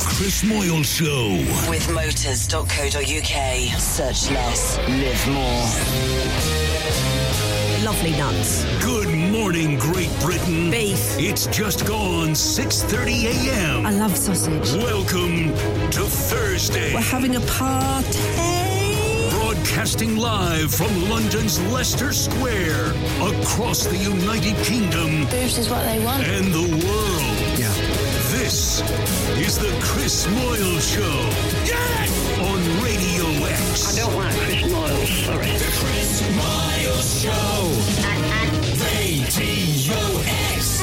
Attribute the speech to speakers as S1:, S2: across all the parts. S1: Chris Moyle Show.
S2: With motors.co.uk. Search less, live more.
S3: Lovely nuts.
S1: Good morning, Great Britain.
S3: Beef.
S1: It's just gone 6.30 a.m.
S3: I love sausage.
S1: Welcome to Thursday.
S3: We're having a party
S1: broadcasting live from London's Leicester Square, across the United Kingdom.
S4: Boobs is what they want.
S1: And the world.
S5: Yeah.
S1: This is the Chris Moyle Show.
S6: Yes!
S1: On Radio X.
S7: I don't like Chris Moyle, sorry.
S6: The Chris Moyle Show. Radio X.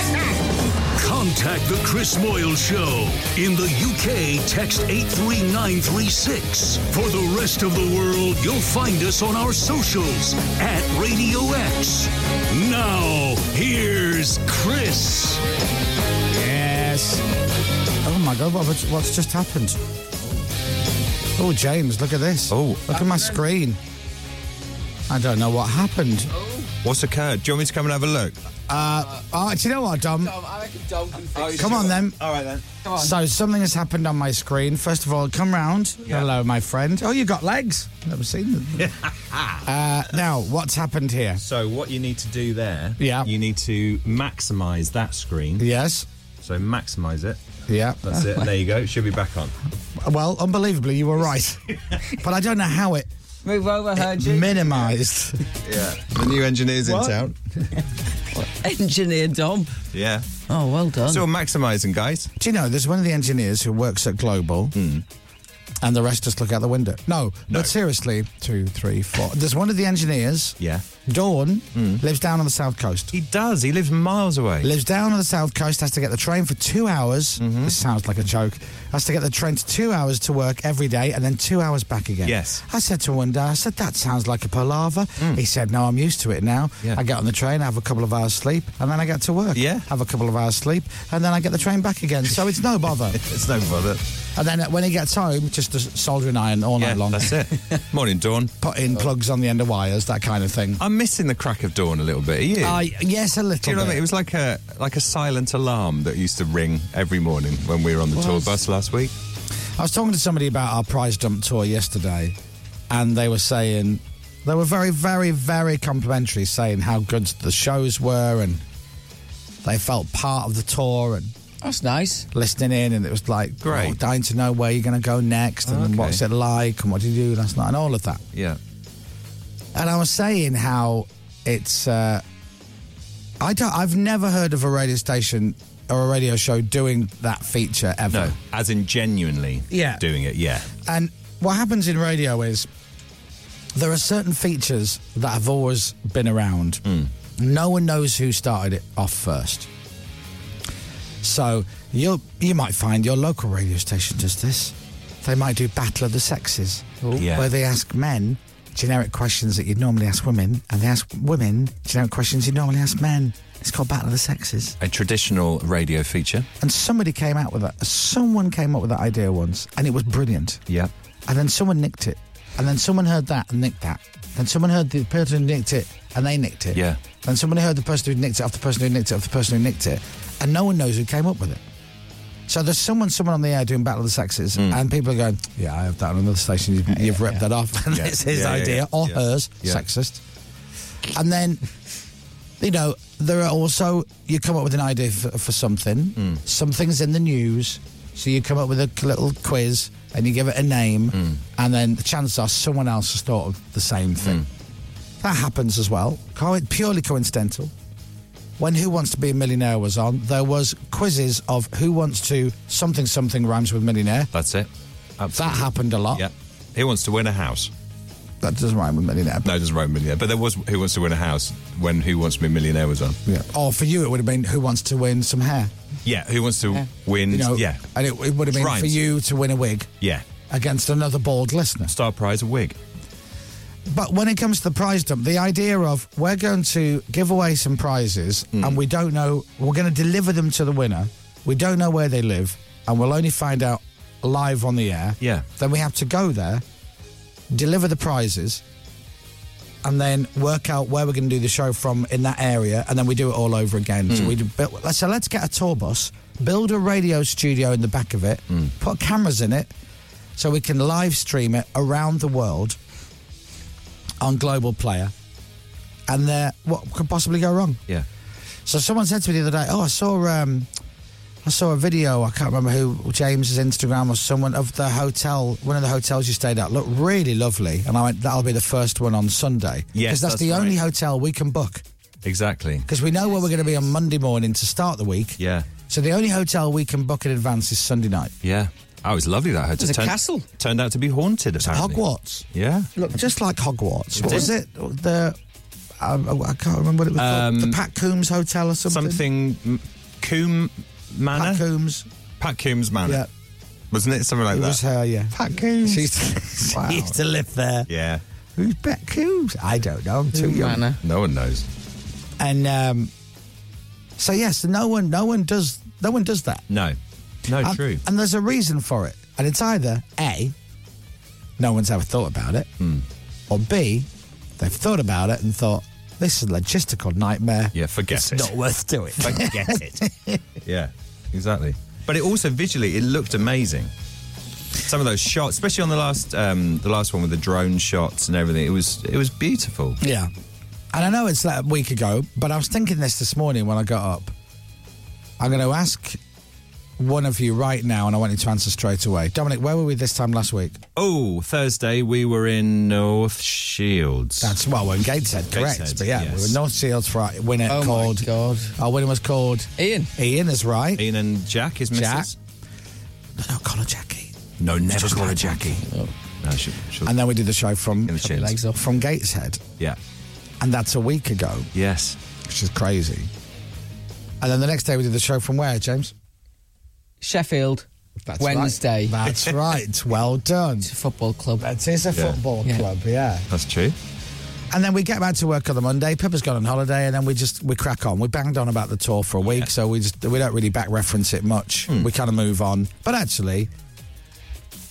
S1: Contact The Chris Moyle Show. In the UK, text 83936. For the rest of the world, you'll find us on our socials at Radio X. Now, here's Chris.
S5: Yes. Oh my God, what, what's just happened? Oh, James, look at this.
S8: Oh.
S5: Look at my screen. I don't know what happened.
S8: What's occurred? Do you want me to come and have a look?
S5: Uh, oh, do you know what, Dom?
S9: Dom, I reckon Dom can fix
S5: Oh,
S9: it.
S5: Come on then.
S9: All right then. Come on.
S5: So something has happened on my screen. First of all, come round. Hello, my friend. Oh, you got legs. Never seen them. uh, now, what's happened here?
S8: So what you need to do there?
S5: Yeah.
S8: You need to maximise that screen.
S5: Yes.
S8: So maximise it.
S5: Yeah.
S8: That's it. There you go. It Should be back on.
S5: Well, unbelievably, you were right. but I don't know how it
S9: Move over, heard you.
S5: minimised.
S8: Yeah. The new engineer's
S9: What?
S8: in town.
S9: Engineer Dom.
S8: Yeah.
S9: Oh, well done.
S8: Still maximising, guys. Hmm.
S5: Do you know, there's one of the engineers who works at Global, and the rest just look out the window. No,
S8: No.
S5: but seriously, two, three, four. There's one of the engineers,
S8: Yeah. Hmm.
S5: Dawn, lives down on the south coast.
S8: He does. He lives miles away.
S5: Lives down on the south coast, has to get the train for two hours.
S8: Mm-hmm.
S5: This sounds like a joke. Has to get the train to two hours to work every day and then two hours back again.
S8: Yes. Hmm.
S5: I said to him one day, I said, that sounds like a palaver. He said, no, I'm used to it now.
S8: Yeah.
S5: I get on the train, I have a couple of hours sleep, and then I get to work.
S8: Yeah.
S5: Have a couple of hours sleep, and then I get the train back again. So it's no bother.
S8: it's no bother.
S5: And then when he gets home, just a soldering iron all
S8: Yeah,
S5: night long.
S8: that's it. Morning, Dawn.
S5: Put in plugs on the end of wires, that kind of thing.
S8: I'm missing the crack of dawn a little bit. Are you?
S5: Uh, yes, a little
S8: Do you know what
S5: bit.
S8: I mean? It was like a like a silent alarm that used to ring every morning when we were on the tour
S5: Was.
S8: bus last week.
S5: I was talking to somebody about our prize dump tour yesterday, and they were saying they were very, very, very complimentary, saying how good the shows were and they felt part of the tour and
S9: That's nice.
S5: listening in, and it was like
S8: Great.
S5: oh, dying to know where you're going to go next and
S8: Okay.
S5: what's it like and what did you do last night and all of that.
S8: Yeah.
S5: And I was saying how it's uh, I don't I've never heard of a radio station or a radio show doing that feature ever.
S8: No, as in genuinely
S5: Yeah.
S8: doing it. Yeah.
S5: And what happens in radio is there are certain features that have always been around. No one knows who started it off first. So you you might find your local radio station does this. They might do Battle of the Sexes,
S8: Yeah.
S5: where they ask men generic questions that you'd normally ask women, and they ask women generic questions you'd normally ask men. It's called Battle of the Sexes.
S8: A traditional radio feature.
S5: And somebody came out with that. Someone came up with that idea once, and it was brilliant.
S8: Yeah.
S5: And then someone nicked it. And then someone heard that and nicked that. Then someone heard the person who nicked it and they nicked it.
S8: Yeah.
S5: Then someone heard the person who nicked it off the person who nicked it off the person who nicked it. And no one knows who came up with it. So there's someone, someone on the air doing Battle of the Sexes, and people are going, "Yeah, I have that on another station. You've, you've ripped that off. And
S8: Hmm. Yeah.
S5: it's his
S8: Yeah, yeah,
S5: idea
S8: yeah.
S5: or
S8: Yeah.
S5: hers,
S8: Yeah.
S5: sexist." And then, you know, there are also you come up with an idea for, for something.
S8: Mm.
S5: Something's in the news, so you come up with a little quiz and you give it a name,
S8: Mm.
S5: and then the chances are someone else has thought of the same thing.
S8: Mm.
S5: That happens as well. Co- purely coincidental. When Who Wants to Be a Millionaire was on, there was quizzes of who wants to something something rhymes with millionaire.
S8: That's it.
S5: That happened a lot.
S8: Yeah. Who wants to win a house?
S5: That doesn't rhyme with millionaire.
S8: No, it doesn't write millionaire. But there was Who Wants to Win a House when Who Wants to Be a Millionaire was on.
S5: Yeah. Or for you, it would have been who wants to win some hair.
S8: Yeah. Who wants to
S9: Yeah.
S8: win?
S5: You know,
S8: yeah.
S5: And it, it would have been
S8: Rhymes.
S5: for you to win a wig
S8: Yeah.
S5: against another bald listener.
S8: Star Prize a wig.
S5: But when it comes to the prize dump, the idea of we're going to give away some prizes and we don't know, we're going to deliver them to the winner. We don't know where they live and we'll only find out live on the air.
S8: Yeah.
S5: Then we have to go there, deliver the prizes, and then work out where we're going to do the show from in that area. And then we do it all over again. So we do, but, so let's get a tour bus build a radio studio in the back of it, put cameras in it, so we can live stream it around the world on Global Player. And there, what could possibly go wrong?
S8: Yeah.
S5: So someone said to me the other day, "Oh, I saw um, I saw a video. I can't remember who James's Instagram or someone of the hotel, one of the hotels you stayed at. Looked really lovely." And I went, "That'll be the first one on Sunday
S8: Yes,
S5: because that's,
S8: that's
S5: the only
S8: right.
S5: hotel we can book
S8: Exactly.
S5: because we know where we're going to be on Monday morning to start the week.
S8: Yeah.
S5: So the only hotel we can book in advance is Sunday night.
S8: Yeah. Oh, it was lovely that hotel.
S9: was a castle.
S8: Turned out to be haunted, apparently.
S5: Hogwarts.
S8: Yeah.
S5: Look, just like Hogwarts. What
S8: did.
S5: was it? The I, I can't remember what it was called. Um, The Pat Coombs Hotel or something.
S8: Um, Something. m- Coombe Manor?
S5: Pat Coombs.
S8: Pat Coombs Manor.
S5: Yeah.
S8: Wasn't it? Something Uh, like
S5: It
S8: that.
S5: was her, yeah.
S8: Pat Coombs.
S5: She used to, she
S8: Wow.
S5: used to live there.
S8: yeah.
S5: Who's Bet Coombs? I don't know. I'm too young.
S9: Manor.
S8: No one knows.
S5: And um, so yes, no one, no one does, no one does that.
S8: No. No,
S5: and,
S8: true.
S5: And there's a reason for it. And it's either A, no one's ever thought about it,
S8: Hmm.
S5: or B, they've thought about it and thought this is a logistical nightmare.
S8: Yeah, forget
S5: it's
S8: it.
S5: Not worth doing.
S8: Forget it. yeah, exactly. But it also visually, it looked amazing. Some of those shots, especially on the last, um, the last one with the drone shots and everything, it was, it was beautiful.
S5: Yeah. And I know it's like a week ago, but I was thinking this this morning when I got up. I'm going to ask one of you right now, and I want you to answer straight away. Dominic, where were we this time last week?
S8: Oh, Thursday we were in North Shields.
S5: That's well, we're in Gateshead, correct?
S8: Gateshead,
S5: but yeah, we were
S8: yes.
S5: in North Shields for our winner
S9: Oh my
S5: called.
S9: God.
S5: Our winner was called
S9: Ian.
S5: Ian. Is right.
S8: Ian and Jack is Mrs.
S5: Jack. No, no, call her Jackie.
S8: No, never call her Jackie. No, she, she'll-
S5: And then we did the show from
S8: In the shins. Legs
S9: off.
S5: from Gateshead,
S8: yeah.
S5: and that's a week ago,
S8: Yes.
S5: which is crazy. And then the next day we did the show from where, James?
S9: Sheffield.
S5: That's right.
S9: Wednesday.
S5: That's right. Well done.
S9: Football club.
S5: That is a
S8: Yeah.
S5: football
S9: Yeah.
S5: club, yeah.
S8: That's true.
S5: And then we get back to work on the Monday. Pippa's gone on holiday, and then we just we crack on. We banged on about the tour for a week, so we just we don't really back reference it much.
S8: Hmm.
S5: We kind of move on. But actually,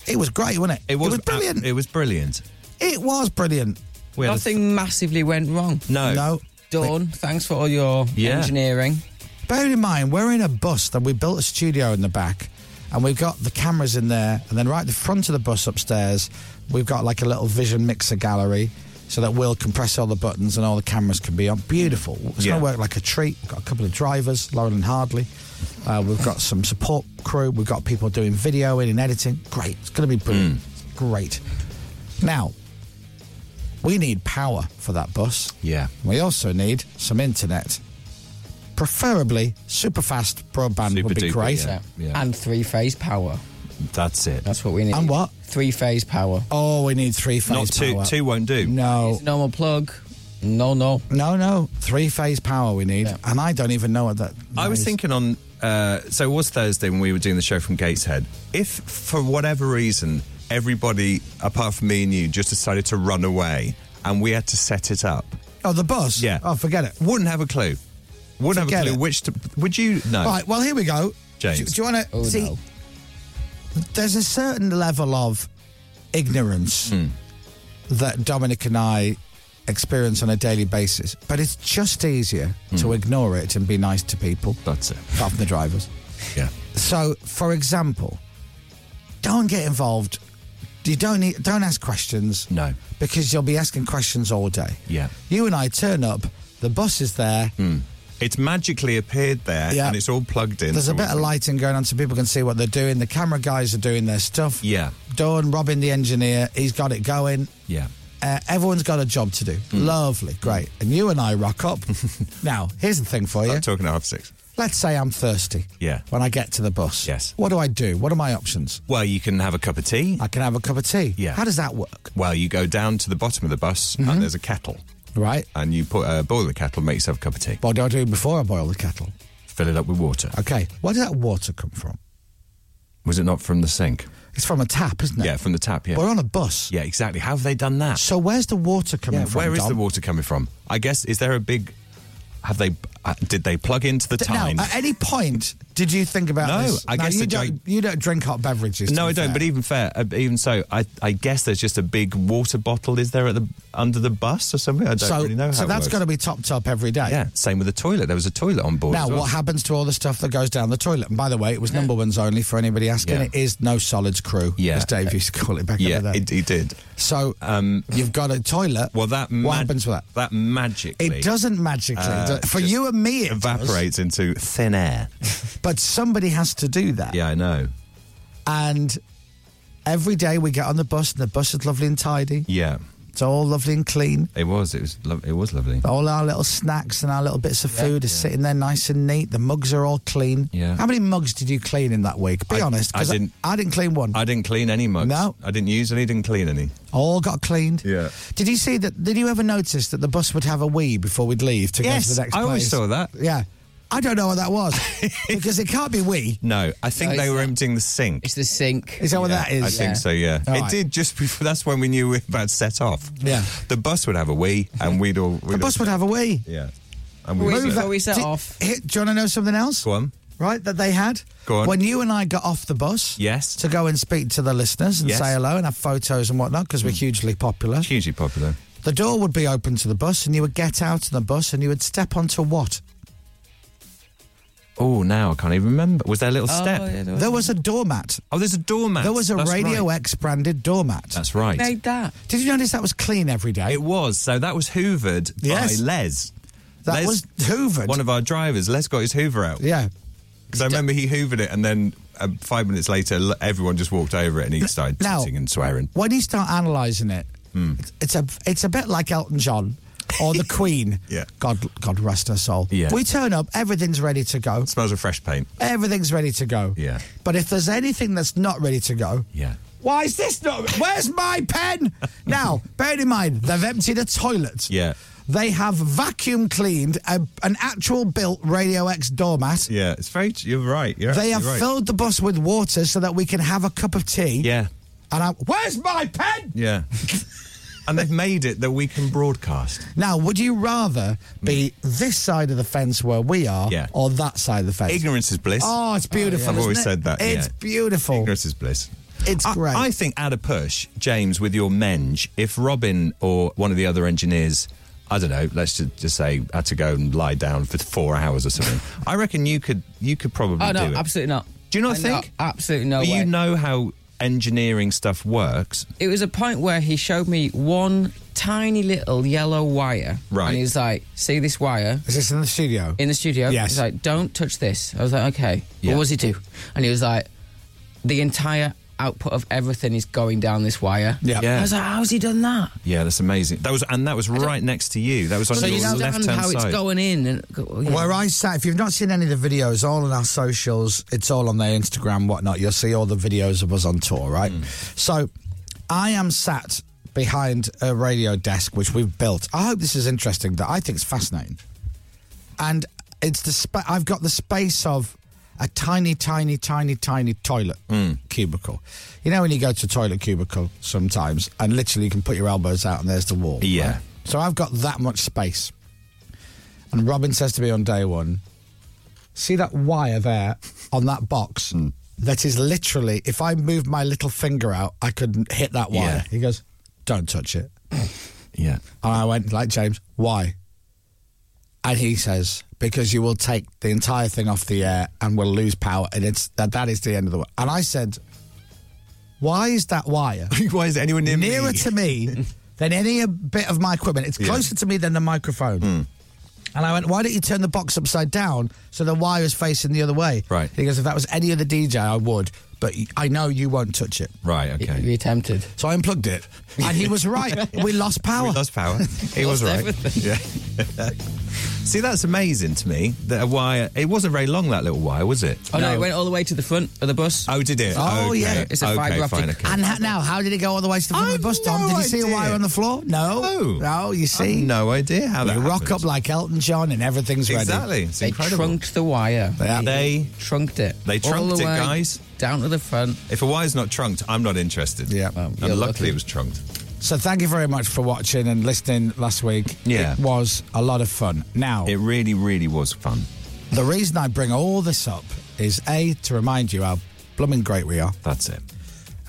S5: it was great, wasn't it?
S8: ab-
S5: brilliant.
S8: it was brilliant.
S5: it, was brilliant.
S8: We had a-
S9: Nothing massively went wrong.
S8: no.
S5: No.
S9: Dawn, thanks for all your
S8: Yeah.
S9: engineering.
S5: Bear in mind, we're in a bus and we built a studio in the back and we've got the cameras in there. And then right at the front of the bus upstairs, we've got like a little vision mixer gallery so that we'll compress all the buttons and all the cameras can be on. Beautiful. It's
S8: Yeah.
S5: going to work like a treat. We've got a couple of drivers, Lauren and Hardley. Uh, we've got some support crew. We've got people doing videoing and editing. Great. It's going to be brilliant. Great. Now, we need power for that bus.
S8: Yeah.
S5: We also need some internet. Preferably super fast broadband
S8: Super
S5: would be
S8: duper,
S5: great.
S8: Yeah, yeah.
S9: And three phase power.
S8: That's it.
S9: That's what we need.
S5: And what?
S9: Three phase power.
S5: Oh, we need three phase
S8: Not two.
S5: power.
S8: Two won't do.
S5: No.
S9: It's a normal plug. No, no.
S5: No, no. Three phase power we need.
S9: Yeah.
S5: And I don't even know what that
S8: I was
S5: is.
S8: thinking on. Uh, so it was Thursday when we were doing the show from Gateshead. If for whatever reason everybody apart from me and you just decided to run away and we had to set it up,
S5: Oh, the bus?
S8: Yeah.
S5: Oh, forget it.
S8: wouldn't have a clue. Wouldn't
S5: Forget
S8: have a clue
S5: it.
S8: which. To, would you? No.
S5: Right, well, here we go.
S8: James.
S5: Do, do you want to
S9: Oh,
S5: see?
S9: no.
S5: There's a certain level of ignorance
S8: Hmm.
S5: that Dominic and I experience on a daily basis, but it's just easier to ignore it and be nice to people,
S8: Hmm. That's it.
S5: apart from the drivers.
S8: Yeah.
S5: So, for example, don't get involved. You don't need, don't ask questions.
S8: No.
S5: because you'll be asking questions all day.
S8: Yeah. Hmm.
S5: You and I turn up. The bus is there.
S8: It's magically appeared there,
S5: Yeah.
S8: and it's all plugged in.
S5: There's
S8: so
S5: a bit
S8: we-
S5: of lighting going on so people can see what they're doing. The camera guys are doing their stuff.
S8: Yeah.
S5: Dawn, Robin, the engineer, he's got it going.
S8: Yeah.
S5: Uh, everyone's got a job to do.
S8: Hmm.
S5: Lovely, great. And you and I rock up. now, here's the thing for you.
S8: I'm talking at half six.
S5: Let's say I'm thirsty.
S8: Yeah.
S5: When I get to the bus.
S8: Yes.
S5: What do I do? What are my options?
S8: Well, you can have a cup of tea.
S5: I can have a cup of tea.
S8: Yeah.
S5: How does that work? Mm-hmm.
S8: Well, you go down to the bottom of the bus, and there's a kettle,
S5: Right.
S8: and you put uh, boil the kettle, make yourself a cup of tea,
S5: What do I do before I boil the kettle?
S8: fill it up with water.
S5: Okay. Where does that water come from?
S8: Was it not from the sink?
S5: It's from a tap, isn't it?
S8: Yeah, from the tap. Yeah.
S5: We're on a bus.
S8: yeah, exactly. How have they done that?
S5: So where's the water coming
S8: Yeah,
S5: from?
S8: where is
S5: Dom?
S8: the water coming from? I guess is there a big? Have they? Uh, did they plug into the
S5: D-
S8: time?
S5: Now, at any point, Did you think about
S8: No,
S5: this?
S8: I guess
S5: you
S8: the
S5: don't,
S8: joke-
S5: you don't drink hot beverages. to
S8: No,
S5: be
S8: I don't.
S5: fair.
S8: But even fair, uh, even so, I, I guess there's just a big water bottle. Is there at the under the bus or something? I don't
S5: so,
S8: really know how.
S5: so
S8: it
S5: that's
S8: works.
S5: got to be topped up every day.
S8: yeah. Same with the toilet. There was a toilet on board.
S5: Now,
S8: as well.
S5: what happens to all the stuff that goes down the toilet? And by the way, it was number ones only for anybody asking.
S8: Yeah.
S5: It is no solids crew,
S8: Yeah.
S5: as Dave used to call it back over
S8: Yeah,
S5: there.
S8: it, it did.
S5: so you've got a toilet.
S8: Well, that
S5: what
S8: mag-
S5: happens with that?
S8: That magically
S5: It doesn't magically.
S8: uh,
S5: do- for
S8: just
S5: you and me, it
S8: evaporates into thin air.
S5: does, but somebody has to do that.
S8: yeah, I know.
S5: And every day we get on the bus, and the bus is lovely and tidy.
S8: Yeah,
S5: It's all lovely and clean.
S8: it was. It was. Lo- it was lovely.
S5: All our little snacks and our little bits of food are sitting there nice and neat. The mugs are all clean.
S8: Yeah.
S5: How many mugs did you clean in that week? Be
S8: I-
S5: honest.
S8: I
S5: 'cause
S8: didn't-
S5: I, didn't clean one.
S8: I didn't clean any mugs.
S5: No.
S8: I didn't use any. Didn't clean any.
S5: all got cleaned.
S8: Yeah.
S5: Did you see that? Did you ever notice that the bus would have a wee before we'd leave to go to
S8: Yes,
S5: the next
S8: I
S5: place?
S8: always saw that.
S5: Yeah. I don't know what that was because it can't be wee.
S8: No, I think
S9: No,
S8: they
S9: it's
S8: were
S9: not-
S8: emptying the sink.
S9: It's the sink.
S5: Is that what
S8: Yeah,
S5: that is?
S8: I think
S9: Yeah.
S8: so. Yeah,
S5: All
S8: it
S5: right.
S8: did just before. That's when we knew we were about to set off.
S5: Yeah.
S8: the bus would have a wee, and we'd all. We'd
S5: The bus would have a wee.
S8: Yeah, and
S9: Wee
S8: would
S9: before
S8: sit.
S9: we set
S5: Did-
S9: off.
S5: Here, do you want to know something else?
S8: Go on.
S5: Right, that they had.
S8: Go on.
S5: When you and I got off the bus,
S8: Yes.
S5: to go and speak to the listeners and
S8: Yes. Hmm.
S5: say hello and have photos and whatnot because we're hugely popular.
S8: Hugely popular.
S5: The door would be open to the bus, and you would get out on the bus, and you would step onto what?
S8: Oh, now I can't even remember. Was there a little
S9: Oh,
S8: step?
S9: yeah, there was-
S5: There was a doormat.
S8: Oh, there's a doormat.
S5: There was a
S8: That's
S5: Radio
S8: right.
S5: X branded doormat.
S8: That's right.
S9: made that.
S5: Did you notice that was clean every day?
S8: It was. So that was hoovered
S5: Yes.
S8: by Les.
S5: That was hoovered.
S8: One of our drivers. Les got his hoover out.
S5: yeah.
S8: Because I remember he hoovered it and then um, five minutes later l- everyone just walked over it and he started
S5: Now,
S8: tooting and swearing. Hmm.
S5: When you start analysing it, it's- it's a it's a bit like Elton John or the Queen.
S8: Yeah.
S5: God God rest her soul.
S8: Yeah.
S5: We turn up, everything's ready to go.
S8: Smells of fresh paint.
S5: Everything's ready to go.
S8: Yeah.
S5: But if there's anything that's not ready to go,
S8: Yeah.
S5: Why is this not? Where's my pen? now, bear in mind, they've emptied a toilet.
S8: Yeah.
S5: They have vacuum cleaned a, an actual built Radio X doormat.
S8: Yeah, it's very. You're right. You're
S5: They have
S8: absolutely right.
S5: filled the bus with water so that we can have a cup of tea.
S8: Yeah,
S5: And I, where's my pen?
S8: yeah. and they've made it that we can broadcast.
S5: Now, would you rather be this side of the fence where we are
S8: Yeah.
S5: or that side of the fence?
S8: Ignorance is bliss.
S5: Oh, it's beautiful.
S8: I've
S5: isn't
S8: always
S5: it?
S8: said that,
S5: It's
S8: yeah.
S5: beautiful.
S8: Ignorance is bliss.
S5: It's
S8: I,
S5: great.
S8: I think at a push, James, with your menge, if Robin or one of the other engineers, I don't know, let's just, just say had to go and lie down for four hours or something, I reckon you could you could probably
S9: Oh no,
S8: do it.
S9: absolutely not.
S8: Do you not
S9: I
S8: think?
S9: know- absolutely no
S8: But
S9: way.
S8: you know how engineering stuff works.
S9: it was a point where he showed me one tiny little yellow wire.
S8: Right.
S9: And he's like, see this wire?
S5: Is this in the studio?
S9: in the studio.
S5: Yes.
S9: He's like, don't touch this. I was like, okay.
S8: Yeah.
S9: What was he do? And he was like, the entire output of everything is going down this wire.
S5: Yeah.
S8: Yeah.
S9: I was like, how's he done that?
S8: Yeah, that's amazing. That was and that was right next to you. That was on
S9: So
S8: your
S9: you
S8: left
S9: understand
S8: hand
S9: how
S8: side.
S9: it's going in. And, go- yeah.
S5: Where I sat, if you've not seen any of the videos, all on our socials, it's all on their Instagram, whatnot. You'll see all the videos of us on tour, right?
S8: Hmm.
S5: So I am sat behind a radio desk, which we've built. I hope this is interesting, that I think it's fascinating. And it's the spa- I've got the space of a tiny, tiny, tiny, tiny toilet
S8: Hmm.
S5: cubicle. You know, when you go to a toilet cubicle sometimes, and literally you can put your elbows out and there's the wall.
S8: Yeah.
S5: So I've got that much space. And Robin says to me on day one, see that wire there on that box?
S8: Mm.
S5: That is literally, if I moved my little finger out, I could hit that wire.
S8: Yeah.
S5: He goes, don't touch it.
S8: Yeah.
S5: And I went, like James, why? And he says, because you will take the entire thing off the air and will lose power. And it's that, that is the end of the world. And I said, why is that wire
S8: Why is anyone near me?
S5: nearer to me than any bit of my equipment? It's closer to me than the microphone.
S8: Hmm.
S5: And I went, why don't you turn the box upside down so the wire is facing the other way?
S8: Right.
S5: He goes, if that was any other DJ, I would. But I know you won't touch it.
S8: Right. Okay.
S9: We attempted.
S5: So I unplugged it. And he was right. We lost power.
S8: He does power. He was right. Yeah. See, that's amazing to me. That a wire. It wasn't very long. That little wire, was it?
S9: Oh no. it went all the way to the front of the bus.
S8: Oh, did it?
S5: Oh,
S8: Okay.
S5: yeah.
S9: It's a
S8: okay,
S9: fibre optic.
S8: Fine, okay.
S5: And ha- now, how did it go all the way to the front of
S8: I've
S5: the bus, Tom?
S8: no
S5: Did you see a
S8: idea.
S5: wire on the floor? No.
S8: No.
S5: No, you
S8: I
S5: see?
S8: have no idea how
S5: You
S8: that
S5: rock up
S8: happened.
S5: like Elton John and everything's ready.
S8: exactly. It's
S9: they
S8: incredible.
S9: trunked the wire.
S5: Yeah.
S8: They-
S9: trunked it.
S8: They
S9: All
S8: trunked
S9: the
S8: it,
S9: way
S8: guys.
S9: Down to the front.
S8: If a wire's not trunked, I'm not interested.
S5: Yeah. Well,
S8: and
S9: you're
S8: luckily
S9: lucky.
S8: it was trunked.
S5: So thank you very much for watching and listening last week.
S8: Yeah.
S5: It was a lot of fun. Now,
S8: It really, really was fun.
S5: The reason I bring all this up is A, to remind you how blooming great we are.
S8: That's it.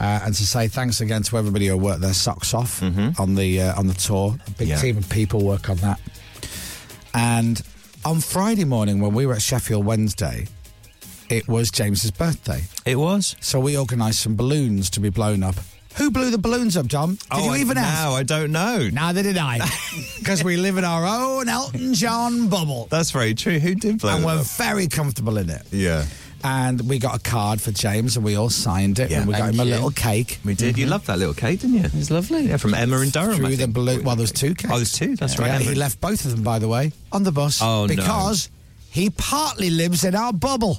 S5: Uh, and to say thanks again to everybody who worked their socks off on the uh, on the tour. A big
S8: Mm-hmm. Yeah.
S5: team of people work on that. And on Friday morning, when we were at Sheffield Wednesday, it was James's birthday,
S8: It was.
S5: so we organised some balloons to be blown up. Who blew the balloons up, Dom? Did
S8: oh,
S5: you
S8: I-
S5: even
S8: no,
S5: ask?
S8: I don't know.
S5: Neither did I, because we live in our own Elton John bubble,
S8: That's very true. Who did blow
S5: and
S8: them
S5: we're
S8: up?
S5: very comfortable in it.
S8: Yeah.
S5: And we got a card for James, and we all signed it,
S8: Yeah.
S5: and we got
S9: Thank
S5: him a
S9: you.
S5: little cake. Mm-hmm.
S8: We did. You loved that little cake, didn't you? It was lovely. Yeah, from Emma in Durham. I
S5: through the
S8: think.
S5: balloon. Well, there was two cakes.
S8: Oh, there's two. That's
S5: Yeah,
S8: right.
S5: He
S8: Emma.
S5: left both of them, by the way, on the bus.
S8: Oh, no.
S5: because he partly lives in our bubble.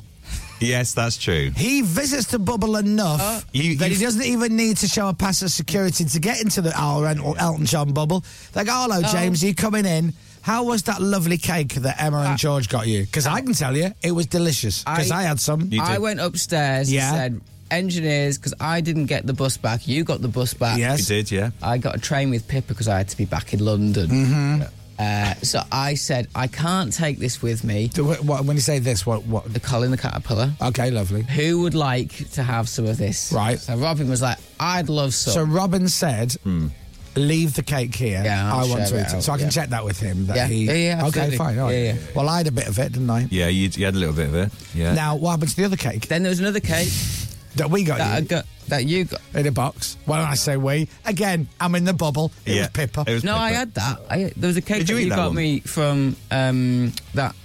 S8: Yes, that's true.
S5: He visits the bubble enough
S8: Uh, You-
S5: that
S8: you-
S5: he doesn't even need to show a pass of security to get into the our El- Elton John bubble. They go, "Hello,
S8: Oh.
S5: James, you coming in?" How was that lovely cake that Emma
S8: Uh,
S5: and George got you? Because I can tell you, it was delicious. Because I,
S9: I-
S5: had some.
S8: You
S9: I
S8: did.
S9: went upstairs
S5: Yeah.
S9: and said, engineers, because I didn't get the bus back. You got the bus back.
S5: Yes.
S8: You did, yeah.
S9: I got a train with Pippa because I had to be back in London.
S5: Mm-hmm.
S9: Uh, so I said, I can't take this with me.
S5: Do- what- what- when you say this, what? What?
S9: The Colin the Caterpillar.
S5: Okay, lovely.
S9: Who would like to have some of this?
S5: Right.
S9: So Robin was like, I'd love some.
S5: So Robin said,
S8: Hmm.
S5: "Leave the cake here.
S9: Yeah, I'll
S5: I want
S9: share
S5: to
S9: it
S5: eat it."
S9: out,
S5: So I can
S9: yeah.
S5: check that with him. That
S9: Yeah,
S5: he,
S9: yeah, yeah,
S5: okay,
S9: absolutely.
S5: fine. all right.
S9: Yeah, yeah.
S5: Well, I had a bit of it, didn't I?
S8: Yeah, you, you had a little bit of it. Yeah.
S5: Now, what happened to the other cake
S9: Then there was another cake
S5: that we got,
S9: that I
S5: you
S9: got that you got.
S5: in a box? Well, when I say we again, I'm in the bubble. It
S8: Yeah,
S5: was Pippa.
S8: it was-
S9: No, I
S8: Pepper.
S9: had that. I, there was a cake
S8: Did you
S9: that
S8: eat
S9: you
S8: that
S9: got
S8: one?
S9: me from um, that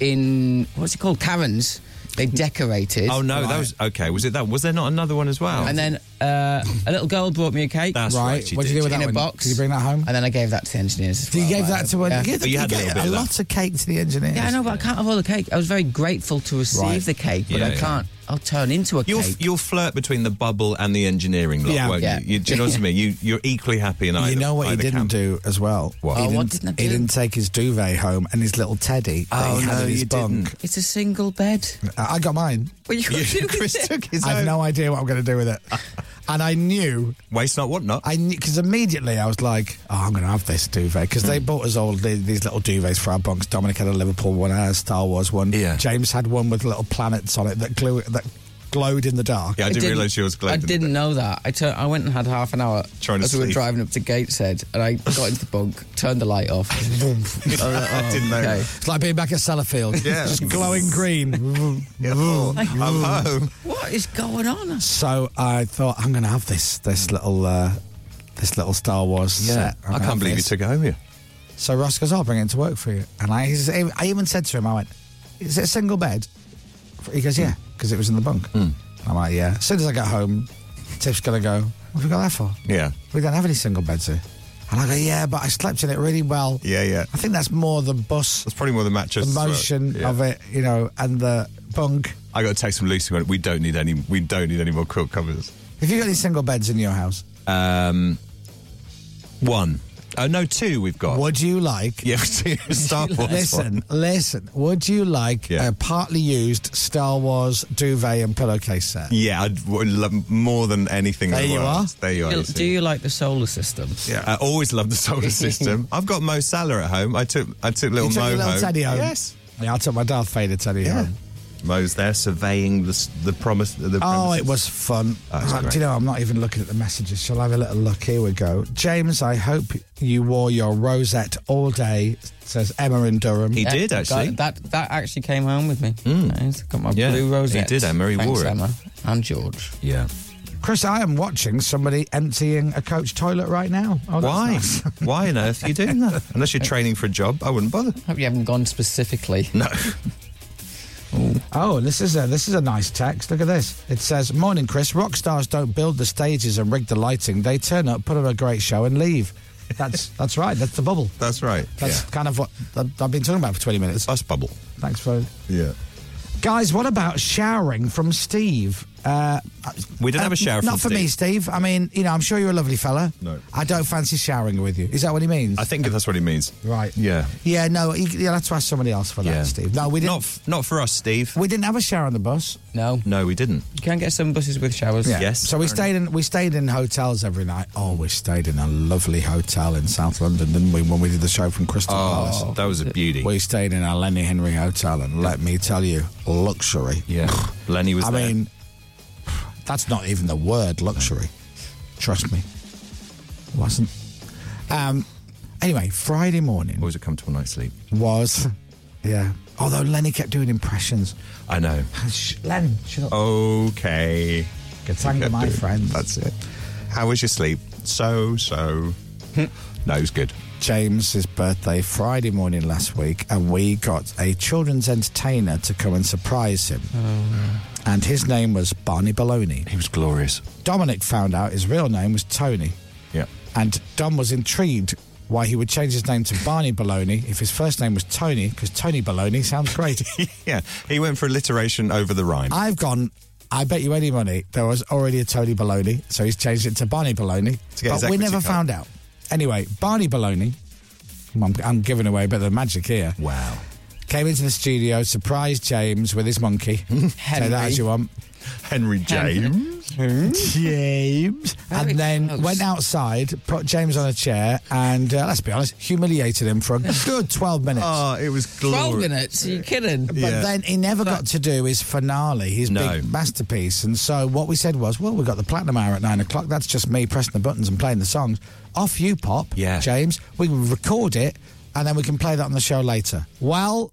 S9: in what's it called? Karen's. They decorated.
S8: Oh no, that was okay. Was it that? Was there not another one as well?
S9: And then uh, a little girl brought me a cake.
S8: That's
S5: right.
S8: right, she
S5: what did you do
S8: did.
S5: with
S9: in
S5: that
S9: a
S5: one?
S9: box.
S5: Did you bring that home?
S9: And then I gave that to the engineers. as
S5: you
S9: well,
S5: gave
S9: like,
S5: that to one.
S9: yeah.
S5: You, gave-
S8: But you
S5: you
S8: had a
S5: gave
S8: little
S5: a,
S8: bit of that.
S5: lot of cake to the engineers.
S9: Yeah, I know, but I can't have all the cake. I was very grateful to receive
S5: Right.
S9: the cake, but
S8: Yeah,
S9: I
S8: yeah.
S9: can't. I'll turn into a
S8: You'll,
S9: cake.
S8: you'll flirt between the bubble and the engineering lot,
S5: Yeah.
S8: won't
S9: Yeah.
S8: you? you? Do you know what I mean? You, you're equally happy in either.
S5: You know what he
S8: either
S5: didn't
S8: camp.
S5: do as well?
S8: What? Oh,
S5: He didn't,
S9: what didn't I do?
S5: He didn't take his duvet home and his little teddy that
S8: Oh,
S5: he had
S8: no,
S5: in his
S8: you
S5: bunk.
S8: didn't.
S9: it's a single bed.
S5: I I got mine.
S9: What you gonna do with
S8: Chris
S9: it?
S8: took his
S5: I have
S8: own.
S5: no idea what I'm going to do with it. and I knew,
S8: Waste not, what not?
S5: I because immediately I was like, oh, I'm going to have this duvet because
S8: Hmm.
S5: they bought us all the, these little duvets for our bunks. Dominic had a Liverpool one, I had a Star Wars one.
S8: Yeah.
S5: James had one with little planets on it that glue that glowed in the dark.
S8: yeah, I
S9: I
S8: didn't
S9: didn't-
S8: realise she was
S9: I
S8: glowing.
S9: didn't know that. I tur- I went and had half an hour
S8: Trying to
S9: as we were
S8: sleep.
S9: driving up to Gateshead, and I got into the bunk, turned the light off.
S8: I didn't know.
S9: Oh, okay.
S5: It's like being back at Sellafield.
S8: Yeah.
S5: Just glowing green.
S8: Oh, I'm home.
S9: What is going on?
S5: so I thought I'm going to have this this little uh, this little Star Wars set. I'm
S8: I
S5: gonna have
S8: can't believe you
S5: this.
S8: took it home here.
S5: So Ross goes, "Oh, I'll bring it to work for you. And I, he's- I even said to him, I went, Is it a single bed? He goes, Yeah, because it was in the bunk.
S8: Hmm.
S5: I'm like, Yeah. As soon as I get home, Tip's going to go, What have we got that for?
S8: Yeah.
S5: We don't have any single beds here. And I go, Yeah, but I slept in it really well.
S8: Yeah, yeah.
S5: I think that's more the bus,
S8: That's probably more the mattress.
S5: the
S8: as well.
S5: motion
S8: Yeah.
S5: of it, you know, and the bunk.
S8: I got a text from Lucy. Went, we don't need any. We don't need any more quilt covers. Um,
S5: Have you got any single beds in your house?
S8: One. Oh no, two. We've got.
S5: Would you like.
S8: Yeah, two Star Wars. one.
S5: Listen, listen. Would you like
S8: Yeah.
S5: a partly used Star Wars duvet and pillowcase set?
S8: Yeah, I'd would love more than anything. in
S5: There
S8: the
S5: you
S8: world.
S5: are.
S8: There you are.
S9: Do,
S8: Lucy.
S9: do you like the solar system?
S8: Yeah, I always love the solar system. I've got Mo Salah at home. I took I took little
S5: You took
S8: Mo
S5: your little
S8: home.
S5: teddy home.
S8: Yes,
S5: Yeah, I took my Darth Vader teddy home.
S8: Mo's there surveying the s- the promise. The
S5: Oh,
S8: premises.
S5: it was fun.
S8: That was
S5: Uh,
S8: great.
S5: do you know, I'm not even looking at the messages. Shall I have a little look? Here we go. James, I hope you wore your rosette all day, says Emma in Durham.
S8: He did actually. Hmm.
S9: That, that that actually came home with me. Nice. Got my
S8: Yeah,
S9: blue
S8: he
S9: rosette.
S8: did, Emma, he
S9: Thanks,
S8: wore it.
S9: Emma and George.
S8: yeah.
S5: Chris, I am watching somebody emptying a coach toilet right now. Oh, that's
S8: Why?
S5: nice.
S8: Why on earth are you doing that? Unless you're training for a job, I wouldn't bother.
S9: Hope you haven't gone specifically.
S8: No.
S5: Oh, this is a this is a nice text. Look at this. It says, "Morning, Chris. Rock stars don't build the stages and rig the lighting. They turn up, put on a great show, and leave." That's that's right. That's the bubble.
S8: That's right.
S5: That's
S8: yeah.
S5: kind of what I've I've been talking about for 20 minutes.
S8: Us bubble.
S5: Thanks for
S8: Yeah.
S5: Guys, what about showering from Steve? Uh,
S8: We didn't have a shower.
S5: Not
S8: from
S5: for
S8: Steve.
S5: me, Steve. I mean, you know, I'm sure you're a lovely fella.
S8: No.
S5: I don't fancy showering with you. Is that what he means?
S8: I think that's what he means.
S5: Right.
S8: Yeah.
S5: yeah, no, you- you'll have to ask somebody else for that,
S8: Yeah.
S5: Steve. No, we didn't.
S8: Not f- not for us, Steve.
S5: we didn't have a shower on the bus.
S9: No,
S8: No, we didn't.
S9: you can get some buses with showers.
S8: Yes.
S5: So we stayed in we stayed in hotels every night. Oh, we stayed in a lovely hotel in South London, didn't we? When we did the show from Crystal Palace,
S8: Oh, that was a beauty.
S5: we stayed in a Lenny Henry hotel, and let me tell you, luxury.
S8: Yeah. Lenny was
S5: I
S8: there.
S5: mean, that's not even the word luxury. Trust me, it wasn't. Um, anyway, Friday morning
S8: always a comfortable night's sleep.
S5: was, yeah. Although Lenny kept doing impressions.
S8: I know.
S5: Shh, Len, shut up.
S8: Okay. Get
S5: Thank my friends.
S8: That's it. How was your sleep? So, so.
S9: Hmm.
S8: no, it was good.
S5: James's birthday Friday morning last week, and we got a children's entertainer to come and surprise him. And his name was Barney Baloney.
S8: He was glorious.
S5: Dominic found out his real name was Tony,
S8: Yeah.
S5: and Dom was intrigued why he would change his name to Barney Baloney if his first name was Tony, because Tony Baloney sounds great.
S8: Yeah. He went for alliteration over the rhyme.
S5: I've gone. I bet you any money there was already a Tony Baloney, so he's changed it to Barney Baloney.
S8: To get his
S5: But we
S8: equity
S5: never
S8: cut.
S5: found out. Anyway, Barney Baloney. I'm, I'm giving away a bit of the magic here.
S8: wow.
S5: Came into the studio, surprised James with his monkey. Say that
S9: Henry.
S5: as you want.
S8: Henry James.
S5: James.
S9: Very
S5: And then
S9: close.
S5: went outside, put James on a chair, and uh, let's be honest, humiliated him for a good 12 minutes.
S8: Oh, it was
S9: Twelve
S8: glorious.
S9: minutes? Are you kidding?
S5: But
S8: Yeah.
S5: then he never got to do his finale, his
S8: No.
S5: big masterpiece. And so what we said was, well, we've got the platinum hour at nine o'clock. That's just me pressing the buttons and playing the songs. Off you pop,
S8: Yeah.
S5: James. We can record it and then we can play that on the show later. Well,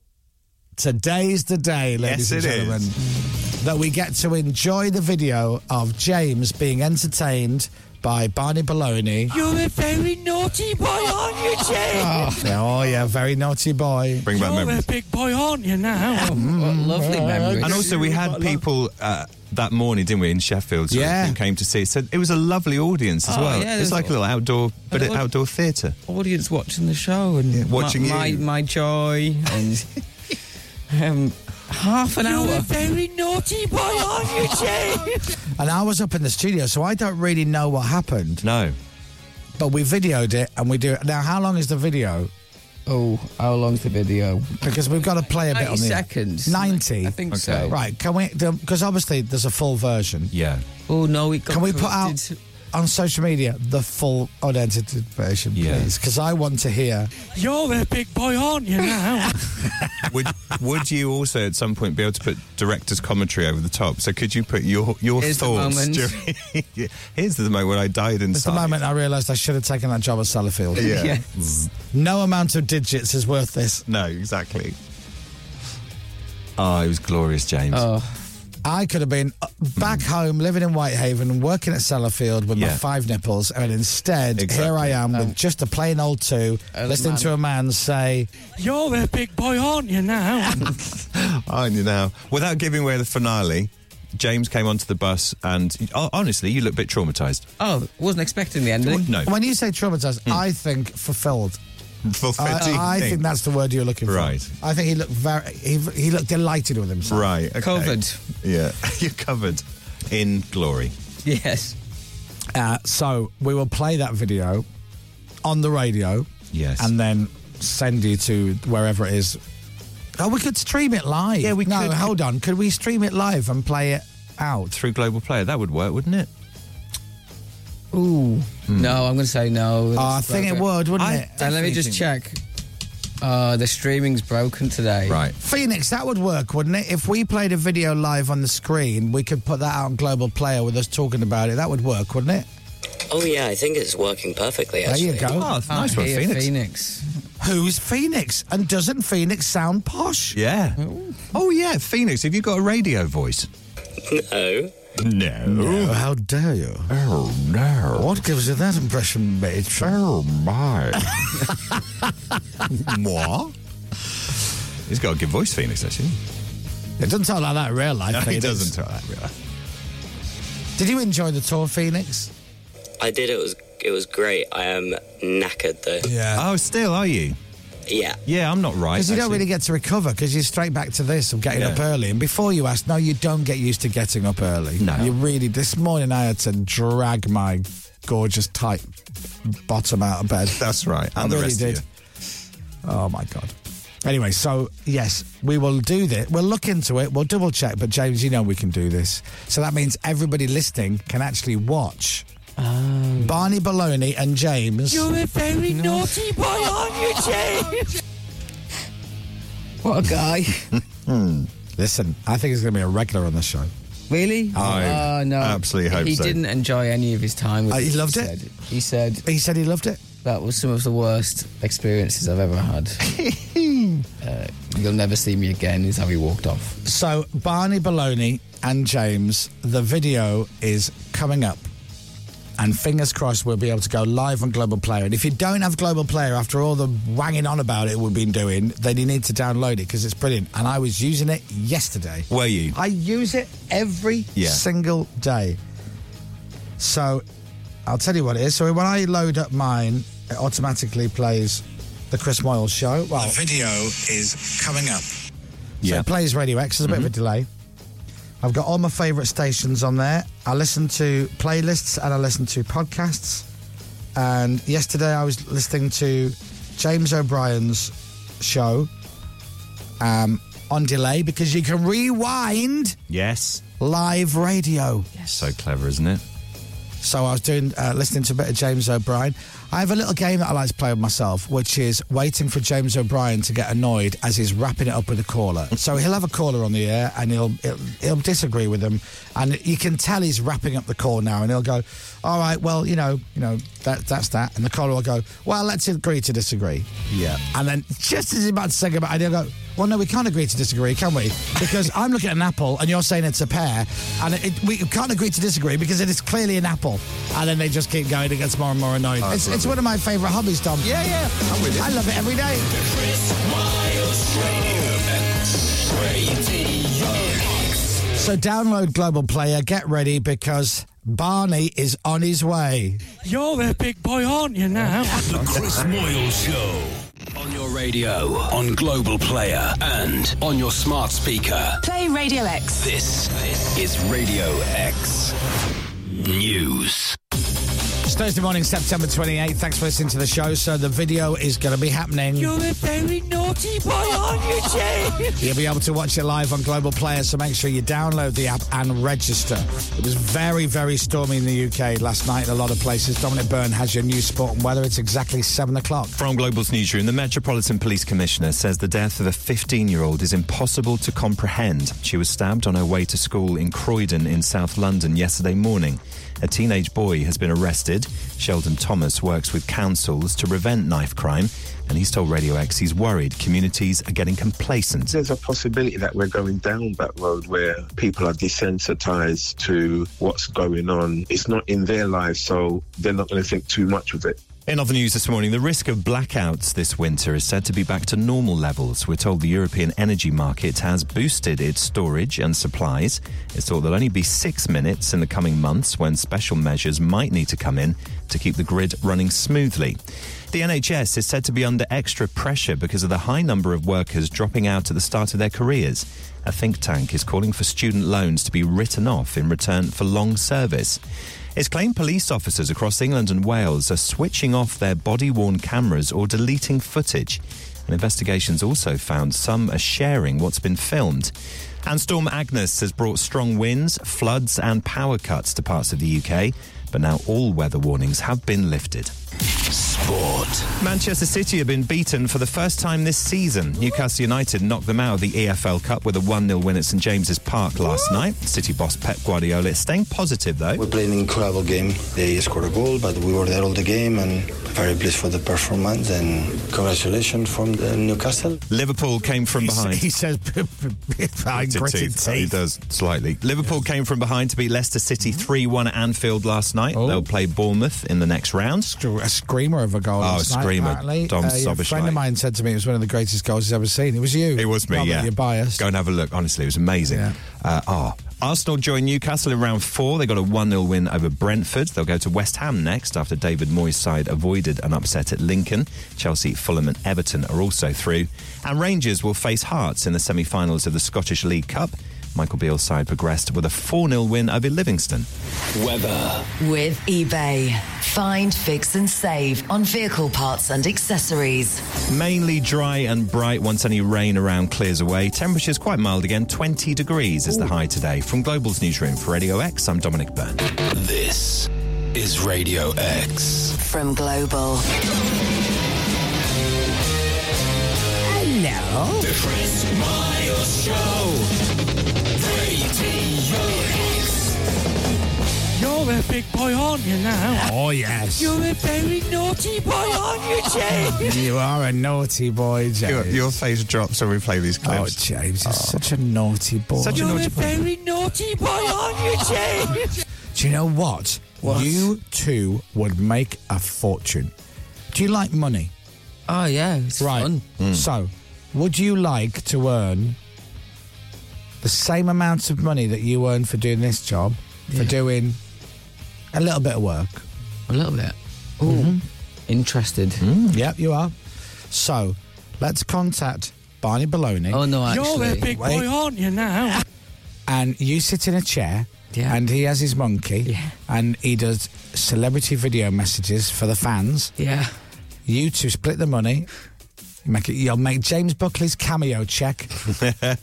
S5: today's the day, ladies
S8: Yes,
S5: and
S8: it
S5: gentlemen,
S8: is.
S5: that we get to enjoy the video of James being entertained by Barney Baloney.
S9: You're a very naughty boy, aren't you, Jay?
S5: Oh, yeah, very naughty boy.
S8: Bring back memories.
S6: big boy, aren't you now?
S5: Mm,
S9: lovely memories.
S8: And also, we had people uh, that morning, didn't we, in Sheffield? sort of,
S5: Yeah.
S8: Who came to see us. So it was a lovely audience as
S9: Oh,
S8: well.
S9: yeah,
S8: it's
S9: there's-
S8: like a little outdoor, but
S9: it was-
S8: outdoor theatre.
S9: audience watching the show and
S8: watching
S9: my,
S8: you.
S9: my my joy and um, half an hour. very naughty boy, aren't you, James?
S5: And I was up in the studio, so I don't really know what happened.
S8: No.
S5: but we videoed it and we do it now how long is the video
S9: oh, how long's the video?
S5: because we've got to play a bit on
S9: 90
S5: the
S9: seconds.
S5: 90
S9: I think
S8: Okay.
S9: so.
S5: right can we because obviously there's a full version
S8: Yeah.
S9: Oh no, it got
S5: can we put out
S9: corrupted.
S5: on social media the full unedited version
S8: Yeah.
S5: please because i want to hear
S6: You're a big boy, aren't you now?
S8: would would you also at some point be able to put director's commentary over the top? So could you put your your
S9: Here's the
S8: thoughts?
S9: moment.
S8: during- Yeah. Here's the moment when I died
S5: it's
S8: inside.
S5: the moment i realized i should have taken that job at Sellafield.
S8: Yeah.
S9: Yeah.
S5: no amount of digits is worth this
S8: No, exactly. Oh, it was glorious, James.
S9: Oh,
S5: i could have been uh, back home living in whitehaven working at Sellafield with my
S8: Yeah.
S5: five nipples and instead here
S8: Exactly.
S5: i am with just a plain old two
S9: Um, A
S5: listening
S9: man.
S5: to a man say
S6: You're a big boy, aren't you now?
S8: I knew now. Without giving away the finale, James came onto the bus, and oh, honestly, you look a bit traumatized.
S9: oh, wasn't expecting the ending. Hmm.
S8: No,
S5: When you say traumatized, I think fulfilled.
S8: for fatigue.
S5: I, I think that's the word you're looking for.
S8: Right.
S5: I think he looked very. He, he looked delighted with himself.
S8: right. okay.
S9: Covered.
S8: Yeah, you're covered in glory.
S9: Yes.
S5: Uh, so we will play that video on the radio.
S8: Yes.
S5: And then send you to wherever it is. Oh, we could stream it live.
S8: Yeah, we
S5: no,
S8: could.
S5: hold on. Could we stream it live and play it out?
S8: Through Global Player, that would work, wouldn't it?
S9: Ooh. No, I'm going to say no.
S5: Oh, I think Hmm. it would, wouldn't it?
S9: And let me just check. Uh, the streaming's broken today.
S8: Right.
S5: Phoenix, that would work, wouldn't it? If we played a video live on the screen, we could put that out on Global Player with us talking about it. That would work, wouldn't it?
S4: Oh yeah, I think it's working perfectly.
S5: There
S4: Actually.
S5: you go. Ah,
S8: Oh,
S9: Can't
S8: nice one,
S9: hear
S8: Phoenix.
S9: Phoenix.
S5: Who's Phoenix? And doesn't Phoenix sound posh?
S8: Yeah. Oh yeah, Phoenix. Have you got a radio voice?
S4: No,
S8: No.
S5: Oh, how dare you?
S8: Oh no.
S5: What gives you that impression, mate?
S8: Oh my. Moi. He's got a good voice, Phoenix. Actually,
S5: It doesn't sound like that in real life.
S8: he
S5: Phoenix.
S8: doesn't talk that really.
S5: Did you enjoy the tour, Phoenix?
S4: I did. It was it was great. I am knackered though.
S5: Yeah.
S8: Oh, still are you?
S4: Yeah.
S8: Yeah, I'm not right.
S5: Because you don't
S8: actually.
S5: really get to recover because you're straight back to this of getting
S8: Yeah.
S5: up early. And before you ask, no, you don't get used to getting up early.
S8: No.
S5: You really, this morning I had to drag my gorgeous tight bottom out of bed.
S8: That's right.
S5: I
S8: And the
S5: really
S8: rest
S5: did.
S8: of you.
S5: Oh my god. Anyway, so yes, we will do this. We'll look into it. We'll double check. But James, you know we can do this. So that means everybody listening can actually watch Barney Baloney and James.
S6: Oh. You're a very naughty boy, aren't you, James?
S9: What a guy.
S5: Hmm. Listen, I think he's going to be a regular on the show.
S9: really?
S8: I
S9: oh, no.
S8: absolutely hope
S9: he
S8: so.
S9: didn't enjoy any of his time. With
S5: Oh, he
S9: us,
S5: loved it?
S9: said. He said
S5: He said he loved it.
S9: that was some of the worst experiences I've ever had. uh, you'll never see me again. Is how he walked off.
S5: So Barney Baloney and James, the video is coming up. And fingers crossed we'll be able to go live on Global Player. And if you don't have Global Player, after all the wanging on about it we've been doing, then you need to download it because it's brilliant. And I was using it yesterday.
S8: Were you?
S5: I use it every
S8: Yeah.
S5: single day. So I'll tell you what it is. So when I load up mine, it automatically plays the Chris Moyle show. Well, the video is coming up. So
S8: Yeah. Mm-hmm.
S5: it plays Radio X. There's a bit of a delay. I've got all my favourite stations on there. I listen to playlists and I listen to podcasts. And yesterday I was listening to James O'Brien's show um, on delay because you can rewind
S8: Yes.
S5: live radio.
S8: So clever, isn't it?
S5: So I was doing uh, listening to a bit of James O'Brien. I have a little game that I like to play with myself, which is waiting for James O'Brien to get annoyed as he's wrapping it up with a caller. so he'll have a caller on the air and he'll, he'll he'll disagree with them, and you can tell he's wrapping up the call now, and he'll go, "All right, well, you know, you know that that's that," and the caller will go, "Well, let's agree to disagree."
S8: Yeah.
S5: And then just as he's about to say goodbye, and he'll go, well, no, we can't agree to disagree, can we? Because I'm looking at an apple and you're saying it's a pear, and it, it- we can't agree to disagree because it is clearly an apple. And then they just keep going, it gets more and more annoying. it's, it's one of my favourite hobbies, Tom.
S8: Yeah, yeah. I'm with
S5: I
S8: it.
S5: love it every day. So download Global Player, get ready because Barney is on his way.
S6: You're a big boy, aren't you now?
S1: The Chris Moyle Show.
S10: On your radio, on Global Player, and on your smart speaker.
S3: Play Radio X.
S10: This is Radio X News.
S5: It's Thursday morning, September 28th. Thanks for listening to the show. So the video is going to be happening.
S6: You're a very naughty boy, aren't you, James?
S5: You'll be able to watch it live on Global Player, so make sure you download the app and register. It was very, very stormy in the UK last night in a lot of places. Dominic Byrne has your news, sport, and weather. It's exactly seven o'clock.
S8: From Global's newsroom, the Metropolitan Police Commissioner says the death of a 15 year old is impossible to comprehend. She was stabbed on her way to school in Croydon in South London yesterday morning. A teenage boy has been arrested. Sheldon Thomas works with councils to prevent knife crime, and he's told Radio X he's worried communities are getting complacent.
S11: there's a possibility that we're going down that road where people are desensitized to what's going on. It's not in their lives, so they're not going to think too much of it.
S8: In other news this morning, the risk of blackouts this winter is said to be back to normal levels. We're told the European energy market has boosted its storage and supplies. It's thought there'll only be six minutes in the coming months when special measures might need to come in to keep the grid running smoothly. The NHS is said to be under extra pressure because of the high number of workers dropping out at the start of their careers. A think tank is calling for student loans to be written off in return for long service. It's claimed police officers across England and Wales are switching off their body worn cameras or deleting footage. And investigations also found some are sharing what's been filmed. And Storm Agnes has brought strong winds, floods, and power cuts to parts of the UK, but now all weather warnings have been lifted.
S10: Sport.
S8: Manchester City have been beaten for the first time this season. Newcastle United knocked them out of the EFL Cup with a 1 0 win at St James's Park last night. City boss Pep Guardiola is staying positive, though.
S11: We played an incredible game. They scored a goal, but we were there all the game and very pleased for the performance and congratulations from the Newcastle.
S8: Liverpool came from behind.
S5: He says, behind
S8: Gritted
S5: gritted
S8: teeth. He
S5: teeth. Mm-hmm.
S8: does slightly. Liverpool came from behind to beat Leicester City 3 1 at Anfield last night.
S5: Oh.
S8: They'll play Bournemouth in the next round.
S5: A screamer of a goal. last night,
S8: Oh, screamer.
S5: apparently.
S8: Dom
S5: yeah, a
S8: Soboslai.
S5: friend of mine said to me it was one of the greatest goals he's ever seen. It was you.
S8: It was me,
S5: Not that
S8: yeah.
S5: You're biased.
S8: Go and have a look. Honestly, it was amazing.
S5: Yeah.
S8: Uh, oh, Arsenal join Newcastle in round four. They got a 1 0 win over Brentford. They'll go to West Ham next after David Moyes' side avoided an upset at Lincoln. Chelsea, Fulham, and Everton are also through. And Rangers will face Hearts in the semi finals of the Scottish League Cup. Michael Beale's side progressed with a 4 0 win over Livingston.
S10: Weather.
S2: With eBay. Find, fix, and save on vehicle parts and accessories.
S8: Mainly dry and bright once any rain around clears away. Temperatures quite mild again. 20 degrees is the high today. From Global's newsroom for Radio X, I'm Dominic Byrne.
S10: This is Radio X.
S2: From Global.
S10: Hello. Oh. The Chris Miles Show.
S6: You're a big boy, aren't you now?
S5: Oh, yes.
S6: You're a very naughty boy, aren't you, James?
S5: you are a naughty boy, James.
S12: Your, your face drops when we play these clips.
S5: Oh, James, you're such a naughty boy.
S12: Such
S6: You're a very naughty boy, aren't you, James?
S5: Do you know what? You two would make a fortune. Do you like money?
S9: Oh, yeah. It's
S5: right. Mm. So, would you like to earn the same amount of money that you earn for doing this job, for doing a little bit of work? Mm-hmm.
S9: A little bit. Oh, interested.
S5: Mm, Yep, you are. So, let's contact Barney Baloney.
S9: Oh, no, actually.
S6: You're a big boy, aren't you now?
S5: and you sit in a chair and he has his monkey and he does celebrity video messages for the fans.
S9: Yeah.
S5: You two split the money. You Make it, you'll make James Buckley's cameo check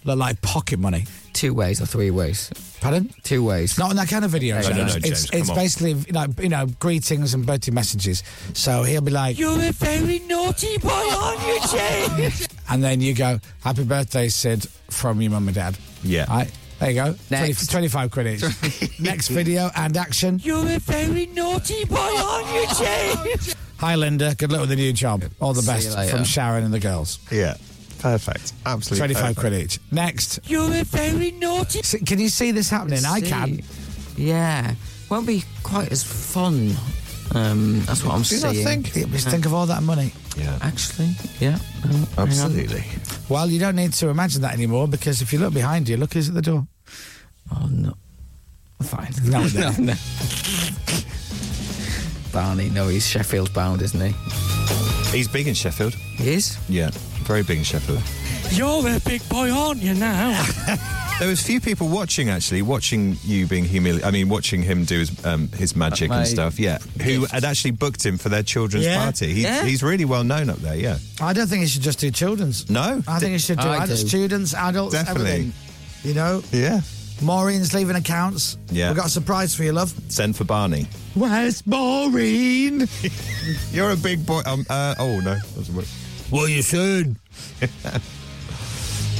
S5: look like pocket money.
S9: Two ways or three ways.
S5: Pardon?
S9: Two ways.
S5: Not in that kind of video.
S9: No, no, no,
S5: it's
S9: James, come
S5: it's
S9: on.
S5: basically like you know greetings and birthday messages. So he'll be like,
S6: You're a very naughty boy, aren't you, James?
S5: and then you go, "Happy birthday, Sid," from your mum and dad.
S8: Yeah.
S5: Right? There you go. 20, 25 credits. Next video and action.
S6: You're a very naughty boy, aren't you, James?
S5: Hi, Linda. Good luck with the new job. All the
S6: See
S5: best
S6: you later.
S5: from Sharon and the girls.
S12: Yeah. Perfect. Absolutely.
S5: 25
S12: perfect.
S5: quid each. Next.
S6: You're a very naughty.
S5: Can you see this happening? I can.
S9: Yeah. Won't be quite as fun. Um, that's what I'm
S5: Do you not
S9: seeing.
S5: think? Yeah, Just think of all that money.
S8: Yeah.
S9: Actually, yeah.
S5: uh,
S12: Absolutely.
S5: Well, you don't need to imagine that anymore because if you look behind you, look who's at the door.
S9: Oh, no. Fine.
S5: No, no.
S9: no. Barney, no, he's Sheffield bound, isn't he?
S8: He's big in Sheffield.
S9: He is?
S8: Yeah, very big in Sheffield.
S6: You're a big boy, aren't you now?
S8: There was few people watching actually, watching you being humiliated. I mean, watching him do his, um, his magic
S9: My
S8: and stuff. Yeah, who had actually booked him for their children's
S5: Yeah.
S8: party. He's,
S5: Yeah.
S8: he's really well known up there. Yeah.
S5: I don't think you should just do children's.
S8: No.
S5: I think you should do,
S8: I
S5: adults,
S8: do.
S5: students, adults,
S8: Definitely.
S5: everything. You know?
S8: Yeah.
S5: Maureen's leaving accounts.
S8: Yeah.
S5: We've got a surprise for you, love.
S8: Send for Barney.
S5: Where's Maureen?
S8: You're a big boy. Um, uh, oh no, doesn't work.
S5: What you saying?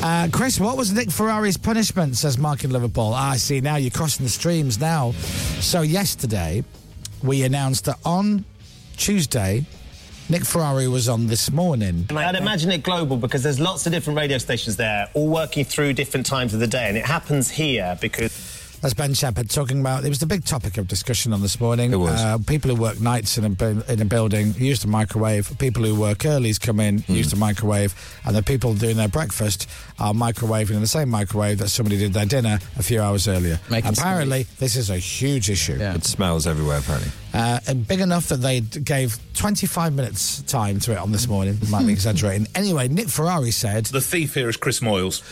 S5: Uh, Chris, what was Nick Ferrari's punishment? Says Mark in Liverpool. Ah, I see now you're crossing the streams now. So yesterday, we announced that on Tuesday, Nick Ferrari was on this morning.
S13: I'd imagine it global because there's lots of different radio stations there, all working through different times of the day, and it happens here because.
S5: That's Ben Shepherd talking about. It was the big topic of discussion on this morning. It was. Uh, people who work nights in a, bu- in a building use the microwave. People who work earlys come in, use the microwave. And the people doing their breakfast are microwaving in the same microwave that somebody did their dinner a few hours earlier.
S8: Making
S5: Apparently, this is a huge issue.
S8: It smells everywhere apparently.
S5: Uh, and big enough that they d- gave 25 minutes time to it on this morning. Might be exaggerating. Anyway, Nick Ferrari said,
S14: The thief here is Chris Moyles.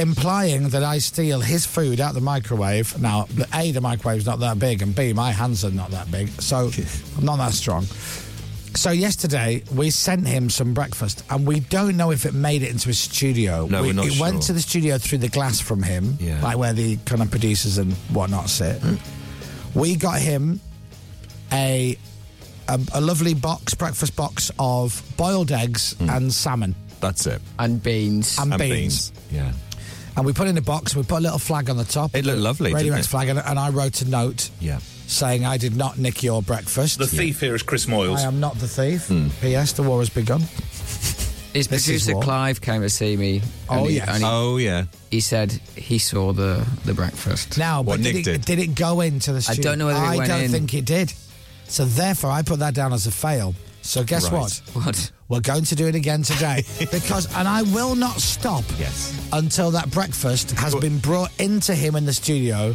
S5: implying that I steal his food out the microwave. Now, A, the microwave's not that big, and B, my hands are not that big, so I'm not that strong. So yesterday we sent him some breakfast, and we don't know if it made it into his studio.
S8: No,
S5: we,
S8: we're not
S5: It went
S8: sure.
S5: to the studio through the glass from him,
S8: Yeah. Hmm.
S5: like where the kind of producers and whatnot sit. We got him a, a a lovely box, breakfast box of boiled eggs
S8: Hmm.
S5: and salmon.
S8: That's it.
S9: And beans.
S5: And, beans.
S8: Yeah.
S5: And we put it in a box. We put a little flag on the top.
S8: It looked lovely,
S5: Radio
S8: didn't
S5: X
S8: it?
S5: flag, and, and I wrote a note.
S8: Yeah.
S5: Saying I did not nick your breakfast.
S14: The thief here is Chris Moyles.
S5: I am not the thief.
S8: Hmm.
S5: P.S. The war has begun.
S9: His
S5: This is
S9: producer
S5: what-
S9: Clive came to see me.
S5: Oh,
S9: he,
S5: yes.
S9: he-
S5: Oh,
S8: yeah.
S9: He said he saw the the breakfast.
S5: Now, but did, it, did it go into the
S9: I
S5: studio?
S9: don't know whether it
S5: I
S9: went
S5: don't
S9: in.
S5: think it did. So therefore, I put that down as a fail. So guess
S8: Right.
S5: what? What? We're going to do it again today because, and I will not stop
S8: Yes.
S5: until that breakfast has been brought into him in the studio.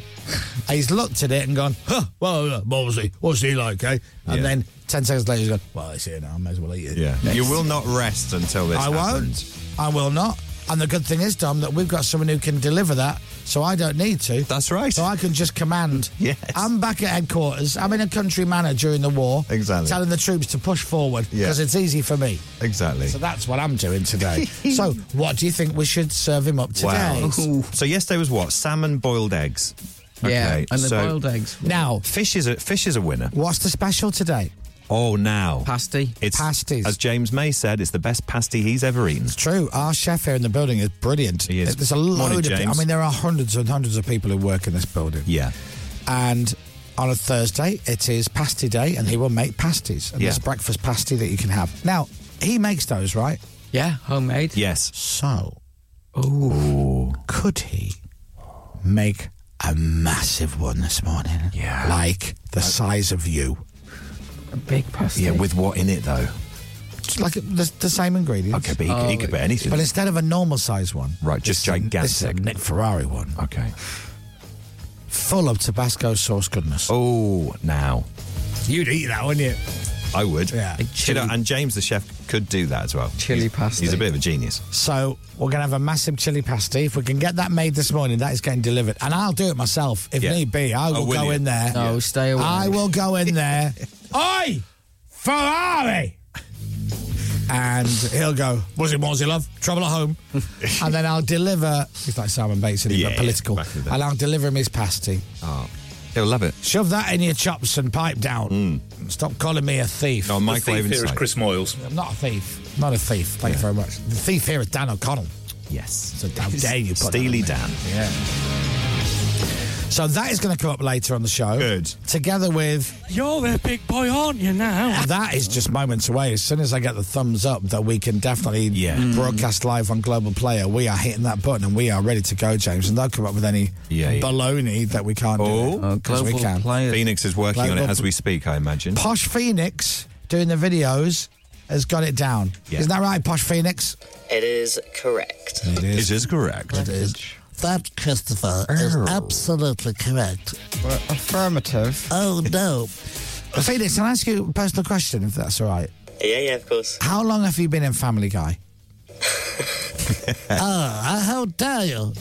S5: and he's looked at it and gone, huh, well, uh, what was he? What's he like, eh? And
S8: Yeah.
S5: then 10 seconds later, he's gone, well, it's here now. I may as well eat it.
S8: Yeah.
S5: Next.
S8: You will not rest until this
S5: I
S8: happens.
S5: won't. I will not. And the good thing is, Dom, that we've got someone who can deliver that, so I don't need to. That's right. So I can just command. yes. I'm back at headquarters. I'm in a country manor during the war. Exactly. Telling the troops to push forward because it's easy for me.
S8: Exactly.
S5: So that's what I'm doing today. so what do you think we should serve him up today?
S8: Wow. So yesterday was what? Salmon boiled eggs.
S5: Yeah, and the
S8: so
S5: boiled eggs. Now-
S8: fish is a fish is a winner.
S5: What's the special today?
S8: Oh, now pasty. It's
S5: Pasties.
S8: As James May said, it's the best pasty he's ever eaten.
S5: It's true. Our chef here in the building is brilliant. He
S8: is.
S5: There's a
S8: Morning,
S5: load of.
S8: James.
S5: I mean, there are hundreds and hundreds of people who work in this building.
S8: Yeah.
S5: And on a Thursday, it is pasty day, and he will make pasties. And there's
S8: Yeah.
S5: breakfast pasty that you can have. Now, he makes those, right?
S9: Yeah, homemade.
S8: Yes.
S5: So, could he make a massive one this morning? Yeah. Like the size of you.
S9: A big pasty.
S8: Yeah, with what in it though?
S5: Just like the, the same ingredients. Oh,
S8: Okay, but he could- he could put anything.
S5: But instead of a normal size one,
S8: Right, just
S5: this is a
S8: gigantic.
S5: Nick Ferrari one.
S8: Okay.
S5: Full of Tabasco sauce goodness.
S8: Oh, now
S5: you'd eat that, wouldn't you?
S8: I would.
S5: Yeah.
S8: You know, and James the chef could do that as well. Chili pasty. He's a bit of a genius.
S5: So we're going to have a massive chili pasty. If we can get that made this morning, that is getting delivered. And I'll do it myself if
S8: Yeah.
S5: need be. I
S8: Oh,
S5: will
S8: will
S5: go
S8: you?
S5: in there.
S9: No, Yeah. stay away.
S5: I will go in there. Oi! Ferrari! And he'll go, was it Morsey Love? Trouble at home. and then I'll deliver, he's like Simon Bates, isn't he?
S8: Yeah,
S5: but
S8: yeah,
S5: political.
S8: back in the day.
S5: and I'll deliver him his pasty.
S8: Oh, he'll love it.
S5: Shove that in your chops and pipe down. Stop calling me a thief.
S8: Hmm. No,
S14: the thief
S8: microwave
S14: here is
S8: inside.
S14: Chris Moyles.
S5: I'm not a thief. Not a thief. Thank you very much. The thief here is Dan O'Connell.
S8: Yes.
S5: So how dare you put that on
S8: Steely
S5: me.
S8: Dan.
S5: Yeah. So that is going to come up later on the show. Good. Together with.
S6: You're a big boy, aren't you now?
S5: That is just moments away. As soon as I get the thumbs up that we can definitely Mm. broadcast live on Global Player, we are hitting that button and we are ready to go, James. And they'll come up with any
S8: Yeah, yeah.
S5: baloney that we can't do.
S8: Oh,
S5: because we can.
S8: Phoenix is working on
S5: Uh, Global-
S8: it as we speak, I imagine.
S5: Posh Phoenix doing the videos has got it down.
S8: Yeah.
S5: Isn't that right, Posh Phoenix?
S4: It is correct.
S5: It is.
S8: It is correct.
S5: It is.
S15: That, Christopher, is absolutely correct. affirmative. Oh, no.
S5: Phoenix, can I ask you a personal question, if that's all right?
S4: Yeah, yeah, of course.
S5: How long have you been in Family Guy?
S15: Ah, how dare you?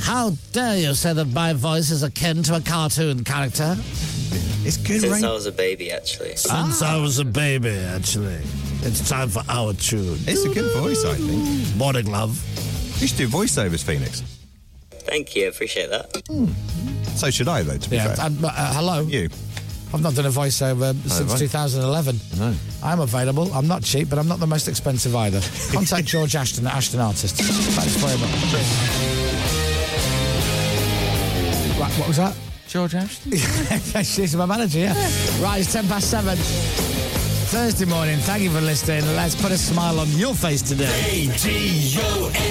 S15: How dare you say that my voice is akin to a cartoon character? It's
S4: Since I was a baby, actually.
S15: Since
S8: Ah.
S15: I was a baby, actually. It's time for our tune.
S8: It's a good voice, I think.
S15: Morning, love.
S8: You should do voiceovers, Phoenix.
S4: Thank you, appreciate that.
S5: Hmm.
S8: So should I, though, to be
S5: Yeah.
S8: fair.
S5: And, uh, uh, hello.
S8: You. Oh,
S5: I've not done a voiceover since
S8: right.
S5: 2011.
S8: No.
S5: I'm available. I'm not cheap, but I'm not the most expensive either. Contact George Ashton at Ashton Artists. Thanks very much. Right, what was that?
S9: George Ashton?
S5: She's my manager, yeah. Right, it's 10 past 7. Thursday morning. Thank you for listening. Let's put a smile on your face today. Ah.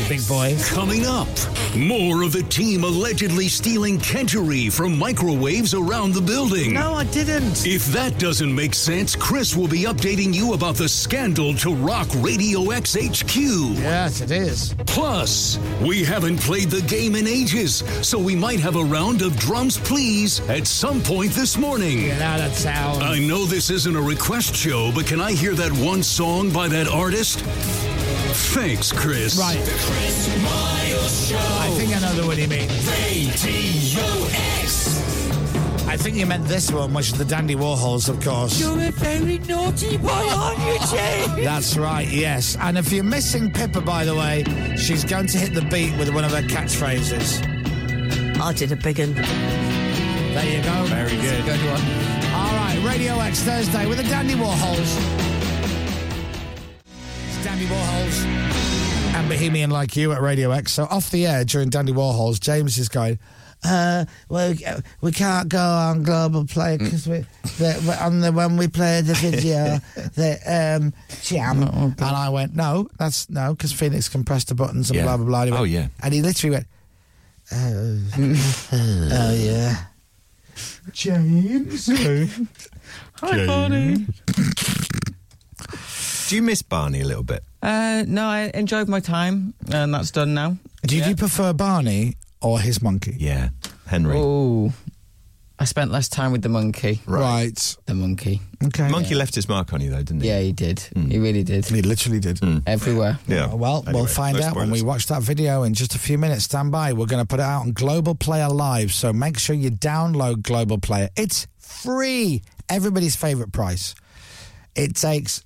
S5: Big boy.
S1: Coming up, more of the team allegedly stealing Kentery from microwaves around the building.
S6: No, I didn't.
S1: If that doesn't make sense, Chris will be updating you about the scandal to rock Radio X HQ.
S5: Yes, it is.
S1: Plus, we haven't played the game in ages, so we might have a round of drums, please, at some point this morning.
S5: Get out of town.
S1: I know this isn't a request show, but can I hear that one song by that artist? Thanks, Chris.
S5: Right. I think I know what he means. I think you meant this one, which is the Dandy Warhols, of course.
S6: You're a very naughty boy, aren't you, James?
S5: That's right, yes. And if you're missing Pippa, by the way, she's going to hit the beat with one of her catchphrases.
S16: I did a big one.
S5: There you go.
S16: Very good.
S5: good one. All right, Radio X Thursday with the Dandy Warhols. It's Dandy Warhols and Bohemian Like You at Radio X. So off the air during Dandy Warhols, James is going,
S15: Uh, well, we- we can't go on global play because we the, on the when we play the video the um jam
S5: and I went, no, that's no, because Phoenix can press the buttons and
S15: Yeah.
S5: blah blah blah. And he went-
S15: Oh, yeah.
S5: and he literally went,
S15: oh, oh yeah James
S5: James.
S8: Do you miss Barney a little bit?
S17: Uh, no, I enjoyed my time, and that's done now.
S5: Did you prefer Barney or his monkey?
S8: Yeah, Henry.
S17: Oh, I spent less time with the monkey.
S8: Right.
S17: The monkey.
S5: Okay.
S8: Monkey left his mark on you, though, didn't he? Hmm.
S17: Yeah, he did. He really did. He
S5: literally did. Oh,
S17: Everywhere.
S8: Yeah.
S5: Uh, Well, we'll find out when we watch that video in just a few minutes. Stand by. We're going to put it out on Global Player Live, so make sure you download Global Player. It's free. Everybody's favorite price. It takes.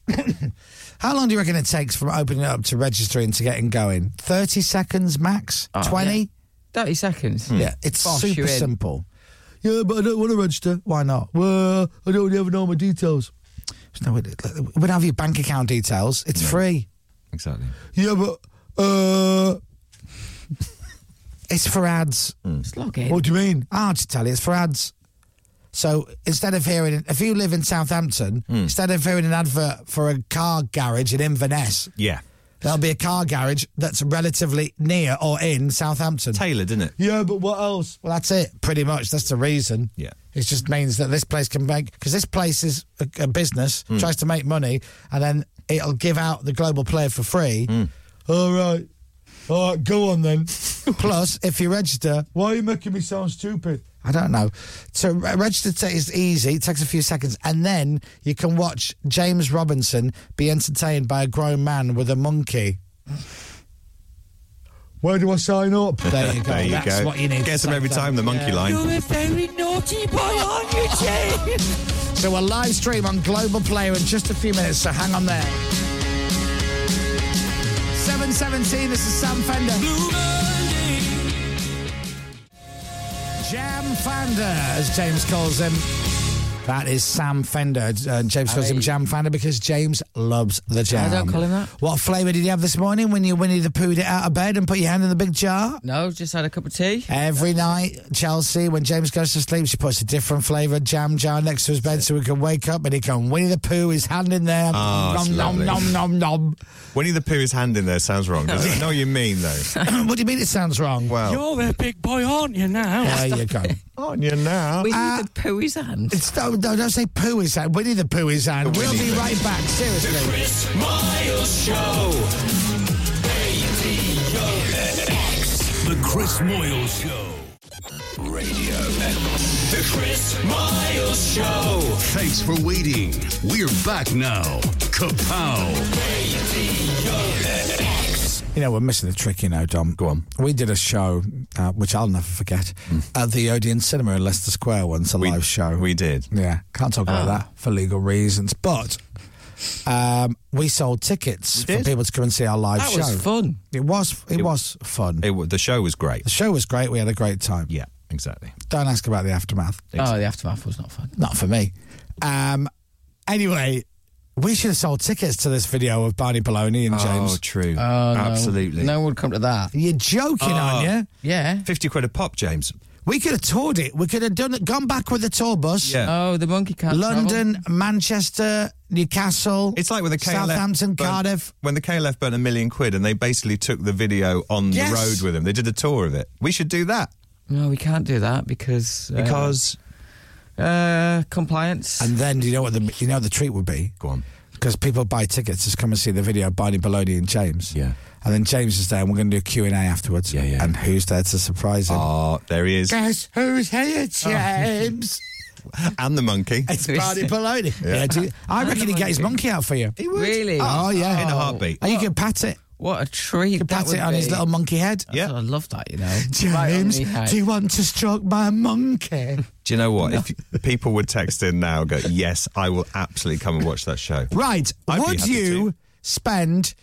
S5: how long do you reckon it takes from opening it up to registering to getting going? 30 seconds max? 20?
S17: 30 seconds.
S8: Hmm.
S5: Yeah, it's
S17: Bosh,
S5: super
S17: you're in.
S5: simple. Yeah, but I don't want to register. Why not? Well, I don't even know my details. There's no, we don't have your bank account details. It's free.
S8: Exactly.
S5: Yeah, but uh, it's for ads. Just
S17: log in.
S5: Hmm. What do you mean? I'll just tell you, it's for ads. So instead of hearing, if you live in Southampton, instead of hearing an advert for a car garage in Inverness,
S8: Yeah.
S5: there'll be a car garage that's relatively near or in Southampton.
S8: Taylor, didn't it?
S5: Yeah, but what else? Well, that's it, pretty much. That's the reason.
S8: Yeah.
S5: It just means that this place can make, because this place is a, a business,
S8: Mm.
S5: tries to make money, and then it'll give out the global player for free.
S8: Hmm.
S5: All right. All right, go on then. Plus, if you register, why are you making me sound stupid? I don't know. So re- register t- is easy. It takes a few seconds, and then you can watch James Robinson be entertained by a grown man with a monkey. Where do I sign up? There you go.
S8: There you
S5: That's
S8: go.
S5: what you need.
S8: Gets
S5: to
S8: them
S5: say
S8: every
S5: that.
S8: time, the monkey line.
S6: You're a very naughty boy, aren't you, James?
S5: So a live stream on Global Player in just a few minutes. So hang on there. Seven seventeen. This is Sam Fender. Jam Fender, as James calls him. That is Sam Fender. Uh, James calls him Jam Fender because James loves the jam.
S17: don't call him that.
S5: What flavour did you have this morning when you Winnie the Poohed it out of bed and put your hand in the big jar?
S17: No, just had a cup of tea.
S5: Every night, Chelsea, when James goes to sleep, she puts a different flavoured jam jar next to his bed so he can wake up and he can Winnie the Pooh his hand in there.
S8: Oh, it's
S5: nom, nom,
S8: lovely.
S5: nom, nom, nom.
S8: Winnie the Pooh's hand in there sounds wrong, doesn't it? I know what you mean, though.
S5: what do you mean it sounds wrong?
S8: Well,
S6: You're a Oh, big boy, aren't you now?
S5: there you go.
S8: on you now.
S17: We need the pooey's hand.
S5: It's, no, no, don't say Pooh his hand. Winnie the Pooh his hand. We'll
S8: Winnie
S5: be
S8: the-
S5: right back, seriously.
S10: Chris Miles Show.
S1: The Chris Moyle Show.
S10: Radio X. The Chris Miles Show.
S1: Thanks for waiting. We're back now. Kapow.
S5: You know, we're missing the trick, you know, Dom. Go on. We did a show, uh, which I'll never forget, at the Odeon Cinema in Leicester Square once, a live show.
S8: We did.
S5: Yeah, can't talk about that for legal reasons. But um, we sold tickets for people to come and see our live
S17: That
S5: show.
S17: was fun.
S5: It was. It, was fun.
S8: It, wa- the show was great.
S5: the show was great. We had a great time.
S8: Yeah, exactly.
S5: Don't ask about the aftermath.
S17: Oh, the aftermath was not fun.
S5: Not for me. Um, anyway, we should have sold tickets to this video of Barney Baloney and
S8: Oh,
S5: James.
S8: true.
S17: Oh, no.
S8: Absolutely. Oh.
S17: No one would come to that.
S5: You're joking, aren't you?
S17: Yeah.
S8: 50 quid a pop, James.
S5: We could have toured it. We could have done it. Gone back with the tour bus.
S8: Yeah.
S17: Oh, the monkey can't
S5: London, Manchester, Newcastle.
S8: It's like with the KLF.
S5: Southampton,
S8: burnt-
S5: Cardiff.
S8: When the KLF burnt a million quid and they basically took the video on
S5: Yes.
S8: the road with them. They did a tour of it. We should do that.
S17: travel. No, we can't do that because uh,
S8: Because.
S17: uh, compliance.
S5: And then do you know what the you know what the treat would be?
S8: Go on.
S5: because people buy tickets just come and see the video of Barney Baloney and James.
S8: Yeah.
S5: And then James is there, and we're going to do a Q and A afterwards.
S8: Yeah, yeah.
S5: And who's there to surprise him?
S8: Oh, there he is. Oh.
S5: Guess who's here, James?
S8: And the monkey.
S5: it's Barney Baloney. Yeah. do you- I reckon he'd get his monkey out for you.
S8: He would.
S17: Really?
S5: Oh yeah,
S8: In a heartbeat.
S5: And you could pat it.
S17: What a
S5: You
S17: treat
S5: could
S17: that
S5: pat
S17: would
S5: it on
S17: be.
S5: his little monkey head.
S8: Yeah.
S17: I love that, you know. Right on
S5: James,
S17: the head.
S5: do you want to stroke my monkey?
S8: Do you know what? If people would text in now, go, yes, I will absolutely come and watch that show.
S5: right.
S8: I'd be
S5: would
S8: happy
S5: you
S8: to.
S5: spend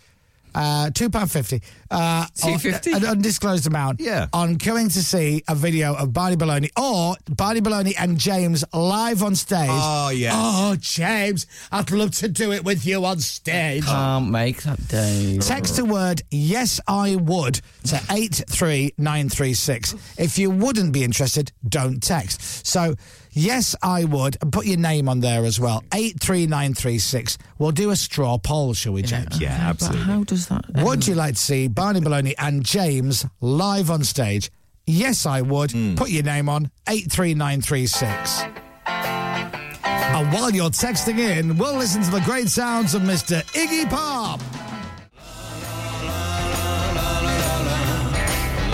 S5: uh, two pound fifty, uh, on-
S17: £2.50?
S5: an undisclosed amount,
S8: Yeah.
S5: on going to see a video of Barney Baloney or Barney Baloney and James live on stage?
S8: Oh, yes.
S5: Oh, James, I'd love to do it with you on stage.
S17: Can't make that day.
S5: Text the word yes, I would to 83936. If you wouldn't be interested, don't text. So, yes, I would, and put your name on there as well 83936. We'll do a straw poll, shall we, James?
S8: Yeah,
S17: But
S8: absolutely.
S17: how does that?
S5: Would you like to see Barney Baloney and James live on stage?
S8: Hmm.
S5: Yes, I would. Put your name on 83936. And while you're texting in, we'll listen to the great sounds of Mr. Iggy Pop.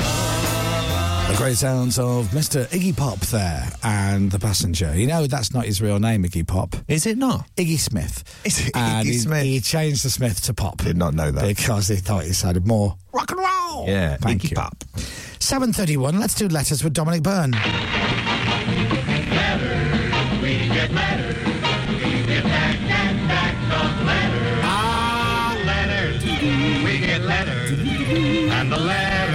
S5: The great sounds of Mr. Iggy Pop there and the passenger. You know, that's not his real name, Iggy Pop.
S8: Is it not?
S5: Iggy Smith.
S8: Is it
S5: and
S8: Iggy
S5: he,
S8: Smith?
S5: He changed the Smith to Pop. Did
S8: not know that.
S5: Because he thought it sounded more rock and roll.
S8: Yeah,
S5: Thank
S8: Iggy
S5: you.
S8: Pop.
S5: 7.31, let's do letters with Dominic Byrne.
S6: We get letters. And the letters.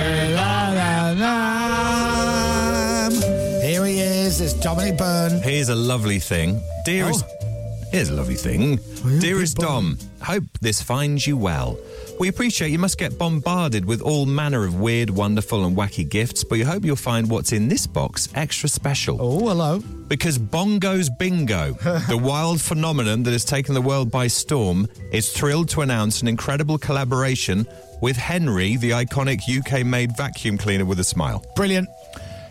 S5: Here he is, it's Dominic Byrne.
S8: Here's a lovely thing. Dearest.
S5: Oh.
S8: Here's a lovely thing. Dearest Dom, hope this finds you well. We appreciate you must get bombarded with all manner of weird, wonderful, and wacky gifts, but we hope you'll find what's in this box extra special.
S5: Oh, hello.
S8: Because Bongo's Bingo, the wild phenomenon that has taken the world by storm, is thrilled to announce an incredible collaboration with Henry, the iconic UK made vacuum cleaner with a smile.
S5: Brilliant.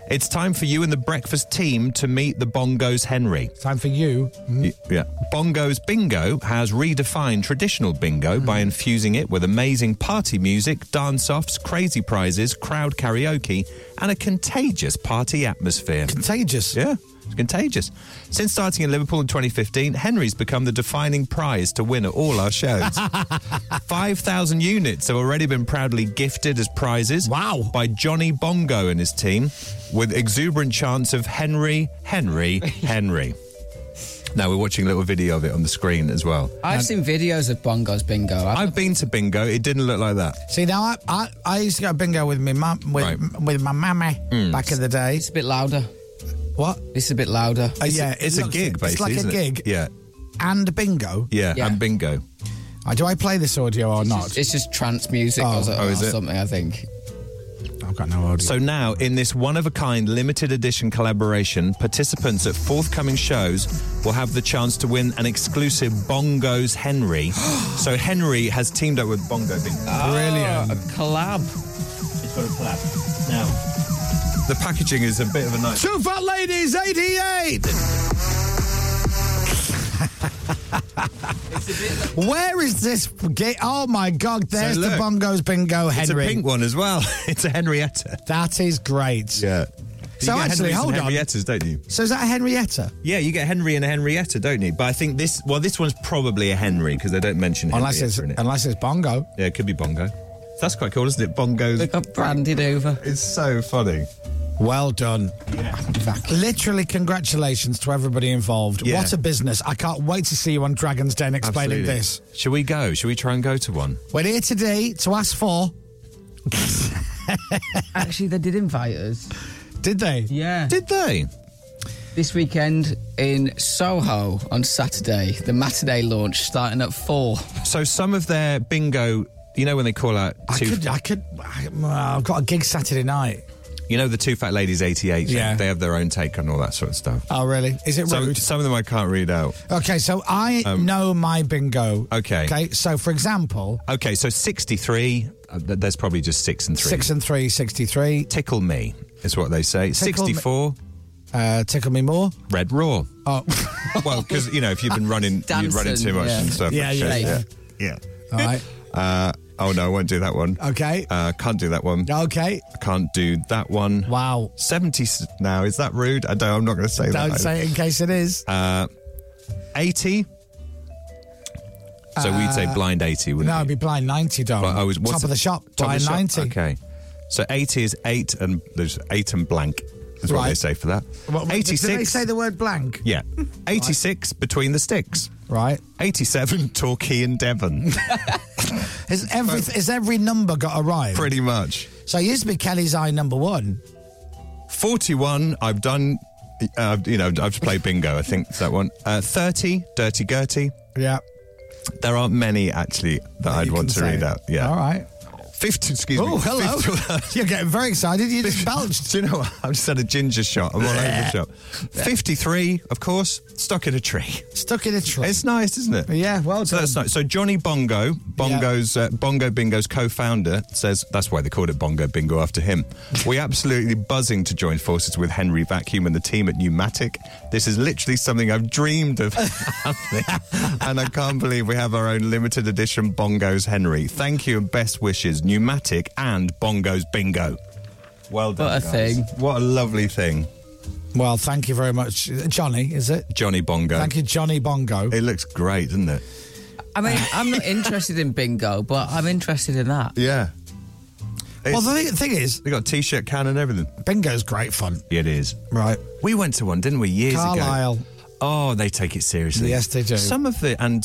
S8: It's time for you and the breakfast team to meet the Bongos Henry.
S5: Time for you.
S8: Y- Yeah. Bongo's Bingo has redefined traditional bingo by infusing it with amazing party music, dance offs, crazy prizes, crowd karaoke, and a contagious party atmosphere.
S5: Contagious?
S8: Yeah. it's Contagious. Since starting in Liverpool in 2015, Henry's become the defining prize to win at all our shows. 5,000 units have already been proudly gifted as prizes. Wow. By Johnny Bongo and his team, with exuberant chants of Henry, Henry, Henry. Now we're watching a little video of it on the screen as well.
S9: I've seen videos of Bongo's bingo. I've,
S8: I've been to bingo. It didn't look like that.
S5: See, now I, I, I used to go bingo with my mum, with, with my mammy
S8: Hmm.
S5: back in the day. It's
S9: a bit louder.
S5: What?
S9: It's a bit louder.
S5: Uh, yeah, it
S8: Oh, it's a
S5: looks-
S8: gig, basically.
S5: It's like
S8: isn't
S5: a
S8: it?
S5: gig
S8: Yeah.
S5: and bingo.
S8: yeah, and bingo.
S5: Uh, do I play this audio or not?
S9: It's just trance music
S5: Oh.
S9: or, so-
S5: Oh, is
S9: or
S5: it?
S9: something, I think.
S5: I've got no audio.
S8: So now, in this one of a kind limited edition collaboration, participants at forthcoming shows will have the chance to win an exclusive Bongos Henry. so Henry has teamed up with Bongo Bingo.
S9: Brilliant. Ah, a collab. It's got a collab. Now.
S8: The packaging is a bit of a nice.
S5: Two fat ladies, 88! Where is this? Ga- oh my God, there's
S8: So
S5: the
S8: look,
S5: Bongos Bingo
S8: It's a
S5: Henry.
S8: pink one as well. It's a Henrietta.
S5: That is great.
S8: Yeah.
S5: So actually, hold on.
S8: Henriettas, don't you?
S5: So is that a Henrietta?
S8: Yeah, you get Henry and a Henrietta, don't you? But I think this, well, this one's probably a Henry because they don't mention
S5: Unless it's,
S8: Henrietta in it.
S5: unless it's Bongo.
S8: Yeah, it could be Bongo. That's quite cool, isn't it? Bongo's. They
S9: got branded over.
S8: It's so funny.
S5: Well done. Literally, congratulations to everybody involved.
S8: Yeah.
S5: What a business. I can't wait to see you on Dragon's Den explaining
S8: Absolutely.
S5: this.
S8: Shall we go? Shall we try and go to one?
S5: We're here today to ask for.
S9: Actually, they did invite us.
S5: Did they?
S9: Yeah.
S8: Did they?
S9: This weekend in Soho on Saturday, the matinee launch starting at four.
S8: So some of their bingo, you know, when they call out,
S5: I
S8: two,
S5: could, I could, I, I've got a gig Saturday night.
S8: you know, the two fat ladies eighty-eight.
S5: Yeah.
S8: they have their own take on all that sort of stuff.
S5: Oh, really? Is it
S8: Some,
S5: rude?
S8: some of them I can't read out.
S5: Okay, so I
S8: Um,
S5: know my bingo.
S8: Okay.
S5: Okay, so for example,
S8: Okay, so sixty-three. Uh, th- there's probably just six and three.
S5: six and three, 63.
S8: Tickle me is what they say.
S5: Tickle me-
S8: Sixty-four.
S5: Uh, tickle me more.
S8: Red Raw.
S5: Oh,
S8: well, because you know if you've been running, you're running
S9: Dancing,
S8: too much
S9: yeah.
S8: and stuff.
S5: Yeah,
S8: Shit,
S5: yeah, yeah.
S8: yeah.
S5: all right.
S8: Uh, oh no, I won't do that one.
S5: Okay.
S8: Uh, can't do that one.
S5: Okay.
S8: I can't do that one.
S5: Wow.
S8: Seventy s- now is that rude? I don't. I'm not going to say that.
S5: Don't say it in case it is.
S8: Uh, Eighty. So we'd say
S5: Uh,
S8: blind eighty, wouldn't we?
S5: No, it'd be blind 90, Dom.
S8: But I was what's
S5: Top of the shop,
S8: top of
S5: blind
S8: the shop.
S5: 90.
S8: Okay. So eighty is eight and there's eight and blank. Is what
S5: Right.
S8: they say for that.
S5: What-
S8: Eighty-six.
S5: Did they say the word blank?
S8: Yeah. 86 between the sticks.
S5: Right.
S8: 87 Torquay and Devon.
S5: Is every, is every number got a rhyme?
S8: Pretty much.
S5: So it used to be Kelly's Eye number one.
S8: 41 I've done uh, you know I've just played bingo I think it's that one. Uh, 30 Dirty Gertie.
S5: Yeah.
S8: There aren't many actually that I'd
S5: You
S8: want
S5: can
S8: to
S5: say
S8: read
S5: it.
S8: out. Yeah.
S5: All right.
S8: Fifty. Excuse me.
S5: Oh, hello. You're getting very excited. You just belched.
S8: Do you know what? I've just had a ginger shot. I'm all over the shop.
S5: Bleh.
S8: 53, of course, stuck in a tree.
S5: Stuck in a tree.
S8: It's nice, isn't it?
S5: Yeah, well
S8: So that's nice. So Johnny Bongo, Bongo's uh, Bongo Bingo's co-founder, says that's why they called it Bongo Bingo after him. We're absolutely buzzing to join forces with Henry Vacuum and the team at Pneumatic. This is literally something I've dreamed of happening, and I can't believe we have our own limited edition Bongo's Henry. Thank you and best wishes, Pneumatic and Bongo's Bingo. Well done.
S5: What a
S8: guys.
S5: thing.
S8: What a lovely thing.
S5: Well, thank you very much. Johnny, is it?
S8: Johnny Bongo.
S5: Thank you, Johnny Bongo.
S8: It looks great, doesn't it?
S9: I mean, I'm not interested in bingo, but I'm interested in that.
S8: Yeah.
S5: Well, the thing- thing is,
S8: they got a t-shirt can and everything.
S5: Bingo's great fun.
S8: It is.
S5: Right.
S8: We went to one, didn't we, years
S5: Carlisle.
S8: ago? Oh, they take it seriously.
S5: Yes, they do.
S8: Some of the and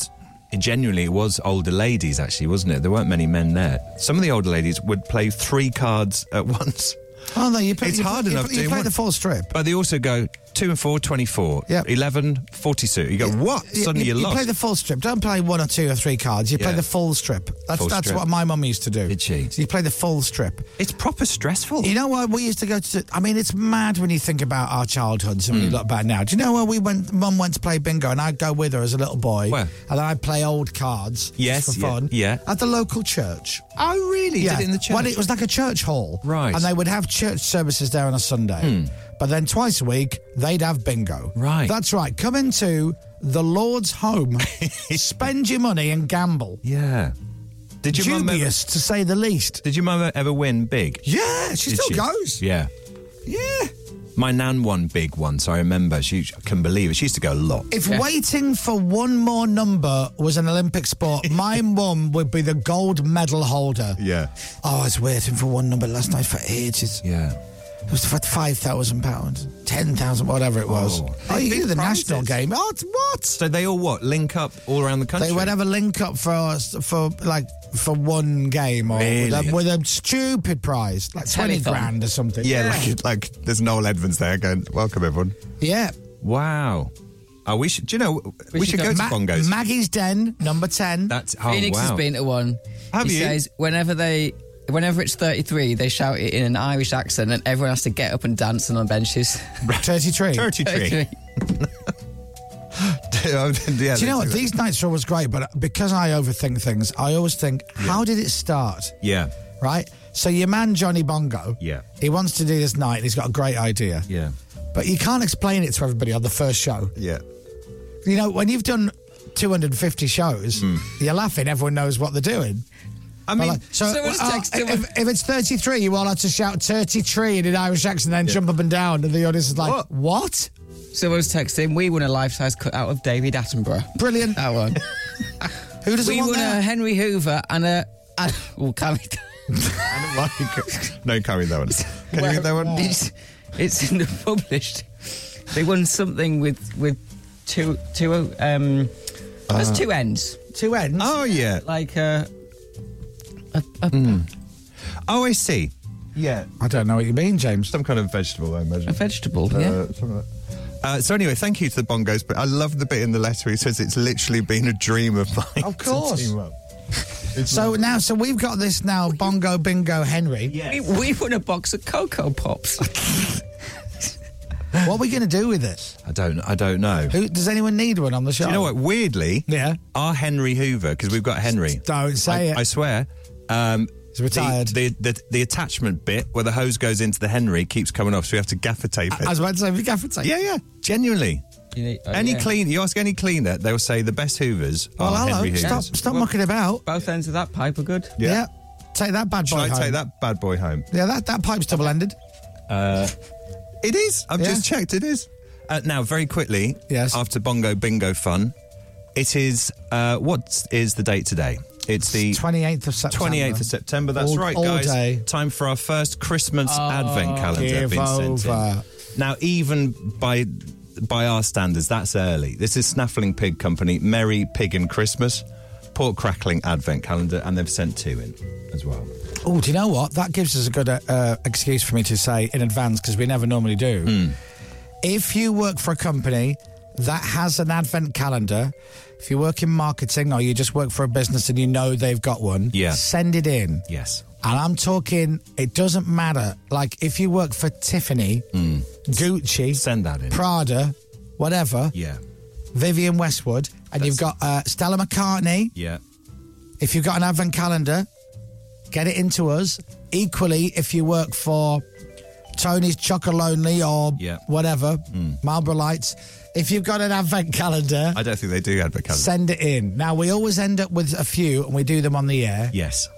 S8: genuinely, it was older ladies actually, wasn't it? There weren't many men there. Some of the older ladies would play three cards at once.
S5: Oh no, you play,
S8: It's
S5: you play-
S8: hard
S5: you
S8: enough
S5: play- You
S8: doing
S5: play
S8: one.
S5: the full strip.
S8: But they also go two and four, 24,
S5: Yep.
S8: 11, 42. You go, what?
S5: You-
S8: Suddenly
S5: you,
S8: you're
S5: you
S8: lost.
S5: play the full strip. Don't play one or two or three cards. You play
S8: Yeah.
S5: the full strip. That's
S8: Full
S5: that's
S8: strip.
S5: what my mum used to do. Did she? So you play the full strip.
S8: It's proper stressful.
S5: You know what? We used to go to. I mean, it's mad when you think about our childhoods and we
S8: Hmm.
S5: look back now. Do you know where we went? Mum went to play bingo, and I'd go with her as a little boy.
S8: Where?
S5: And I'd play old cards. just
S8: Yes,
S5: for
S8: yeah,
S5: fun.
S8: yeah.
S5: At the local church.
S8: Oh, really? You
S5: Yeah.
S8: Did it in the church?
S5: Well, it was like a church hall.
S8: Right. Hmm.
S5: And they would have church services there on a Sunday. But then twice a week, they'd have bingo. Right. That's right. Come into the Lord's home, spend your money and gamble.
S8: Yeah. Did your mum ever,
S5: Dubious, to say the least.
S8: Did your mum ever win big?
S5: Yeah, she
S8: Did
S5: still goes.
S8: Yeah.
S5: Yeah.
S8: My nan won big once. I remember. She I can believe it. She used to go a lot.
S5: If waiting for one more number was an Olympic sport, my mum would be the gold medal holder.
S8: Yeah.
S5: Oh, I was waiting for one number last night for ages.
S8: Yeah.
S5: It was for five thousand pounds, ten thousand, whatever it was. Oh, you could do the national game. Oh, it's- what?
S8: So they all what link up all around the country.
S5: They would have a link up for us for like for one game or with, a,
S8: Really?
S5: with a stupid prize, like twenty
S8: Telethon.
S5: grand or something.
S8: Yeah, Like, like there's Noel Edmonds there going, welcome everyone.
S5: yeah.
S8: Wow. Oh, we should. Do you know we, should go, to
S5: Ma-
S8: Bongos.
S5: Maggie's Den, number ten.
S8: That's oh,
S9: Phoenix has been to one.
S8: Have
S9: he
S8: you?
S9: says whenever they whenever it's 33, they shout it in an Irish accent and everyone has to get up and dance on the benches.
S5: Thirty-three.
S9: 33.
S8: yeah,
S5: Do you know what? These nights are always great, but because I overthink things, I always think, how did it start?
S8: Yeah.
S5: Right? So your man Johnny Bongo,
S8: Yeah.
S5: he wants to do this night and he's got a great idea.
S8: Yeah.
S5: But you can't explain it to everybody on the first show.
S8: Yeah.
S5: You know, when you've done 250 shows, you're laughing, everyone knows what they're doing.
S8: Hmm. I
S5: But
S8: mean,
S5: like, so
S8: someone's
S5: uh,
S8: texted-
S5: if, if it's 33, you all have to shout 33 in an Irish accent, then jump up and down, and the audience is like, what?
S9: Someone's texting, we won a life size cutout of David Attenborough.
S5: Brilliant.
S9: That one.
S5: Who doesn't
S9: we
S5: want
S9: won
S5: that?
S9: a Henry Hoover and a. And, well, can we.
S8: no, can't read that one. Can you read that one?
S9: It's, it's in the published. They won something with with two two um.
S8: Uh,
S9: that's two ends.
S5: Two ends.
S8: Oh yeah.
S9: Like uh.
S8: Oh, I see. Yeah.
S5: I don't know what you mean, James.
S8: Some kind of vegetable, I imagine. A
S9: vegetable,
S8: yeah. Uh, so anyway, thank you to the bongos, but I love the bit in the letter where he says it's literally been a dream of mine.
S5: Of
S8: to
S5: course.
S8: team up.
S5: So now, so we've got this now, Bongo Bingo Henry.
S9: We, we won a box of cocoa pops.
S5: What are we going to do with it?
S8: I don't. I don't know.
S5: Who does anyone need one on the show?
S8: Do you know what? Weirdly,
S5: yeah,
S8: our Henry Hoover because we've got Henry.
S5: Don't say
S8: I,
S5: it.
S8: I swear. Um,
S5: He's retired.
S8: The, the, the, the attachment bit where the hose goes into the Henry keeps coming off, so we have to gaffer tape it.
S5: I was about to say we gaffer tape.
S8: yeah, yeah. Genuinely. any
S9: oh, yeah.
S8: clean, you ask any cleaner, they'll say the best Hoovers
S5: Well,
S8: are
S5: hello.
S8: Oh, Henry
S5: Stop,
S8: Hoovers.
S5: stop mucking about.
S9: Both ends of that pipe are good.
S5: Yeah. Take that bad boy
S8: Should I
S5: home.
S8: take that bad boy home?
S5: Yeah, that, that pipe's double-ended.
S8: Uh, it is. I've
S5: Yeah.
S8: just checked. It is. Uh, now, very quickly,
S5: Yes.
S8: after Bongo Bingo Fun, it is. Uh, what is the date today? It's the
S5: 28th of September.
S8: 28th of September. That's
S5: All-
S8: right,
S5: all
S8: guys.
S5: day.
S8: Time for our first Christmas
S5: Oh,
S8: advent calendar
S5: give
S8: being sent
S5: over.
S8: in. Now, even by by our standards, that's early. This is Snaffling Pig Company, Merry Pig and Christmas, Pork Crackling Advent Calendar, and they've sent two in as well.
S5: Oh, do you know what? That gives us a good uh, uh, excuse for me to say in advance because we never normally do.
S8: Hmm.
S5: If you work for a company that has an advent calendar, if you work in marketing or you just work for a business and you know they've got one,
S8: Yeah.
S5: send it in.
S8: Yes.
S5: And I'm talking, it doesn't matter. Like, if you work for Tiffany, Gucci,
S8: Hmm. send that in.
S5: Prada, whatever,
S8: Yeah.
S5: Vivian Westwood, and you've got uh, Stella McCartney,
S8: Yeah.
S5: if you've got an advent calendar, get it into us. Equally, if you work for Tony's Chocolonely or
S8: Yeah.
S5: whatever,
S8: mm.
S5: Marlboro Lights, if you've got an advent calendar,
S12: I don't think they do advert calendar.
S5: send it in. Now, we always end up with a few and we do them on the air.
S8: Yes.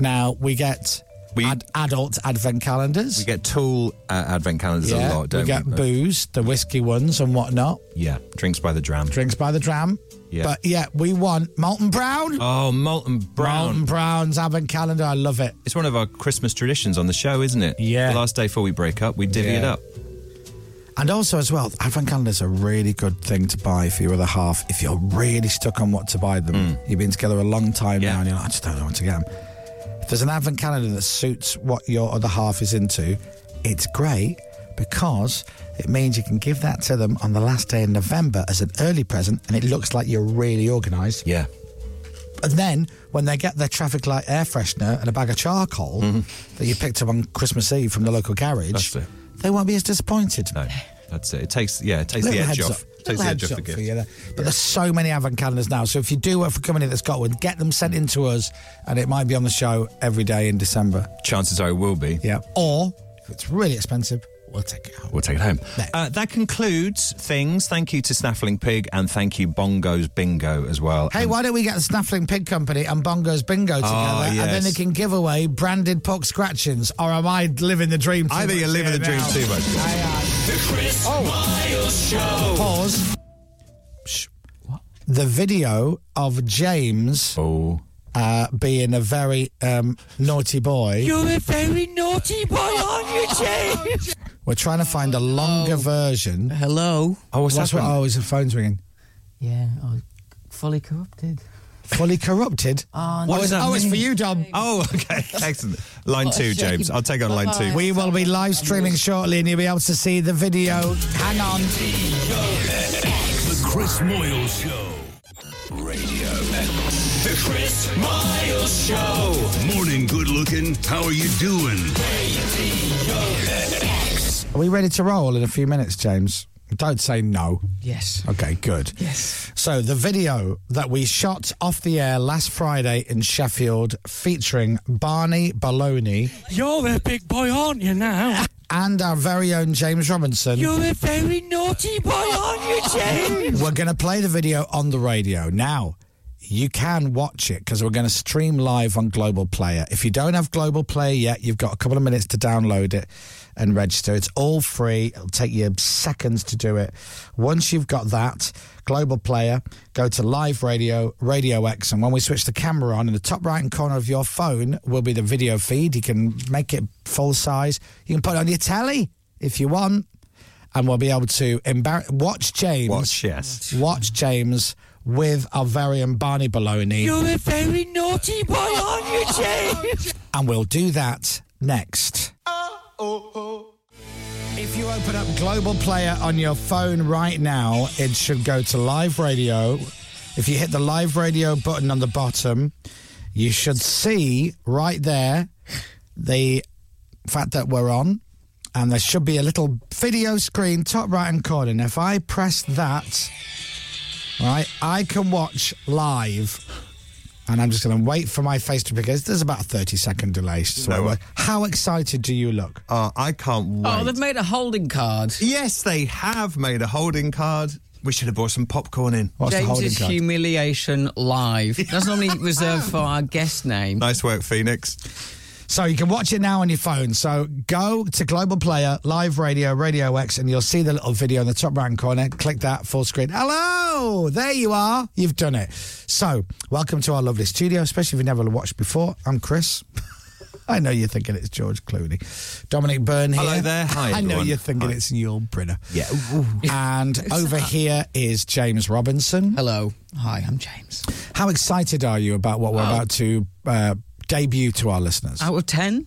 S5: Now, we get ad- adult advent calendars.
S8: We get tool uh, advent calendars a lot, don't
S5: we
S8: we?
S5: get
S8: But-
S5: booze, the whiskey ones and whatnot.
S8: Yeah. Drinks by the dram.
S5: Drinks by the dram.
S8: Yeah.
S5: But yeah, we want Molten Brown.
S8: Oh, Molten Brown.
S5: Molten Brown's advent calendar. I love it.
S8: It's one of our Christmas traditions on the show, isn't it? Yeah. The last day before we break up, we divvy it
S5: Yeah.
S8: up.
S5: And also, as well, advent calendar's a really good thing to buy for your other half if you're really stuck on what to buy them.
S8: Hmm.
S5: You've been together a long time now and you're like, I just don't know what to get them. If there's an advent calendar that suits what your other half is into, it's great because it means you can give that to them on the last day in November as an early present and it looks like you're really organised.
S8: Yeah.
S5: And then when they get their traffic light air freshener and a bag of charcoal that you picked up on Christmas Eve from the local garage,
S8: Mm-hmm. That's it.
S5: they won't be as disappointed.
S8: No, that's it. It takes yeah, it takes
S5: Little
S8: the edge
S5: heads
S8: off.
S5: up.
S8: Takes
S5: Little
S8: the edge
S5: heads
S8: off the
S5: up for
S8: gift.
S5: you there. But there's so many advent calendars now. So if you do work for a company that's got one, get them sent in to us, and it might be on the show every day in December.
S8: Chances are it will be.
S5: Yeah. Or if it's really expensive, we'll take it home.
S8: We'll take it home. Uh, that concludes things. Thank you to Snaffling Pig and thank you Bongo's Bingo as well.
S5: Hey,
S8: And-
S5: why don't we get the Snaffling Pig Company and Bongo's Bingo together,
S8: um, Ah,
S5: and then
S8: yes.
S5: they can give away branded pork scratchings? Or am I living the dream? Too
S8: I think
S5: much
S8: you're living
S5: here
S8: the dream
S5: now?
S8: too much.
S10: The Chris Miles Show.
S5: Pause. The video of James
S8: Oh.
S5: uh, being a very um, naughty boy.
S6: You're a very naughty boy, aren't you, James?
S5: We're trying to find a longer version.
S9: Hello.
S5: Oh,
S9: what's
S5: That's what,
S9: happened?
S5: oh, is the phone's ringing?
S9: Yeah, I was fully corrupted.
S5: Fully corrupted.
S9: Oh,
S5: What does that mean? you, Dom.
S8: Oh, okay. Excellent. Line
S9: What a
S8: two,
S9: shame.
S8: James. I'll take on line two.
S5: We will be live streaming shortly, and you'll be able to see the video. Hang on.
S1: The Chris Moyle Show. Radio The Chris Miles Show. Morning, good looking. How are you doing?
S5: Are we ready to roll in a few minutes, James? Don't say no.
S9: Yes.
S5: Okay, good. Yes. So, the video that we shot off the air last Friday in Sheffield featuring Barney Baloney
S6: You're a big boy, aren't you now?
S5: and our very own James Robinson.
S6: You're a very naughty boy, aren't you, James?
S5: We're going to play the video on the radio. Now, you can watch it because we're going to stream live on Global Player. If you don't have Global Player yet, you've got a couple of minutes to download it and register. It's all free, it'll take you seconds to do it. Once you've got that, Global Player, go to Live Radio, Radio X, and when we switch the camera on, in the top right hand corner of your phone will be the video feed. You can make it full size, you can put it on your telly if you want and we'll be able to embar- watch James.
S8: Watch, yes.
S5: Watch James with our very own Barney Baloney.
S6: You're a very naughty boy, aren't you, James?
S5: And we'll do that next. If you open up Global Player on your phone right now, it should go to live radio. If you hit the live radio button on the bottom, you should see right there the fact that we're on. And there should be a little video screen top right hand corner. And if I press that, right, I can watch live. And I'm just going to wait for my face to because there's about a 30 second delay. So How excited do you look?
S8: Uh, I can't wait.
S9: Oh, they've made a holding card.
S8: Yes, they have made a holding card. We should have brought some popcorn in.
S9: James's humiliation live. That's normally reserved for our guest name.
S8: Nice work, Phoenix.
S5: So you can watch it now on your phone. So go to Global Player, Live Radio, Radio X, and you'll see the little video in the top right corner. Click that full screen. Hello, there you are. You've done it. So welcome to our lovely studio, especially if you've never watched before. I'm Chris. I know you're thinking it's George Clooney, Dominic Byrne here.
S8: Hello there. Hi,
S5: I know
S8: everyone.
S5: you're thinking
S8: Hi.
S5: it's Yul Brynner.
S8: Yeah.
S5: And over here is James Robinson.
S9: Hello. Hi, I'm James. Oh.
S5: How excited are you about what we're about to uh, debut to our listeners?
S9: Out of 10?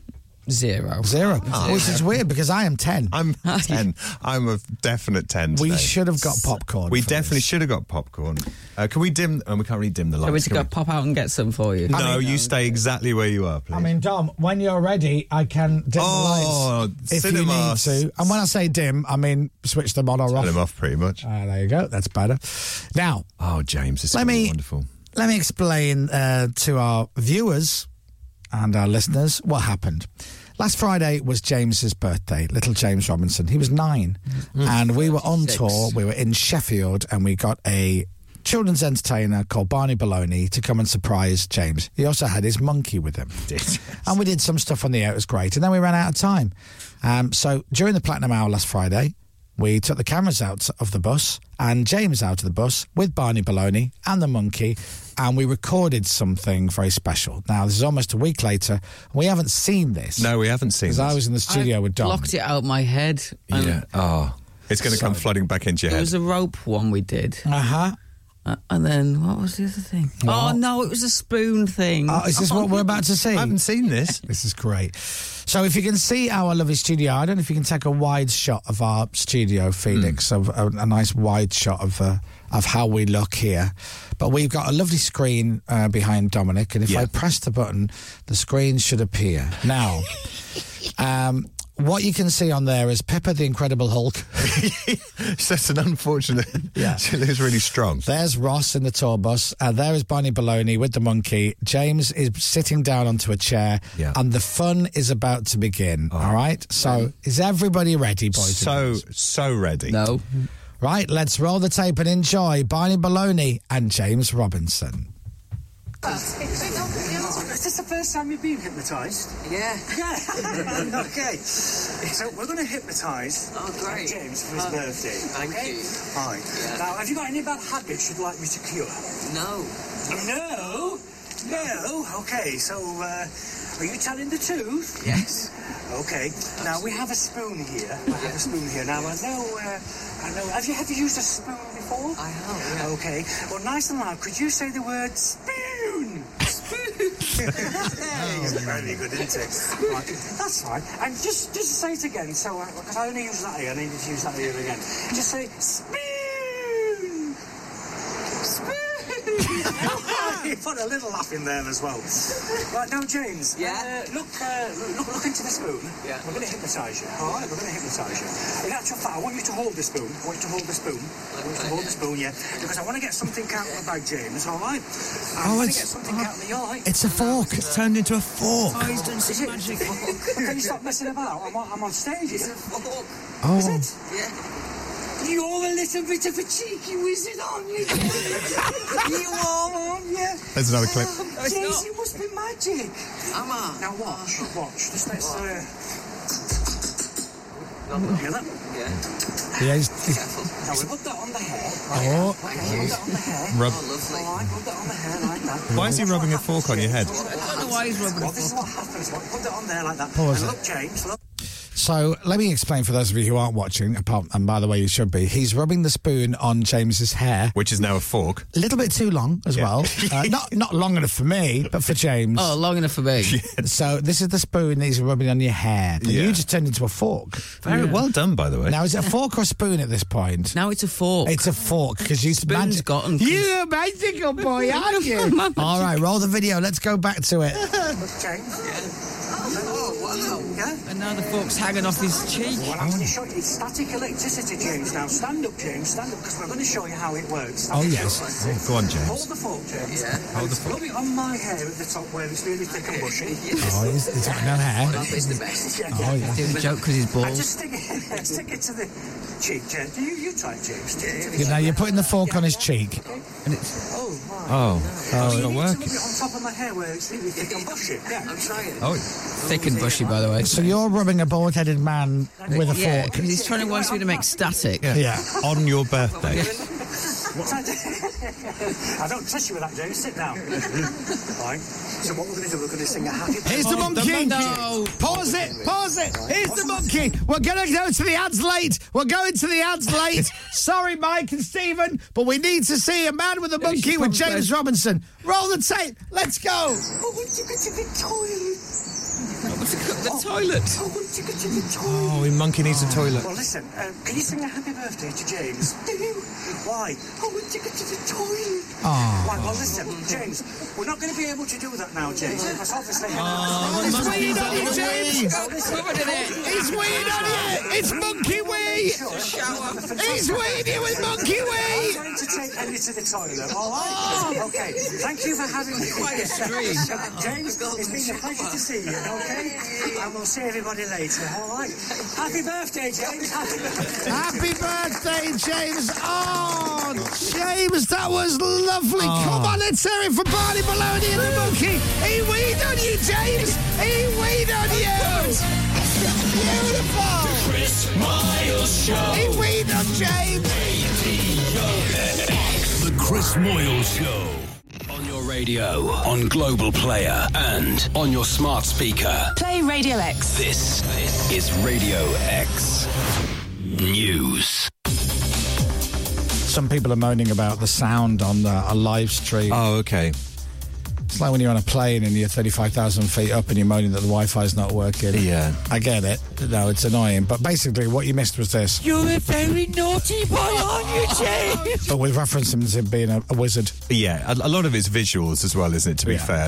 S9: Zero.
S5: Zero.
S9: Oh.
S5: Which is weird because I am 10.
S12: I'm 10. I'm a definite 10.
S5: We
S12: today.
S5: should have got popcorn.
S12: We
S5: for
S12: definitely should have got popcorn. Uh, can we dim? And we can't really dim the lights.
S5: we just
S12: can
S5: go
S9: pop out and get some for you?
S12: No,
S5: I mean, um,
S12: you stay exactly where you are, please.
S5: I mean, Dom, when you're ready, I can dim
S12: Oh,
S5: the lights if
S12: cinemas.
S5: you need to. And when I say dim, I mean switch them on or
S12: Turn
S5: off.
S12: them off pretty much.
S5: Ah, there you go. That's better. Now,
S12: oh, James, this is
S5: let
S12: gonna be
S5: me-
S12: wonderful.
S5: let me explain uh, to our viewers and our listeners what happened. Last Friday was James's birthday, little James Robinson. He was nine.
S12: Mm.
S5: And we were on tour. We were in Sheffield and we got a children's entertainer called Barney Baloney to come and surprise James. He also had his monkey with him. and we did some stuff on the air. It was great. And then we ran out of time. Um, so during the Platinum Hour last Friday, we took the cameras out of the bus and James out of the bus with Barney Baloney and the monkey, and we recorded something very special. Now, this is almost a week later. We haven't seen this.
S12: No, we haven't seen
S5: Because I
S12: this.
S5: was in the studio with Dom.
S9: Blocked it out my head. and
S12: Yeah. Oh, it's going to come flooding back into your
S9: Um, It
S12: head.
S9: was a rope one we did.
S5: Uh-huh.
S9: Uh, And then what was the other thing? Oh no, it was a spoon thing.
S5: Oh, is this what we're about to see? I haven't
S12: seen this.
S5: this is great. So, if you can see our lovely studio, I don't know if you can take a wide shot of our studio,
S12: Hmm.
S5: Phoenix, of uh, a, a nice wide shot of uh, of how we look here. But we've got a lovely screen uh, behind Dominic, and if I press the button, the screen should appear now. um, what you can see on there is Pepper the Incredible Hulk.
S12: That's an unfortunate. Yeah, she looks really strong.
S5: There's Ross in the tour bus. Uh, there is Barney Baloney with the monkey. James is sitting down onto a chair,
S12: Yeah. Oh.
S5: and the fun is about to begin. All right. So, is everybody ready, boys? and
S12: So so ready.
S9: No.
S5: Right, let's roll the tape and enjoy Barney Baloney and James Robinson.
S18: Is this the first time you've been hypnotised? Yeah. Yeah. okay. So we're going to hypnotise James for his
S19: Oh,
S18: birthday.
S19: thank
S18: okay?
S19: you.
S18: Fine.
S19: Yeah.
S18: Now, have you got any bad habits you'd like me to cure? No. No? No? Okay, so uh, are you telling the truth?
S19: Yes.
S18: Okay. Now we have a spoon here. I have a spoon here. Now I know. Uh, I know. Have you ever used a spoon before? I have. Okay. Well, nice and loud. Could you say the word spoon? Spoon. very good, isn't it? Right. That's fine. And just just say it again. So because I only use that ear, I need to use that ear again. Just say spoon. you put a little laugh in there as well. Right now, James. Yeah. Uh, look, uh, look, look into the spoon. Yeah. We're going to hypnotise you. All right. We're going to hypnotise you. In actual fact, I want you to hold the spoon. I want you to hold the spoon. I want you to hold the spoon. Yeah. Because I want to get something out of the bag, James. All right. I want to get something out of the eye.
S5: Oh, It's a fork. It's turned into a fork.
S18: Oh, he's done some magic. Can you stop messing about? I'm on, I'm on stage. It's a fork.
S5: Oh.
S18: Is it? Yeah. You're a little bit of a cheeky wizard, aren't you? James? you are, aren't you?
S12: There's another clip.
S18: Um, James, it must be magic. Am I? Now watch, watch. Just let's. Uh... Hear that?
S5: Yeah, he's- he's-
S18: Now we put that on the hair.
S5: Oh.
S18: Right, Put that on the hair.
S12: Rub-
S18: Oh, lovely. All right, put that on the hair like that.
S12: Why is he rubbing a fork on your head?
S18: Well, this is what happens. Right, Put it on there like that.
S5: Pause
S18: and
S5: it.
S18: look, James, look.
S5: So let me explain for those of you who aren't watching. Apart, and by the way, you should be. He's rubbing the spoon on James's hair,
S12: which is now a fork.
S5: A little bit too long as well. Uh, not not long enough for me, but for James.
S9: Oh, long enough for me.
S5: So this is the spoon that he's rubbing on your hair. that
S12: Yeah.
S5: You just turned into a fork.
S12: Very well done, by the way.
S5: Now is it a fork or a spoon at this point? Now
S9: it's a fork.
S5: It's a fork because you
S9: Spoon's
S5: magic-
S9: gotten-
S5: You magical boy, aren't you? All right, roll the video. Let's go back to it.
S18: Look, James. Oh, wow. Yeah.
S9: And now the fork's hanging off his cheek.
S18: Well, I'm going to show you. It's static electricity, James. Now, stand up, James. Stand up, because we're going to show you how it works.
S12: Oh, yes. Oh, go on, James.
S18: Hold the fork, James. Yeah.
S12: Hold the fork.
S18: Rub it on my hair at the top where it's really thick and bushy.
S5: Oh, he's, he's got no hair.
S18: Yeah,
S5: Oh, yeah.
S9: Doing a joke 'cause he's bald.
S18: I just stick it, stick it to the cheek, James. You, you try, it, James. Stick it to the
S5: You know,
S18: cheek.
S5: you're putting the fork on his cheek.
S9: And
S18: it's oh, my.
S5: Oh,
S18: Oh, you need to rub it on top of my hair where it's really thick and bushy. Yeah, I'm trying.
S12: Oh,
S9: thick and bushy, by the way.
S5: So you're rubbing a bald-headed man with a
S9: yeah,
S5: fork.
S9: 'cause he's trying to watch me to make static.
S5: Yeah.
S12: On your birthday.
S18: I don't touch you with that, James. Sit down. right. So what we're going to do, we're going to sing a happy...
S5: Here's the monkey. Pause it. Pause it. Here's the monkey. We're going to go to the ads late. We're going to the ads late. Sorry, Mike and Stephen, but we need to see a man with a monkey with James Robinson. Roll the tape. Let's go.
S18: Oh, you get to the toilet. the toilet. Oh, well, chicka, chicka, toilet.
S12: Oh, in Monkey Needs a Toilet.
S18: Well, listen, uh, can you sing a happy birthday to James? Why? Oh, well, chicka, chicka,
S6: Oh.
S18: toilet. Why, well, listen, James, we're not going to be able to do that now, James. That's obviously...
S6: Oh,
S18: It's
S6: Monkey
S18: weird,
S6: Needs
S18: isn't
S6: a Toilet. Oh,
S18: it, James? Oh, listen.
S6: covered in it.
S18: It's weird, on it? It's Monkey Way.
S6: It's weird, it was Monkey Way.
S18: I'm going to take Ellie to the toilet, all right?
S6: Oh.
S18: Okay, thank you for having me.
S6: Quite a stream.
S18: James, it's been a pleasure to see you, okay? And we'll see everybody later, all right? Happy birthday, James. Happy birthday.
S15: Happy birthday, James! Oh, James, that was lovely. Come on, let's hear it for Barney Maloney and the Monkey. He weed on you, James. He weed on you. Beautiful. The Chris Miles Show. He weed on James.
S1: The Chris Moyle Show.
S10: On your radio, on Global Player, and on your smart speaker.
S19: Play Radio X.
S10: This is Radio X News.
S5: Some people are moaning about the sound on uh, a live stream.
S12: Oh, okay.
S5: It's like when you're on a plane and you're 35,000 feet up and you're moaning that the Wi Fi's not working.
S12: Yeah.
S5: I get it. No, it's annoying. But basically, what you missed was this.
S6: You're a very naughty boy, aren't you, James?
S5: But with reference to him being a, a wizard.
S12: Yeah, a, a lot of it's visuals as well, isn't it, to be fair?
S5: Yeah.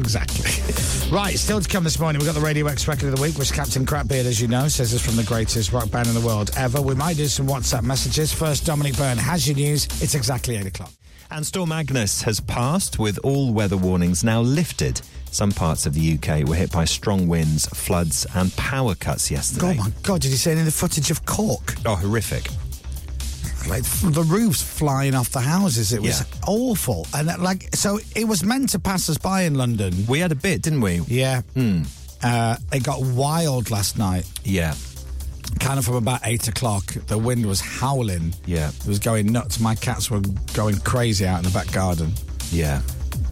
S5: Exactly. Right, still to come this morning, we've got the Radio X record of the week, which Captain Crapbeard, as you know, says is from the greatest rock band in the world ever. We might do some WhatsApp messages. First, Dominic Byrne has your news. It's exactly 8 o'clock.
S8: And Storm Agnes has passed with all weather warnings now lifted. Some parts of the UK were hit by strong winds, floods, and power cuts yesterday.
S5: Oh my God, did you see any of the footage of Cork?
S8: Oh, horrific.
S5: Like f- the roofs flying off the houses. It was
S8: Yeah.
S5: awful. And that, like, so it was meant to pass us by in London.
S12: We had a bit, didn't we?
S5: Yeah. Uh, it got wild last night.
S12: Hmm, Yeah.
S5: Kind of from about eight o'clock, the wind was howling.
S12: Yeah.
S5: It was going nuts. My cats were going crazy out in the back garden.
S12: Yeah.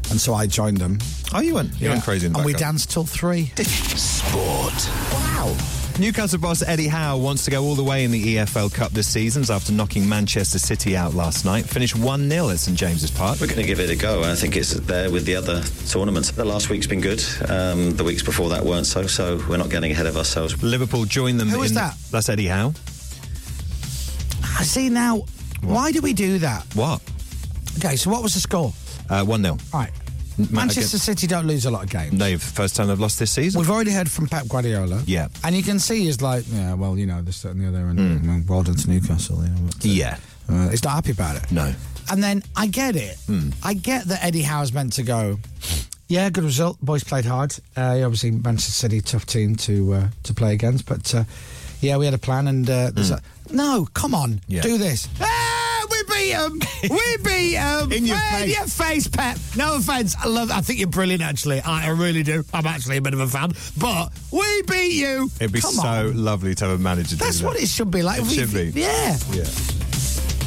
S5: And so I joined them.
S12: Oh, you went, you went crazy in the
S5: And
S12: back
S5: we
S12: garden.
S5: danced till three.
S12: Sport.
S5: Wow.
S8: Newcastle boss Eddie Howe wants to go all the way in the EFL Cup this season after knocking Manchester City out last night. Finished 1 0 at St James's Park.
S20: We're going to give it a go. I think it's there with the other tournaments. The last week's been good. Um, the weeks before that weren't so, so we're not getting ahead of ourselves.
S8: Liverpool joined them.
S5: Who is
S8: in-
S5: that?
S8: That's Eddie Howe.
S5: I see now. Why do we do that?
S8: What?
S5: Okay, so what was the score?
S8: Uh, 1 0.
S5: All right. Manchester City don't lose a lot of games.
S8: They've first time they've lost this season.
S5: We've already heard from Pep Guardiola.
S8: Yeah.
S5: And you can see he's like, yeah, well, you know, this, that, and the other. And mm. well done to Newcastle. You know, but, uh,
S8: Yeah.
S5: Uh, he's not happy about it.
S8: No.
S5: And then I get it.
S15: Hmm.
S5: I get that Eddie Howe's meant to go. Yeah, good result. Boys played hard. Uh, yeah, obviously, Manchester City tough team to uh, to play against. But uh, yeah, we had a plan. And uh, there's
S8: Hmm.
S5: a- no, come on,
S6: Yeah.
S5: do this. Ah, we beat 'em. We beat 'em.
S6: In your
S5: Ah,
S6: face.
S5: your face, Pep. No offense. I love. I think you're brilliant. Actually, I, I really do. I'm actually a bit of a fan. But we beat you.
S12: It'd be
S5: Come
S12: so
S5: on.
S12: lovely to have a manager do
S5: That's
S12: that.
S5: what it should be like.
S12: It
S5: We-
S12: should be.
S5: Yeah.
S12: Yeah.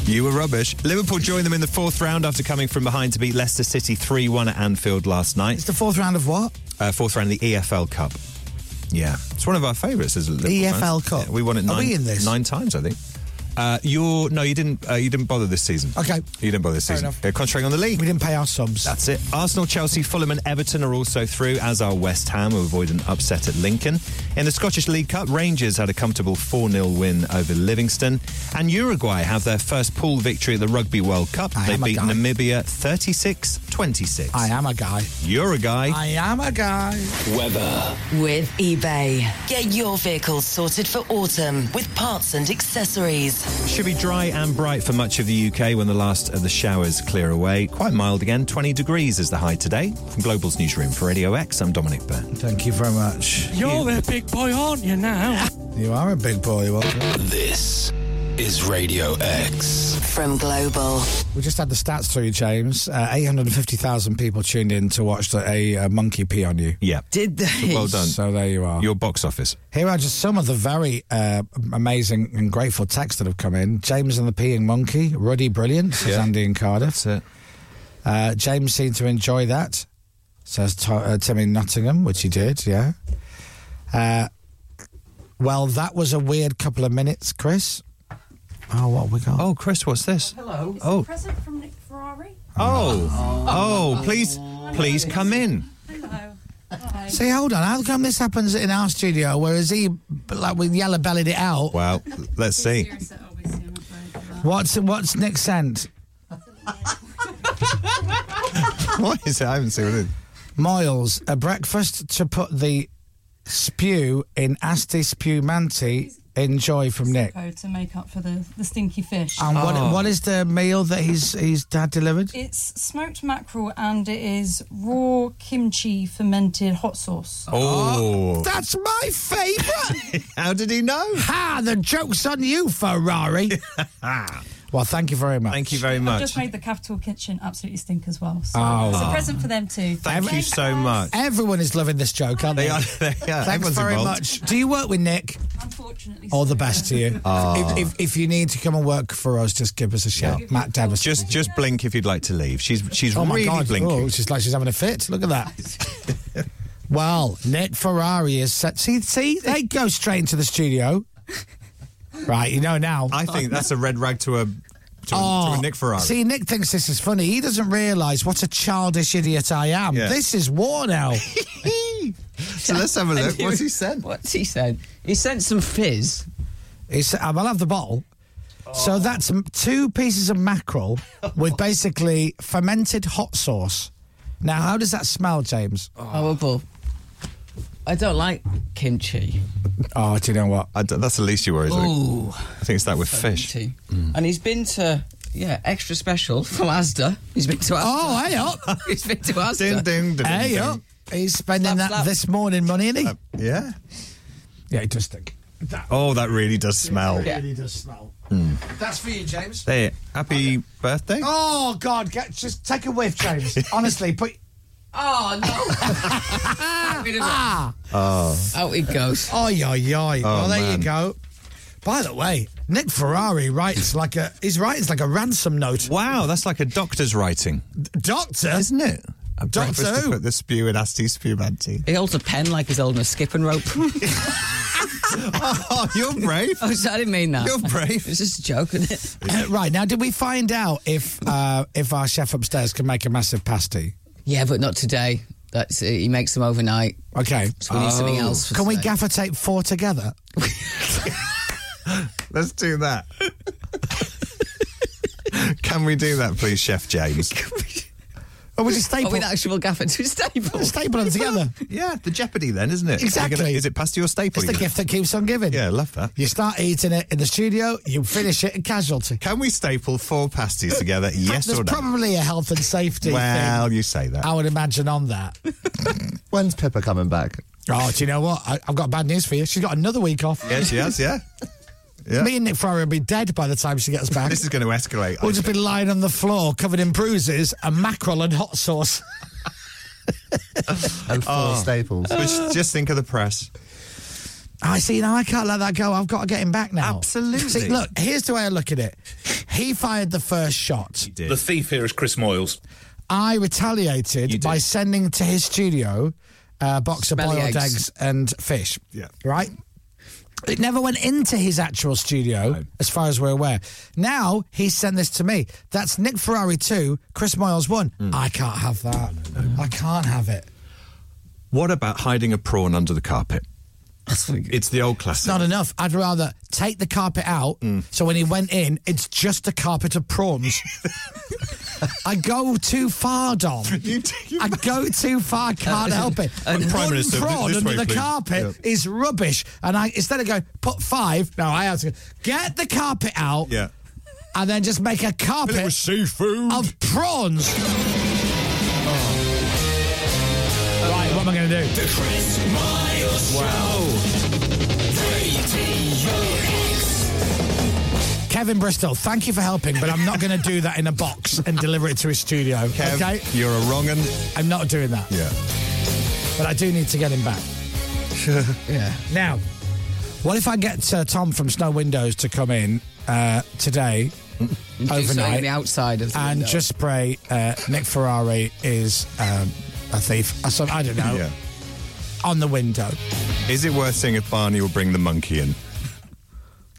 S8: You were rubbish. Liverpool joined them in the fourth round after coming from behind to beat Leicester City 3 1 at Anfield last night.
S5: It's the fourth round of what?
S8: Uh, fourth round of the EFL Cup. Yeah. It's one of our favourites, isn't it? Liverpool
S5: EFL
S8: fans?
S5: E Cup.
S8: Yeah, we won it
S5: Are
S8: nine,
S5: we in this?
S8: nine times, I think. Uh, you're no, you didn't. Uh, you didn't bother this season.
S5: Okay.
S8: you didn't bother this
S5: Fair
S8: season.
S5: enough.
S8: Uh, contrary on the league,
S5: we didn't pay our subs.
S8: That's it. Arsenal, Chelsea, Fulham, and Everton are also through, as are West Ham, who avoid an upset at Lincoln. In the Scottish League Cup, Rangers had a comfortable 4 0 win over Livingston. And Uruguay have their first pool victory at the Rugby World Cup.
S5: I
S8: they
S5: am a
S8: beat
S5: guy.
S8: Namibia 36 26.
S5: I am a guy.
S8: You're a guy.
S5: I am a guy.
S8: Weather.
S2: With eBay. Get your vehicle sorted for autumn with parts and accessories.
S8: Should be dry and bright for much of the UK when the last of the showers clear away. Quite mild again, 20 degrees is the high today. From Global's newsroom for Radio X, I'm Dominic Byrne.
S5: Thank you very much.
S6: You're a big boy, aren't you now?
S5: You are a big boy. What?
S10: This is Radio X.
S2: From Global.
S5: We just had the stats through, James. Uh, 850,000 people tuned in to watch the, a, uh monkey pee on you.
S8: Yeah.
S9: Did they?
S8: Well done.
S5: So there you are.
S8: Your box office.
S5: Here are just some of the very uh, amazing and grateful texts that have come in. James and the Peeing Monkey, Ruddy Brilliant, says
S8: Yeah.
S5: Andy and Cardiff.
S8: it.
S5: That's Uh, James seemed to enjoy that, says T- uh, Tim in Nottingham, which he did, yeah. Uh, well, that was a weird couple of minutes, Chris. Oh, what have we got?
S8: Oh, Chris, what's this?
S21: Hello.
S8: Oh.
S21: present from Nick Ferrari.
S8: Oh. Oh, please, please come in.
S21: Hello.
S5: See, hold on. How come this happens in our studio, whereas he, like, we yellow bellied it out?
S8: Well, let's see.
S5: What's what's Nick's scent?
S8: what is it? I haven't seen it.
S5: Miles, a breakfast to put the spew in Asti Spumanti. Enjoy from Nick.
S18: to make up for the, the stinky fish.
S5: And what
S8: Oh.
S5: what is the meal that he's he's had delivered?
S18: It's smoked mackerel and it is raw kimchi fermented hot sauce.
S8: Oh.
S5: That's my favourite.
S8: How did he know?
S5: Ha! The joke's on you, Ferrari. well, thank you very much.
S8: Thank you very
S18: I've
S8: much.
S18: just made the Capital Kitchen absolutely stink as well. So
S5: Oh.
S18: it's a
S5: Oh.
S18: present for them too.
S8: Thank you so much.
S5: Everyone is loving this joke, aren't they?
S8: They are- they are.
S5: Thanks
S8: Everyone's
S5: very
S8: involved.
S5: much. Do you work with Nick? Unfortunately. All the best to you.
S8: Ah.
S5: If, if, if you need to come and work for us, just give us a shout. Matt Davis.
S8: Just just blink if you'd like to leave. She's she's
S5: oh my
S8: really
S5: God.
S8: blinking.
S5: Oh, she's like she's having a fit. Look at that. well, Nick Ferrari is set. See, see, they go straight into the studio. oh. Right, you know now. Oh,
S8: I think that's a red rag to a to, a, to a Nick Ferrari.
S5: See, Nick thinks this is funny. He doesn't realise what a childish idiot I am.
S8: Yeah.
S5: This is war now.
S8: so let's have a look. What's he sent?
S9: What's he sent? He sent some fizz. Oh.
S5: He said, um, I'll have the bottle. So that's m- two pieces of mackerel with basically fermented hot sauce. Now, how does that smell, James?
S9: Oh. Horrible. I don't like kimchi.
S5: Oh, do you know what?
S8: I d that's the least you worry. isn't it?
S9: Ooh.
S8: I think it's that with fish. Mm.
S9: And he's been to yeah, extra special from Asda. He's been to Asda.
S5: Oh, hey up.
S9: he's been to
S8: Ding,
S9: Asda.
S8: ding, ding,
S5: Hey,
S8: ding.
S5: up. He's spending that this morning money, isn't he?
S8: Yeah.
S5: yeah, it does stink. That
S8: Oh, that really does smell.
S5: really does smell.
S8: Hmm.
S5: That's for you, James.
S8: Hey, happy birthday.
S5: Oh, God. Get, just take a whiff, James. Honestly, put.
S9: Oh no! Get rid of it.
S5: Ah.
S8: Oh.
S9: Out it goes.
S5: Oh, yeah, yeah. well, there
S8: man.
S5: you go. By the way, Nick Ferrari writes like a he's writes like a ransom note.
S8: Wow, that's like a doctor's writing.
S5: Doctor,
S8: Isn't it? A
S5: Doctor
S8: breakfast to
S5: who?
S8: put the spew in Asti Spumanti.
S9: He holds a pen like he's holding a skipping rope.
S8: oh, you're brave.
S9: oh, sorry, I didn't mean that.
S8: You're brave.
S9: It's just a joke, isn't it?
S5: right now, did we find out if uh, if our chef upstairs can make a massive pasty?
S9: Yeah, but not today. That's it. he makes them overnight.
S5: Okay,
S9: So we need something
S12: Oh.
S9: else. For
S5: Can we
S9: today.
S5: gaffer tape four together?
S8: Let's do that. Can we do that, please, Chef James?
S5: Or we just staple,
S9: Oh, with actual gaffer to staple.
S5: staple them together?
S8: yeah, the Jeopardy then, isn't it?
S5: Exactly.
S8: You're gonna- is it pasty or staple?
S5: It's the
S8: you're gonna-
S5: gift that keeps on giving.
S8: Yeah, I love that.
S5: You start eating it in the studio, you finish it in casualty.
S8: Can we staple four pasties together? yes
S5: There's
S8: or no?
S5: probably a health and safety
S8: well,
S5: thing.
S8: you say that.
S5: I would imagine on that.
S21: When's Pippa coming back?
S5: Oh, do you know what? I, I've got bad news for you. She's got another week off.
S8: Yeah, she has, yeah. yeah.
S5: Me and Nick Ferrari will be dead by the time she gets back.
S8: This is going to escalate.
S5: We'll just be lying on the floor covered in bruises and mackerel and hot sauce.
S21: And four
S8: Oh.
S21: staples.
S8: Just, just think of the press.
S5: I see, now I can't let that go. I've got to get him back now.
S8: Absolutely.
S5: See, look, here's the way I look at it. He fired the first shot.
S22: The thief here is Chris Moyles.
S5: I retaliated by sending to his studio uh, a box of
S9: Smelly
S5: boiled eggs.
S9: eggs.
S5: and fish.
S8: Yeah.
S5: Right? It never went into his actual studio, as far as we're aware. Now he sent this to me. That's Nick Ferrari 2, Chris Miles 1. I can't have that. I can't have it.
S8: What about hiding a prawn under the carpet? It's the old classic.
S5: It's not enough. I'd rather take the carpet out.
S8: Mm.
S5: So when he went in, it's just a carpet of prawns. I go too far, Dom.
S8: You do- you-
S5: I go too far. Can't help it.
S8: And Prime
S5: One
S8: Minister, th-
S5: prawn
S8: this
S5: under
S8: way,
S5: the
S8: please.
S5: carpet is rubbish. And I instead of going put five, no, I have to go, get the carpet out
S8: yeah.
S5: and then just make a carpet
S8: seafood.
S5: of prawns. Right, what am I going to do?
S23: Chris Miles
S5: Kevin Bristol, thank you for helping, but I'm not going to do that in a box and deliver it to his studio.
S8: Kev,
S5: okay,
S8: You're a wrong un.
S5: I'm not doing that.
S8: Yeah.
S5: but I do need to get him back. yeah. Now, what if I get uh, Tom from Snow Windows to come in uh, today,
S9: Do something on the
S5: overnight,
S9: outside of the
S5: and
S9: window.
S5: just spray uh, Nick Ferrari is um, a thief? Or some, I don't know.
S8: Yeah.
S5: On the window.
S8: Is it worth seeing if Barney will bring the monkey in?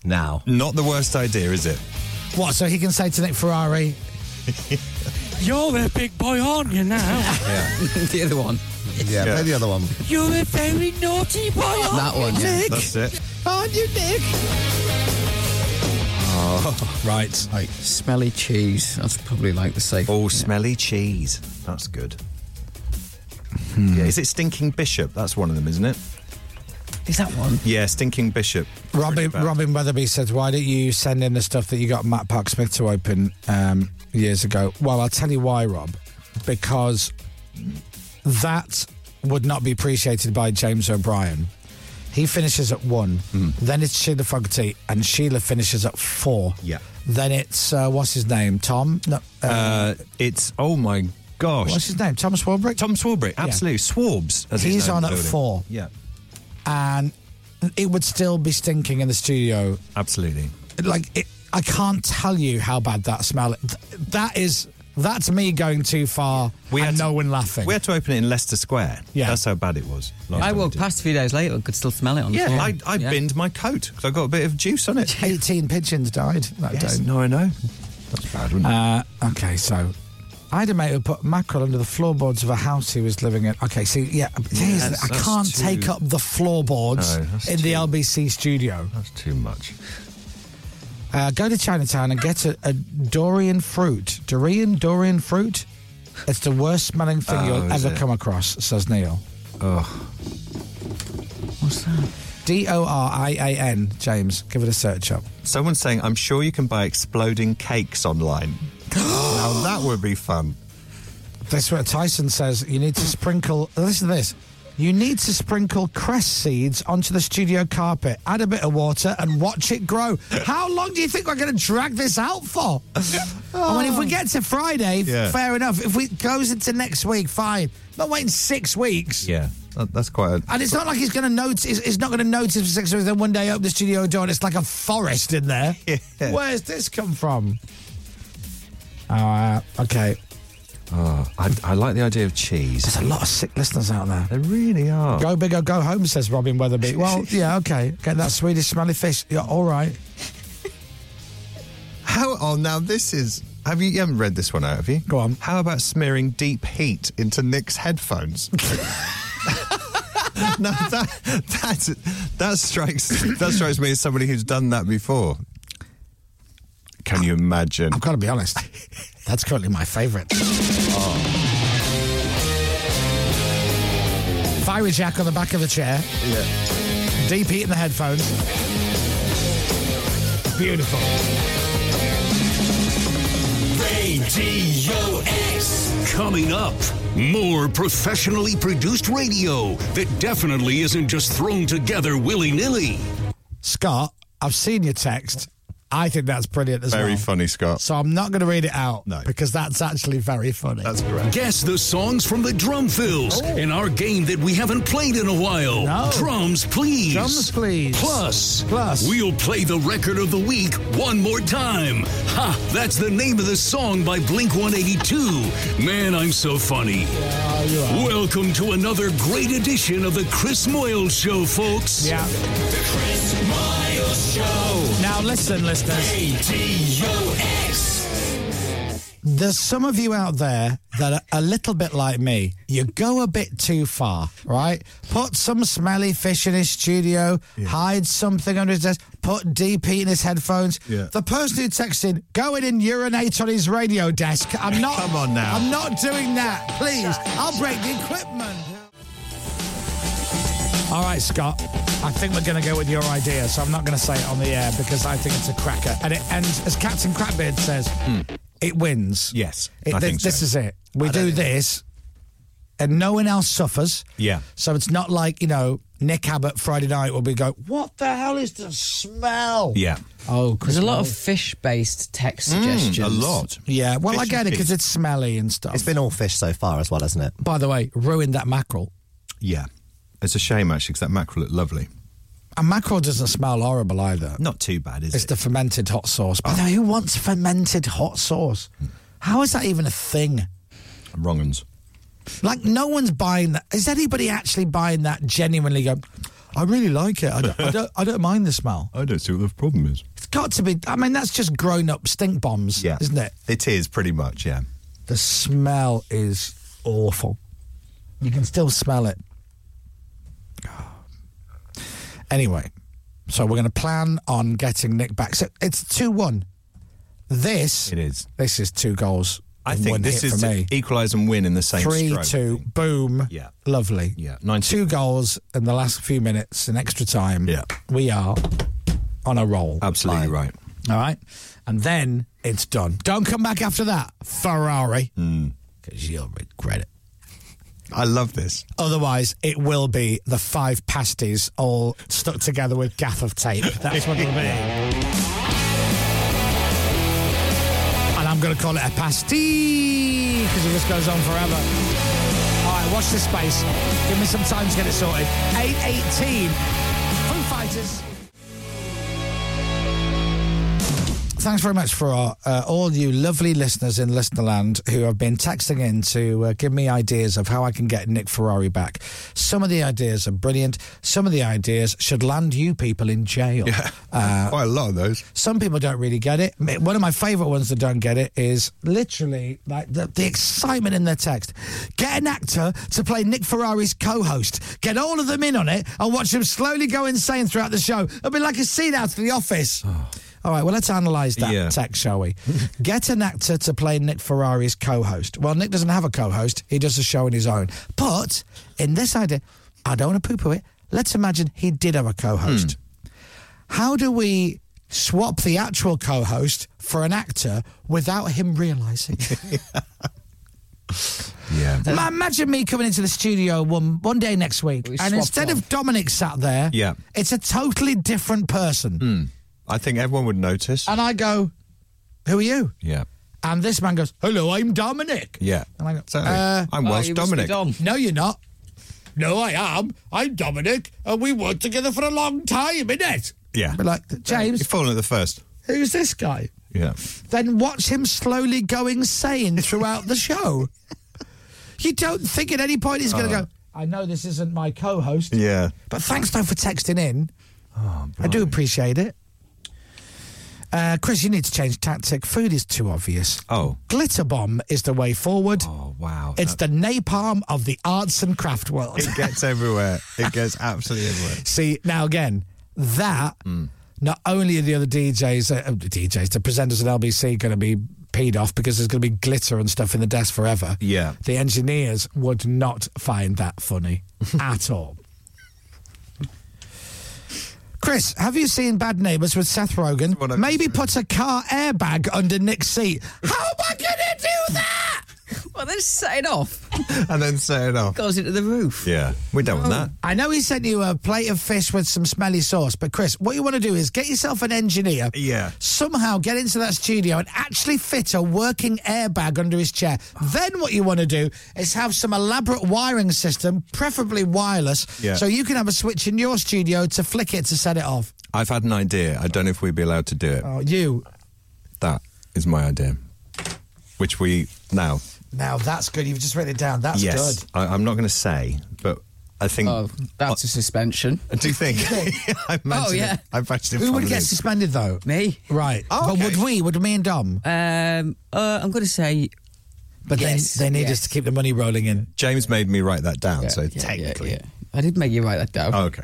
S21: Now.
S8: Not the worst idea, is it?
S5: What? So he can say to Nick Ferrari,
S6: You're a big boy, aren't you now?
S9: the other one.
S21: Yeah, play the other one.
S6: You're a very naughty boy, aren't
S9: That one,
S6: you,
S9: yeah.
S6: Nick?
S21: That's it.
S6: Aren't you, Nick?
S9: Oh,
S12: right.
S9: Smelly cheese. That's probably like the safe.
S8: Oh, smelly cheese. That's good.
S9: Hmm.
S8: Yeah, is it Stinking Bishop? That's one of them, isn't it?
S9: Is that one?
S8: Yeah, Stinking Bishop.
S5: Robin, Robin Weatherby says, Why don't you send in the stuff that you got Matt Park Smith to open um, years ago? Well, I'll tell you why, Rob. Because that would not be appreciated by James O'Brien. He finishes at one,
S8: Hmm.
S5: then it's Sheila Fogarty, and Sheila finishes at four.
S8: Yeah.
S5: Then it's, uh, what's his name? Tom? No,
S8: Uh, it's oh my gosh.
S5: What's his name? Tom Swarbrick?
S8: Tom Swarbrick, absolutely. Swarbs. As
S5: He's
S8: known in
S5: on
S8: the
S5: at
S8: building.
S5: four.
S8: Yeah,
S5: and it would still be stinking in the studio.
S8: absolutely.
S5: Like it, I can't tell you how bad that smell. Th- that is that's me going too far and no one laughing.
S8: We had to open it in Leicester Square.
S5: Yeah.
S8: that's how bad it was. last
S9: I
S8: time we
S9: walked
S8: did.
S9: past a few days later. I could still smell it on the
S8: Yeah,
S9: floor.
S8: I, I
S9: Yeah.
S8: binned my coat because I got a bit of juice on it.
S5: Eighteen pigeons died that
S8: Yes,
S5: day.
S8: No, I know. That's bad, wouldn't it?
S5: Uh, okay, so I had a mate who put mackerel under the floorboards of a house he was living in. Okay, see, yeah, geez,
S8: That's-
S5: I
S8: that's
S5: can't
S8: too-
S5: take up the floorboards
S8: No, that's
S5: in the LBC studio.
S8: That's too much.
S5: Uh, go to Chinatown and get a, a Dorian fruit. Dorian, Dorian fruit? It's the worst smelling thing
S8: Oh,
S5: you'll
S8: is
S5: ever
S8: it?
S5: come across, says Neil.
S8: Oh,
S9: What's that?
S5: D O R I A N, James. Give it a search up.
S8: someone's saying I'm sure you can buy exploding cakes online. now that would be fun.
S5: That's what Tyson says. You need to sprinkle. Listen to this. You need to sprinkle cress seeds onto the studio carpet, add a bit of water, and watch it grow. How long do you think we're going to drag this out for? I mean, if we get to Friday, f-
S8: Yeah.
S5: fair enough. If we it goes into next week, fine. Not waiting six weeks.
S8: Yeah, that, that's quite. A,
S5: And it's not like he's going to notice. He's he's not going to notice for six weeks. Then one day, open the studio door, and it's like a forest in there. Where's this come from? Uh, okay.
S8: Oh, I, I like the idea of cheese.
S5: There's a lot of sick listeners out there.
S8: There really are.
S5: Go big or go home, says Robin Weatherby. Well, yeah, okay. Get that Swedish smelly fish. Yeah, all right.
S8: How? Oh, now this is. Have you, you haven't read this one out, have you? Go
S5: on.
S8: How about smearing deep heat into Nick's headphones? no, that that that strikes that strikes me as somebody who's done that before. Can you imagine?
S5: I've got to be honest. That's currently my favourite. Fiery Jack on the back of the chair.
S8: Yeah.
S5: Deep heat in the headphones. Beautiful.
S1: Radio X. Coming up, more professionally produced radio that definitely isn't just thrown together willy nilly.
S5: Scott, I've seen your text. I think that's brilliant as
S8: Very
S5: well.
S8: funny, Scott.
S5: So I'm not going to read it out
S8: No.
S5: because that's actually very funny.
S8: That's correct.
S1: Guess the songs from the drum fills in our game that we haven't played in a
S5: Oh.
S1: while.
S5: No.
S1: Drums, please.
S5: Drums, please.
S1: Plus,
S5: Plus.
S1: we'll play the record of the week one more time. Ha! That's the name of the song by Blink 182. Man, I'm so funny. Welcome to another great edition of the Chris Moyle Show, folks.
S5: Yeah.
S10: The Chris Miles Show.
S5: Now listen, listeners.
S10: ADOX.
S5: There's some of you out there that are a little bit like me. You go a bit too far, right? Put some smelly fish in his studio, hide something under his desk, put DP in his headphones.
S8: Yeah.
S5: The person who texted, go in and urinate on his radio desk. I'm not
S8: Come on now.
S5: I'm not doing that. Please. I'll break the equipment. All right, Scott. I think we're going to go with your idea, so I'm not going to say it on the air because I think it's a cracker. And it ends, as Captain Crapbeard says, it wins.
S8: Hmm. Yes,
S5: It-
S8: I
S5: thi-
S8: think so.
S5: this is it. We do this, and no one else suffers.
S8: Yeah.
S5: So it's not like, you know, Nick Abbott Friday night where we go, what the hell is the smell?
S8: Yeah.
S5: Oh,
S9: There's
S5: Chris
S9: a lot
S5: Nolan.
S9: of fish-based text
S8: Mm,
S9: suggestions.
S8: a lot.
S5: Yeah, well, I
S8: Fish
S5: get it
S8: and
S5: because
S8: peas.
S5: it's smelly and stuff.
S21: It's been all fish so far as well, hasn't it?
S5: By the way, ruined that mackerel.
S8: Yeah. It's a shame actually because that mackerel looked lovely.
S5: And mackerel doesn't smell horrible either.
S8: Not too bad, is
S5: It's
S8: it? Oh.
S5: the fermented hot sauce. But who wants fermented hot sauce? How is that even a thing?
S8: Hmm. Wrong uns.
S5: Like, no one's buying that. Is anybody actually buying that genuinely going, I really like it. I don't, I don't, I don't mind the smell.
S8: I don't see what the problem is.
S5: It's got to be. I mean, that's just grown up stink bombs,
S8: Yeah.
S5: isn't it?
S8: It is pretty much. Yeah.
S5: The smell is awful. You can still smell it. Anyway, so we're going to plan on getting Nick back. So it's 2 1. This it is. This is two goals.
S12: I
S5: in
S12: think
S5: one
S12: this
S5: hit
S12: is
S5: for me.
S12: to equalise and win in the same
S5: Three,
S12: stroke.
S5: two, boom.
S12: Yeah.
S5: Lovely.
S12: Yeah,
S5: Two goals in the last few minutes in extra time. Yeah. We are on a roll.
S12: Absolutely right.
S5: All right. And then it's done. Don't come back after that, Ferrari, because you'll regret it.
S12: Hmm. I love this.
S5: Otherwise, it will be the five pasties all stuck together with gaff of tape. That's what it'll be. And I'm going to call it a pasty because it just goes on forever. All right, watch this space. Give me some time to get it sorted. 818 Foo Fighters. Thanks very much for our, uh, all you lovely listeners in Listenerland who have been texting in to uh, give me ideas of how I can get Nick Ferrari back. Some of the ideas are brilliant. Some of the ideas should land you people in jail. Yeah,
S12: quite a lot of those.
S5: Some people don't really get it. M- One of my favourite ones that don't get it is literally like the, the excitement in their text. Get an actor to play Nick Ferrari's co-host. Get all of them in on it and watch them slowly go insane throughout the show. It'll be like a scene out of The Office. All right, well, let's analyse that
S15: Yeah.
S5: text, shall we? Get an actor to play Nick Ferrari's co host. Well, Nick doesn't have a co host, he does a show on his own. But in this idea, I don't want to poo poo it. Let's imagine he did have a co host.
S12: Hmm.
S5: How do we swap the actual co host for an actor without him realising?
S12: Yeah.
S5: Ma- Imagine me coming into the studio one one day next week, and
S12: swap
S5: instead of Dominic sat there,
S12: Yeah. Hmm.
S5: it's a totally different person.
S12: I think everyone would notice.
S5: And I go, "Who are you?"
S12: Yeah.
S5: And this man goes, "Hello, I'm Dominic."
S12: Yeah.
S5: And I go,
S12: Exactly. I'm
S5: oh,
S12: Welsh
S5: you must be
S12: Dominic.
S5: Dom. No, you're not. No, I am. I'm Dominic, and we worked together for a long time, innit?
S12: Yeah.
S5: But like, James.
S12: You're falling at the first.
S5: Who's this guy?
S12: Yeah.
S5: Then watch him slowly go insane throughout the show. You don't think at any point he's going to
S12: Oh.
S7: Uh.
S5: go, I know this isn't my co host.
S12: Yeah. Oh,
S5: But thanks, though, for texting in. I do appreciate it. Uh, Chris, you need to change tactic. Food is too obvious.
S12: Oh.
S5: Glitter bomb is the way forward.
S12: Oh, wow.
S5: It's the napalm of the arts and craft world.
S12: It gets everywhere. It gets absolutely everywhere.
S5: See, now again, that not only are the other DJs, uh, uh, DJs, the presenters at LBC going to be peed off because there's going to be glitter and stuff in the desk forever.
S12: Yeah.
S5: The engineers would not find that funny at all. Chris, have you seen Bad Neighbours with Seth Rogen? Maybe put a car airbag under Nick's seat. How am I going to do that?
S9: Well, then set it off.
S12: And then "Oh." set it off.
S9: Goes into the roof.
S12: Yeah. We don't want that.
S5: Oh, I know he sent you a plate of fish with some smelly sauce, but Chris, what you want to do is get yourself an engineer.
S12: Yeah.
S5: Somehow get into that studio and actually fit a working airbag under his chair. Then what you want to do is have some elaborate wiring system, preferably wireless,
S12: Yeah.
S5: so you can have a switch in your studio to flick it to set it off.
S12: I've had an idea. I don't know if we'd be allowed to do it.
S5: Oh, you.
S12: That is my idea. Which we now.
S5: Now that's good. You've just written it down. That's
S12: yes. Uh,
S5: good.
S12: I, I'm not going to say, but I think. Oh,
S9: that's a suspension.
S12: Do you think? I imagine
S5: Oh,
S12: it-
S5: yeah.
S12: I imagine it
S5: Who would
S12: probably
S5: get
S12: is.
S5: suspended though?
S9: Me.
S5: Right.
S12: Oh,
S5: But would we? Would me and Dom?
S9: Um, uh, I'm going to say.
S5: But then
S9: yes,
S5: they need
S9: yes.
S5: us to keep the money rolling in.
S12: James made me write that down, so technically.
S9: I did make you write that down.
S12: Oh, okay.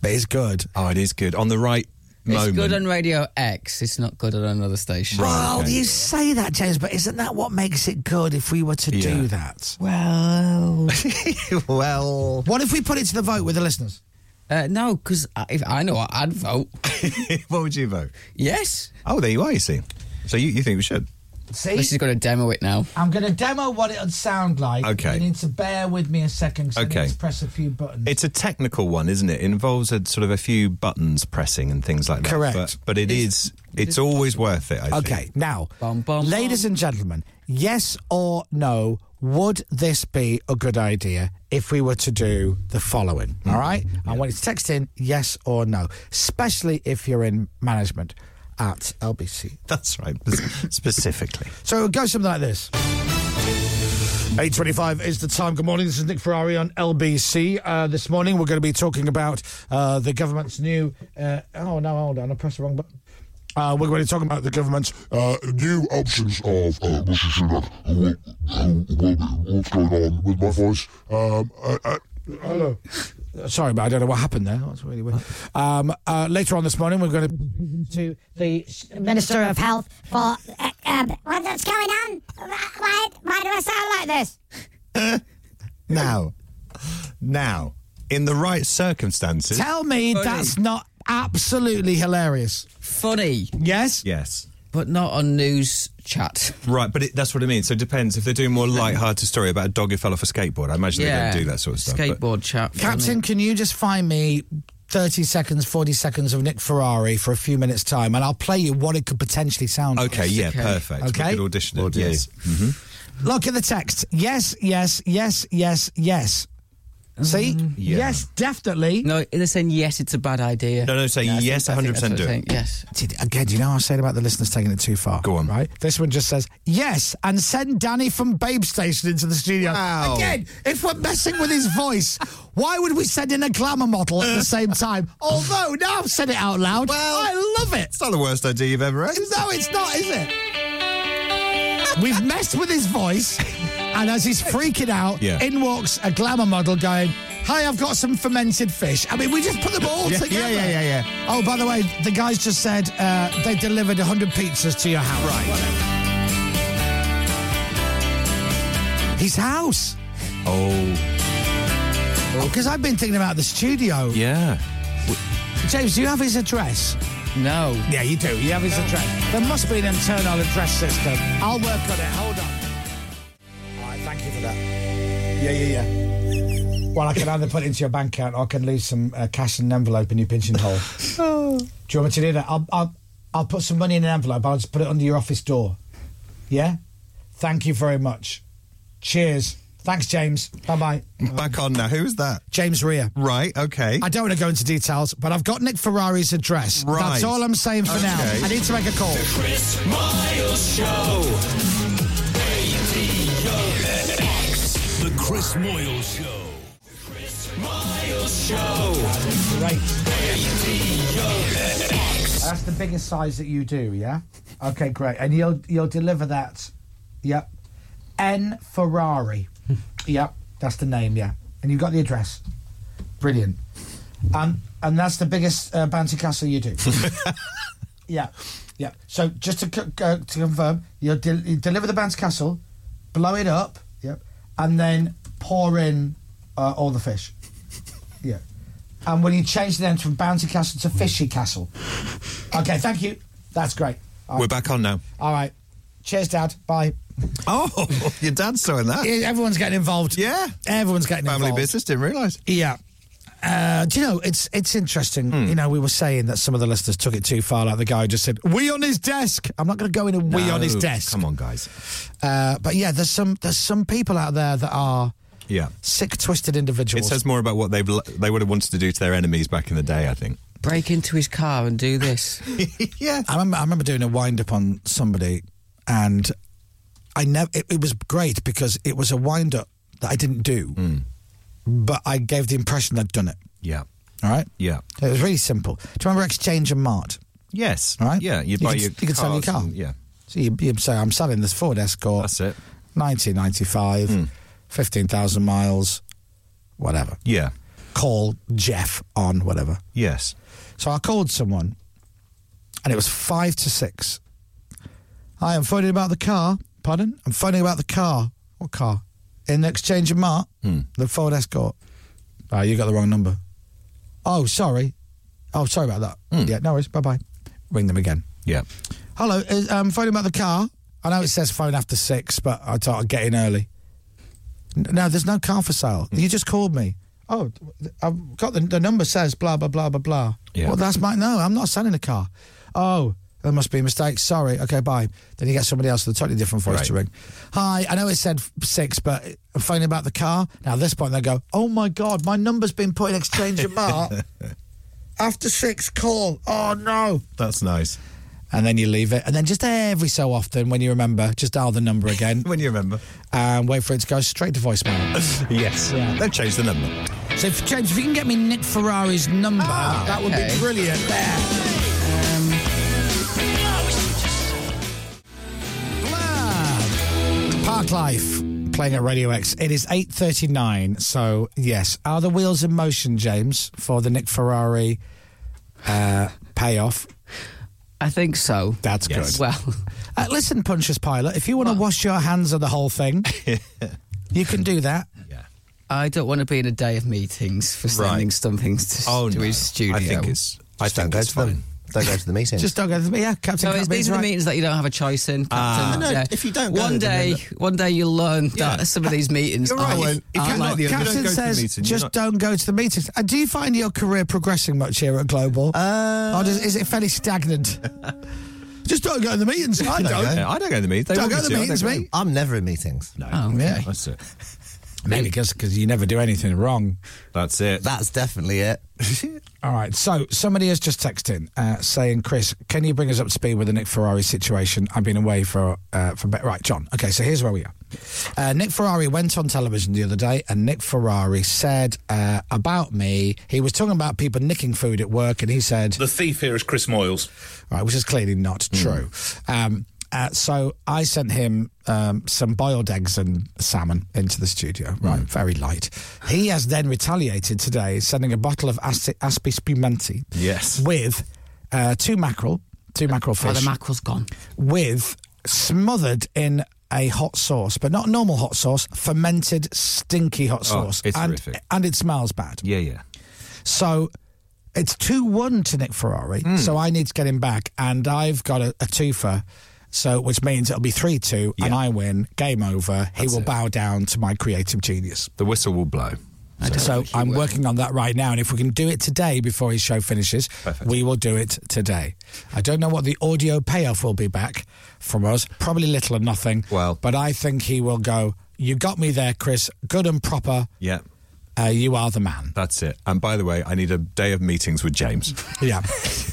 S5: But it's good.
S12: Oh, it is good. On the right
S9: It's
S12: moment.
S9: good on Radio X. It's not good on another station.
S5: Well, you say that, James, but isn't that what makes it good if we were to
S9: Yeah.
S5: do that?
S9: Well,
S12: well.
S5: What if we put it to the vote with the listeners?
S9: Uh, no, because if I know what I'd vote.
S12: what would you vote?
S9: Yes.
S12: Oh, there you are, you see. So you, you think we should?
S5: See?
S9: This is going to demo it now.
S5: I'm going to demo what it would sound like.
S12: Okay.
S5: You need to bear with me a second. 'cause I
S12: Okay.
S5: need to press a few buttons.
S12: It's a technical one, isn't it? It involves a sort of a few buttons pressing and things like that.
S5: Correct.
S12: But, but it is, it's always worth it, I think.
S5: Okay, now, ladies and gentlemen, yes or no, would this be a good idea if we were to do the following?
S12: Mm-hmm.
S5: All right? I want you to text in yes or no, especially if you're in management at LBC.
S12: That's right, specifically.
S5: So it would go something like this. 8.25 is the time. Good morning. This is Nick Ferrari on LBC. Uh, this morning we're going to be talking about uh, the government's new... Uh, oh, no, hold on. I pressed the wrong button.
S7: uh, we're going to talk about the government's uh, new options of uh, Rishi Sunak, who, will- who, will be- what's going on with my voice. Um, uh, uh, hello.
S5: Sorry, but I don't know what happened there. That's really weird. Um, uh, later on this morning, we're going to to the
S24: Minister of Health for. Uh, um, what- what's going on? Why, why do I sound like this?
S12: Now, now, in the right circumstances.
S5: Tell me that's not absolutely hilarious.
S9: Funny.
S5: Yes.
S12: Yes.
S9: But not on news chat.
S12: Right, but it, that's what I mean. So it depends. If they're doing more light-hearted story about a dog who fell off a skateboard, I imagine
S9: Yeah.
S12: they don't do that sort of stuff. but-
S9: Skateboard chat.
S5: Captain, can you just find me 30 seconds, 40 seconds of Nick Ferrari for a few minutes' time and I'll play you what it could potentially sound like?
S12: Okay, yeah, perfect. We
S5: Okay.
S12: could audition it. Yes.
S5: Look at the text. Yes, yes, yes, yes, yes. See? Yes, definitely.
S9: No, they're saying yes, it's a bad idea.
S12: No, no, say
S9: I think-
S12: yes,
S9: I think that's
S12: 100%
S9: what
S12: do
S9: I
S12: it.
S9: think, Yes.
S5: Did- Again, do you know what I said about the listeners taking it too far? Go on. Right? This one just says, yes, and send Danny from Babe Station into the studio.
S15: Wow.
S5: Again, if we're messing with his voice, why would we send in a glamour model at the same time? Although, now I've said it out loud, I love it.
S12: It's not the worst idea you've ever had.
S5: No, it's not, is it? We've messed with his voice, and as he's freaking out,
S15: Yeah.
S5: in walks a glamour model going, Hi, I've got some fermented fish. I mean, we just put them all
S15: Yeah, yeah,
S5: together.
S15: yeah, yeah, yeah.
S5: Oh, by the way, the guys just said uh, they delivered 100 pizzas to your house. Right. His house.
S12: Oh.
S5: Because I've been thinking about the studio.
S12: Yeah.
S5: James, do you have his address?
S9: No.
S5: Yeah, you do. You have his address. There must be an internal address system. I'll work on it. Hold on. All right, thank you for that. Yeah, yeah, yeah. Well, I can either put it into your bank account or I can leave some uh, cash in an envelope in your pigeon hole. do you want me to do that? I'll, I'll, I'll put some money in an envelope. I'll just put it under your office door. Yeah? Thank you very much. Cheers. Thanks, James. Bye bye.
S12: Back on now. Who's that?
S5: James Rea.
S12: Right, okay.
S5: I don't want to go into details, but I've got Nick Ferrari's address.
S12: Right.
S5: That's all I'm saying for now.
S12: Okay.
S5: I need to make a call.
S10: Chris Miles Show.
S1: The Chris Moyle Show.
S10: Miles
S5: Great.
S10: Show.
S5: That's the biggest size that you do, yeah? Okay, great. And you'll you'll deliver that. Yep. N Ferrari. yep, that's the name, yeah. And you've got the address. Brilliant. Um, and that's the biggest uh, bouncy castle you do. yeah, yeah. So just to, co- uh, to confirm, you'll del- you deliver the bouncy castle, blow it up, yep, and then pour in uh, all the fish. Yeah. And will you change the name from Bouncy Castle to Fishy Castle? Okay, thank you. That's great. All
S12: We're
S5: right.
S12: back on now.
S5: All right. Cheers, Dad. Bye.
S12: Oh, your dad's sawing that.
S5: Yeah, everyone's getting involved.
S12: Yeah.
S5: Everyone's getting
S12: Family
S5: involved.
S12: business, didn't realise.
S5: Yeah. Uh, do you know it's it's interesting?
S12: Hmm.
S5: You know, we were saying that some of the listeners took it too far. Like the guy who just said, "We on his desk." I'm not going to go in and we on his
S12: No,
S5: desk.
S12: Come on, guys.
S5: Uh, but yeah, there's some there's some people out there that are
S12: Yeah.
S5: sick, twisted individuals.
S12: It says more about what they've l- they would have wanted to do to their enemies back in the day, I think.
S9: Break into his car and do this.
S5: yeah. I remember, I remember doing a wind up on somebody, and I never. It, it was great because it was a wind up that I didn't do,
S12: Hmm.
S5: but I gave the impression I'd done it.
S12: Yeah.
S5: All right.
S12: Yeah.
S5: It was really simple. Do you remember Exchange and Mart?
S12: Yes.
S5: All right.
S12: Yeah. You'd
S5: you
S12: buy
S5: could,
S12: your
S5: you could sell your
S12: cars
S5: car.
S12: and- yeah.
S5: So you, you'd say, I'm selling this Ford Escort.
S12: That's it. Hmm.
S5: 1995, 15,000 miles, whatever.
S12: Yeah.
S5: Call Jeff on whatever.
S12: Yes.
S5: So I called someone and it was five to six. Hi, I'm phoning about the car. Pardon? I'm phoning about the car. What car? In the exchange of Mart, the Ford Escort. Oh, you got the wrong number. Oh, sorry. Oh, sorry about that. Yeah, no worries. Bye bye. Ring them again.
S12: Yeah.
S5: Hello, is, um, phoning about the car. I know it says phone after six, but I thought I'd get in early. N- No, there's no car for sale. You just called me. Oh, th- I've got the, the number says blah blah blah blah blah. Well, that's my no. I'm not selling a car. Oh, there must be a mistake. Sorry. Okay, bye. Then you get somebody else with a totally different voice to ring. Hi, I know it said f- six, but I'm phoning about the car. Now at this point they go, oh my god, my number's been put in exchange of mark. after six call. Oh no.
S12: That's nice.
S5: And then you leave it. And then just every so often, when you remember, just dial the number again.
S12: when you remember.
S5: And wait for it to go straight to voicemail.
S12: yes. They've changed the number. Ah,
S5: so, if, James, if you can get me Nick Ferrari's number, that would
S15: okay.
S5: be brilliant. There. Park Life playing at Radio X. It is 8.39, so yes. Are the wheels in motion, James, for the Nick Ferrari uh, payoff?
S9: I think so.
S5: That's
S9: Yes.
S5: good.
S9: Well-
S5: Uh, listen, Punches Pilot, if you want to wash your hands of the whole thing, you can do that.
S9: I don't want to be in a day of meetings for sending something to,
S5: Oh,
S9: to
S5: no.
S9: his studio.
S5: I think it's-
S21: I Just think don't go it's to them. fine. Don't go to the meetings.
S5: Just don't go to the yeah, Captain.
S9: So it's-
S5: Crabbee's
S9: these are the
S5: right.
S9: meetings that you don't have a choice in.
S5: Ah.
S9: Captain.
S5: No, no,
S9: Yeah.
S5: if you don't go,
S9: one
S5: then
S9: day, one day you'll learn
S5: Yeah.
S9: that some of these meetings
S5: You're right.
S9: aren't,
S5: If
S9: aren't
S5: Captain-
S9: like the others.
S5: Captain says, just don't go to the meetings. And do you find your career progressing much here at Global? or does, is it fairly stagnant? just don't go to the meetings. I don't.
S12: go to the meetings. They want
S5: Don't go
S12: me
S5: to
S12: to.
S5: the
S12: I
S5: meetings,
S12: don't go.
S5: mate.
S21: I'm never in meetings.
S12: No.
S5: Oh, okay. Yeah.
S12: That's it.
S5: Maybe because you never do anything wrong.
S12: That's it.
S21: That's definitely it.
S5: All right. So somebody has just texted in uh, saying, Chris, can you bring us up to speed with the Nick Ferrari situation? I've been away for uh, for be- right, John. Okay, so here's where we are. Uh, Nick Ferrari went on television the other day, and Nick Ferrari said uh, about me. He was talking about people nicking food at work, and he said
S14: The thief here is Chris Moyles.
S5: right, which is clearly not
S12: Hmm.
S5: true. Um, uh, so I sent him um, some boiled eggs and salmon into the studio,
S12: Hmm.
S5: right, very light. He has then retaliated today, sending a bottle of Aspi Spumante.
S12: Yes.
S5: With uh, two mackerel, two mackerel
S9: Oh,
S5: fish.
S9: the mackerel's gone.
S5: With smothered in a hot sauce, but not normal hot sauce, fermented, stinky hot
S12: Oh,
S5: sauce.
S12: it's
S5: and,
S12: horrific.
S5: and it smells bad.
S12: Yeah, yeah.
S5: So it's 2 1 to Nick Ferrari.
S12: Hmm.
S5: So I need to get him back. And I've got a, a twofer. So, which means it'll be 3 2, and I win. Game over. he
S12: That's
S5: will
S12: it.
S5: bow down to my creative genius.
S12: The whistle will blow.
S5: So, I'm working on that right now. And if we can do it today before his show finishes, we will do it today. I don't know what the audio payoff will be back from us. Probably little or nothing. Well, but I think he will go, You got me there, Chris. Good and proper.
S12: Yeah.
S5: Uh, you are the man.
S12: That's it. And by the way, I need a day of meetings with James.
S5: Yeah.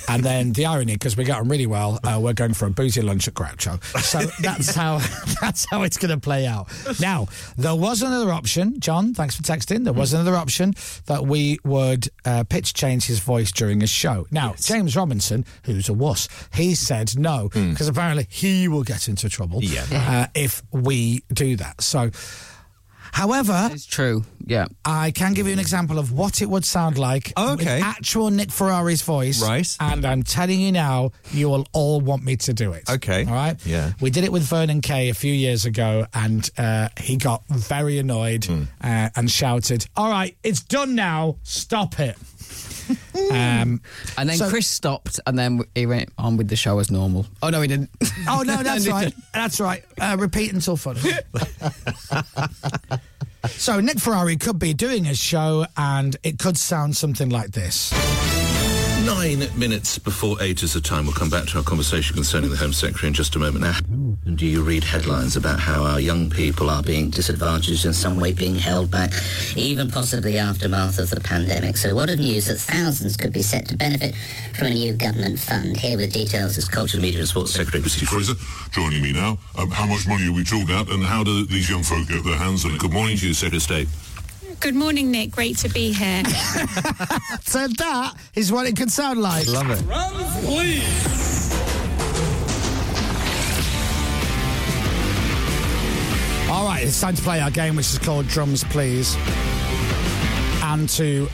S5: And then the irony, because we got on really well, uh, we're going for a boozy lunch at Groucho. So that's how that's how it's going to play out. Now, there was another option, John. Thanks for texting. There was another option that we would uh, pitch change his voice during a show. Now, James Robinson, who's a wuss, he said no because apparently he will get into trouble
S15: Yeah.
S5: uh, if we do that. So. However, it's
S9: true. Yeah,
S5: I can give you an example of what it would sound like.
S12: okay.
S5: with actual Nick Ferrari's voice.
S12: Right.
S5: And I'm telling you now, you will all want me to do it.
S12: Okay.
S5: All right.
S12: Yeah.
S5: We did it with Vernon Kay a few years ago, and uh, he got very annoyed
S12: Hmm.
S5: uh, and shouted, "All right, it's done now. Stop it." um,
S9: and then
S5: so-
S9: Chris stopped, and then he went on with the show as normal. Oh no, he didn't.
S5: Oh no, that's
S9: He
S5: right.
S9: didn't.
S5: That's right. Uh, repeat until fun. so Nick Ferrari could be doing a show, and it could sound something like this.
S3: Nine minutes before eight is the time. We'll come back to our conversation concerning the Home Secretary in just a moment. Now,
S4: Do you read headlines about how our young people are being disadvantaged in some way, being held back?
S16: Even possibly the aftermath of the pandemic. So, what of news that thousands could be set to benefit from a new government fund? Here with details is Culture, Media and Sports Secretary.
S3: Mr. Fraser joining me now. Um, how much money are we talking about and how do these young folk get their hands on it? Good morning to you, Secretary of State.
S11: Good morning, Nick. Great to be here.
S5: So that is what it could sound like. Love it. All right, it's time to play our game, which is called Drums Please. And to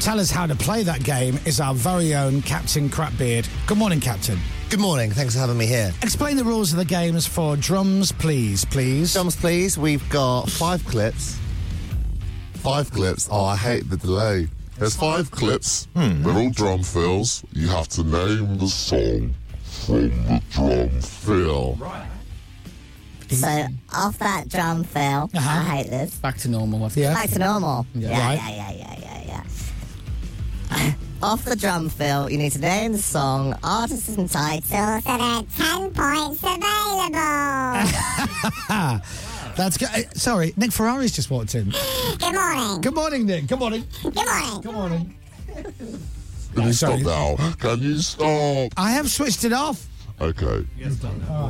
S5: tell us how to play that game is our very own Captain Crapbeard. Good morning, Captain.
S21: Good morning. Thanks for having me here.
S5: Explain the rules of the games for Drums Please, please.
S21: Drums Please, we've got five clips.
S25: Five clips. Oh, I hate the delay. There's five clips.
S21: Hmm.
S25: They're all drum fills. You have to name the song from the drum fill.
S16: So, off that drum fill,
S5: Uh-huh.
S16: I hate this.
S9: Back to normal. I think.
S16: Back to normal.
S9: Yeah.
S16: Yeah,
S9: Right.
S16: yeah, yeah, yeah, yeah, yeah. off the drum fill, you need to name the song, artist and title.
S25: So there are ten points available.
S5: That's good. Uh, Sorry, Nick Ferrari's just walked in.
S25: Good morning.
S5: Good morning, Nick. Good morning.
S25: Good morning.
S5: Good morning.
S25: Can you stop now? Can you stop?
S5: I have switched it off.
S25: Okay.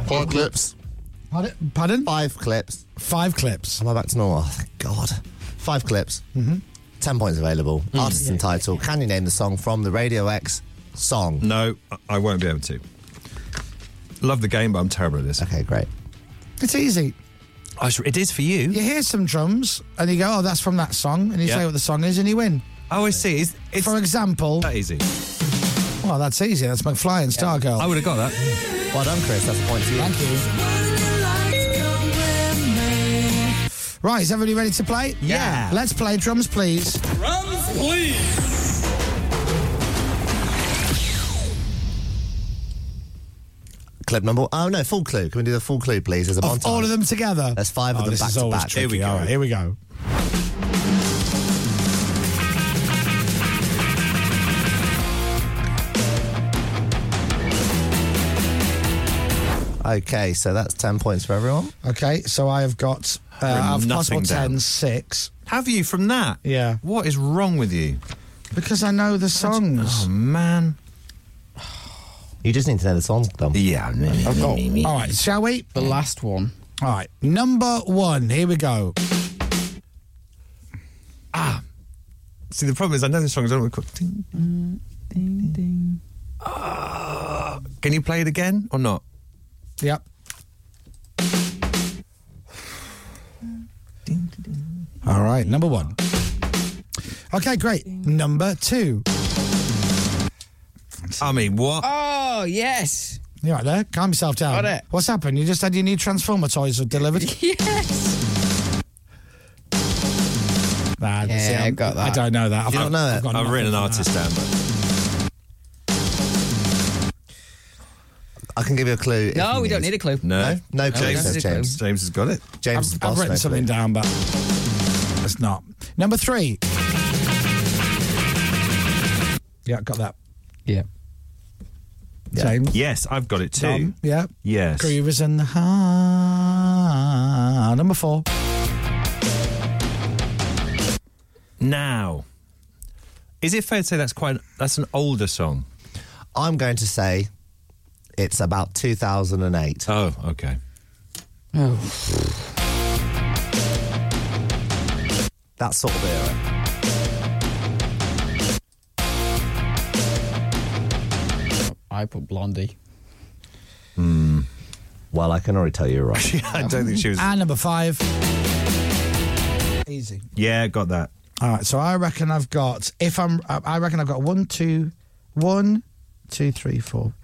S25: Five clips.
S5: Pardon? Pardon?
S21: Five clips.
S5: Five clips.
S21: Am I back to normal? Oh, thank God. Five clips. Mm-hmm. Mm. Ten points available. Artist and title. Can you name the song from the Radio X song?
S12: No, I- I won't be able to. Love the game, but I'm terrible at this.
S21: Okay, great.
S5: It's easy.
S8: it is for you.
S5: You hear some drums and you go, oh, that's from that song. And you
S8: Yeah.
S5: say what the song is and you win.
S8: Oh, I see. It's,
S5: For example,
S8: that easy.
S5: well, that's easy. That's McFly and Stargirl.
S8: I would have got that.
S21: Well done, Chris. That's a point to you.
S5: Thank you. Right, is everybody ready to play?
S15: Yeah.
S5: Let's play drums, please.
S15: Drums, please.
S21: Clip number. Oh no, full clue. Can we do the full clue, please? There's a montage.
S5: All of them together.
S21: There's five
S5: Oh,
S21: of them
S5: this
S21: back
S5: is
S21: to
S5: always
S21: back.
S5: tricky. All right, here we go.
S21: Okay, so that's ten points for everyone.
S5: Okay, so I have got uh,
S21: Written
S5: I've
S21: nothing
S5: possible
S21: down.
S5: ten six.
S8: Have you from that?
S5: Yeah.
S8: What is wrong with you?
S5: Because I know the songs.
S8: Oh man.
S21: You just need to know the songs, Dom.
S8: Yeah.
S5: I've got. All right, shall we? The
S9: last one.
S5: All right, number one. Here we go.
S8: Ah. See, the problem is I know the songs. I don't recall. Ding,
S9: ding, ding.
S8: Ah. can you play it again or not?
S5: Yep. All right, number one. Okay, great. Number two.
S8: I mean, what?
S5: Ah.
S9: Oh, yes.
S5: You all right there? Calm yourself down.
S9: Got it.
S5: What's happened? You just had your new Transformer toys delivered.
S9: Yes.
S5: Nah,
S9: Yeah,
S5: see, I'm-
S9: I got that.
S5: I don't know that.
S9: You don't know
S5: I've
S9: it?
S5: got
S8: I've written an
S5: nothing.
S8: artist down, but
S21: I can give you a clue. if
S9: No,
S21: you
S9: we don't need a clue.
S8: no,
S21: No clue,
S8: James,
S21: says James.
S8: James has got it.
S21: James is the
S5: I've,
S21: boss,
S5: I've written
S21: no
S5: something
S21: clue.
S5: down, but it's not. Number three. Yeah, got that.
S9: Yeah.
S5: James.
S8: Yes, I've got it too.
S5: Tom. Yeah.
S8: Yes.
S5: Groovers in the heart. Number four.
S8: Now, is it fair to say that's quite that's an older song?
S21: I'm going to say it's about 2008.
S8: Oh, okay.
S9: Oh.
S21: That sort of era.
S9: I put Blondie.
S21: Well, I can already tell you're right.
S8: I don't think she was.
S5: And number five. Easy.
S8: Yeah, got that.
S5: All right, so I reckon I've got if I'm I I reckon I've got one, two, one, two, three, four,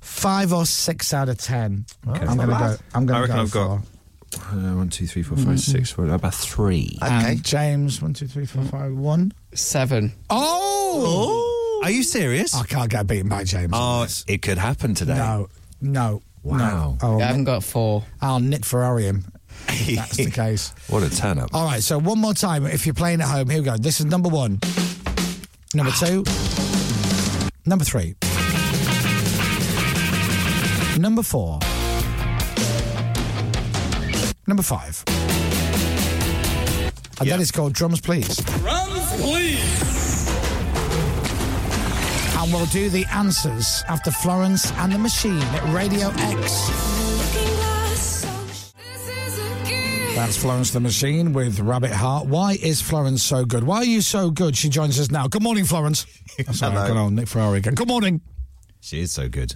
S5: five or six out of ten.
S8: Okay.
S5: I'm
S8: Not
S5: gonna go.
S8: bad.
S5: I'm gonna
S8: I reckon
S5: go Mm-hmm.
S8: I've got uh, one, two, three, four, five, six, four, about three.
S5: Okay. Um, James, one, two, three, four, five, one.
S9: Seven.
S5: Oh!
S8: Are you serious?
S5: I can't get beaten by James.
S8: Oh, it could happen today.
S5: No, no.
S8: Wow.
S5: No. I'll,
S9: I haven't got four.
S5: I'll Nick Ferrari him. if That's the case.
S8: What a turn up.
S5: All right, so one more time if you're playing at home. Here we go. This is number one. Number two. Number three. Number four. Number five. And that is called Drums Please.
S15: Drums, please.
S5: And we'll do the answers after Florence and the Machine at Radio X. That's Florence the Machine with Rabbit Heart. Why is Florence so good? Why are you so good? She joins us now. Good morning, Florence. Oh, Sorry, I've
S8: Hello.
S5: gone on Nick Ferrari again. Good morning.
S8: She is so good.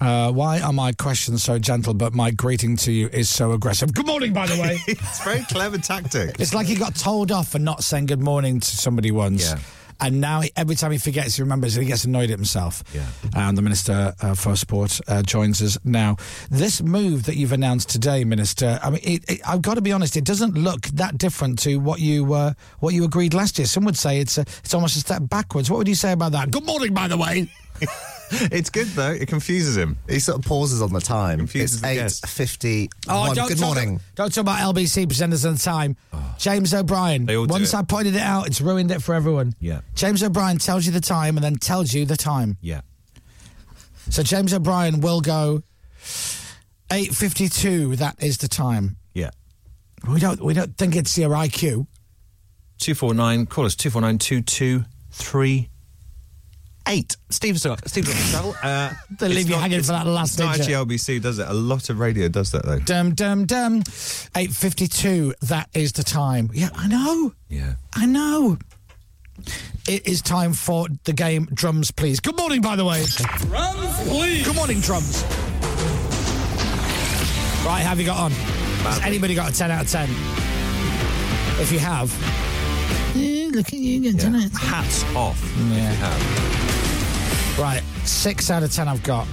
S5: Uh, why are my questions so gentle, but my greeting to you is so aggressive? Good morning, by the way.
S8: It's a very clever tactic.
S5: it's like he got told off for not saying good morning to somebody once.
S8: Yeah.
S5: And now he, every time he forgets, he remembers and he gets annoyed at himself.
S8: Yeah.
S5: And the Minister uh, for Sport uh, joins us now. This move that you've announced today, Minister, I mean, it, it, I've got to be honest, it doesn't look that different to what you uh, what you agreed last year. Some would say it's a, it's almost a step backwards. What would you say about that? Good morning, by the way.
S8: It's good though. It confuses him.
S21: He sort of pauses on the time.
S8: Confuses the
S21: it's
S8: guest.
S21: 8.51.
S5: Oh, don't
S21: Good
S5: talk-
S21: morning.
S5: Don't talk about LBC presenters on time. James O'Brien.
S8: all do
S5: Once
S8: it.
S5: I pointed it out, it's ruined it for everyone.
S8: Yeah.
S5: James O'Brien tells you the time and then tells you the time.
S8: Yeah.
S5: So James O'Brien will go 8:52. That is the time.
S8: Yeah.
S5: We don't. We don't think it's your IQ.
S8: 249, call us 249 2238. Steve's not, Steve's not trouble. Uh,
S5: They leave
S8: it's
S5: you
S8: not-
S5: hanging for
S8: it's-
S5: that last
S8: It's not
S5: digit.
S8: actually LBC does it. A lot of radio does that though.
S5: Dum dum dum. 8:52. That is the time. Yeah, I know.
S8: Yeah.
S5: I know. It is time for the game Drums, please. Good morning, by the way.
S15: Drums, please.
S5: Good morning, drums. Right, how have you got on? Has anybody got a 10 out of 10? If you have, look at you getting
S18: yeah.
S5: Hats off. Right, six out of ten I've got.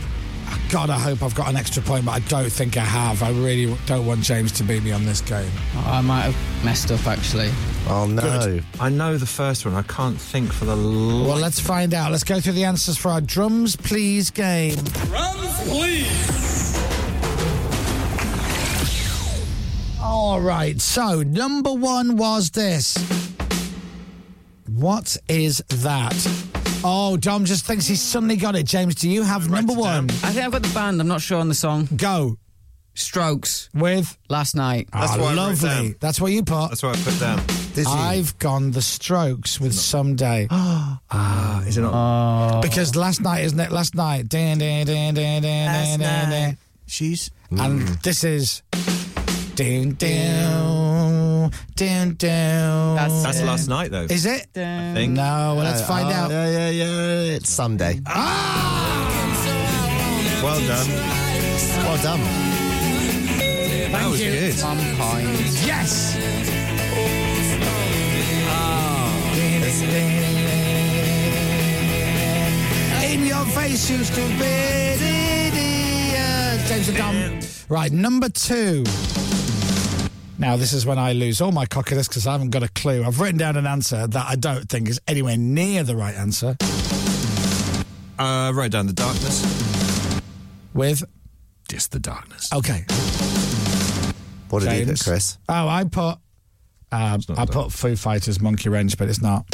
S5: God, I hope I've got an extra point, but I don't think I have. I really don't want James to beat me on this game.
S9: I might have messed up actually.
S21: Oh no!
S8: I know the first one. I can't think for the. L-
S5: Well, let's find out. Let's go through the answers for our drums, please game.
S18: Drums, please.
S5: All right, so number one was this. What is that? Oh, Dom just thinks he's suddenly got it. James, do you have number one?
S9: I think I've got the band. I'm not sure on the song.
S5: Go.
S9: Strokes
S5: with
S9: last night.
S5: Ah, lovely. That's what you put.
S8: That's what I put down.
S5: I've gone the strokes with someday.
S8: Ah, is it not?
S5: because last night, isn't it? Last night. Dun, dun, dun, dun, dun, dun,
S18: Last
S5: dun, dun.
S8: She's.
S5: And
S8: Mm.
S5: this is. Down, down, down, down.
S8: That's- That's last night, though.
S5: Is it?
S8: I think.
S5: No, well, let's find out.
S21: Uh,
S5: Ah,
S21: Yeah, yeah, yeah. It's someday.
S8: Well done.
S21: Well done.
S18: That was good.
S5: Yes. Ah. In your face, you stupid idiot. uh, James and Dom. Right, number two. Now, this is when I lose all my cockiness because I haven't got a clue. I've written down an answer that I don't think is anywhere near the right answer.
S8: Uh, right down the darkness.
S5: With?
S8: Just the darkness.
S5: Okay.
S21: What did you do,
S5: James.
S21: Chris?
S5: Oh, I put. Uh, I put Foo Fighters Monkey Wrench, but it's not.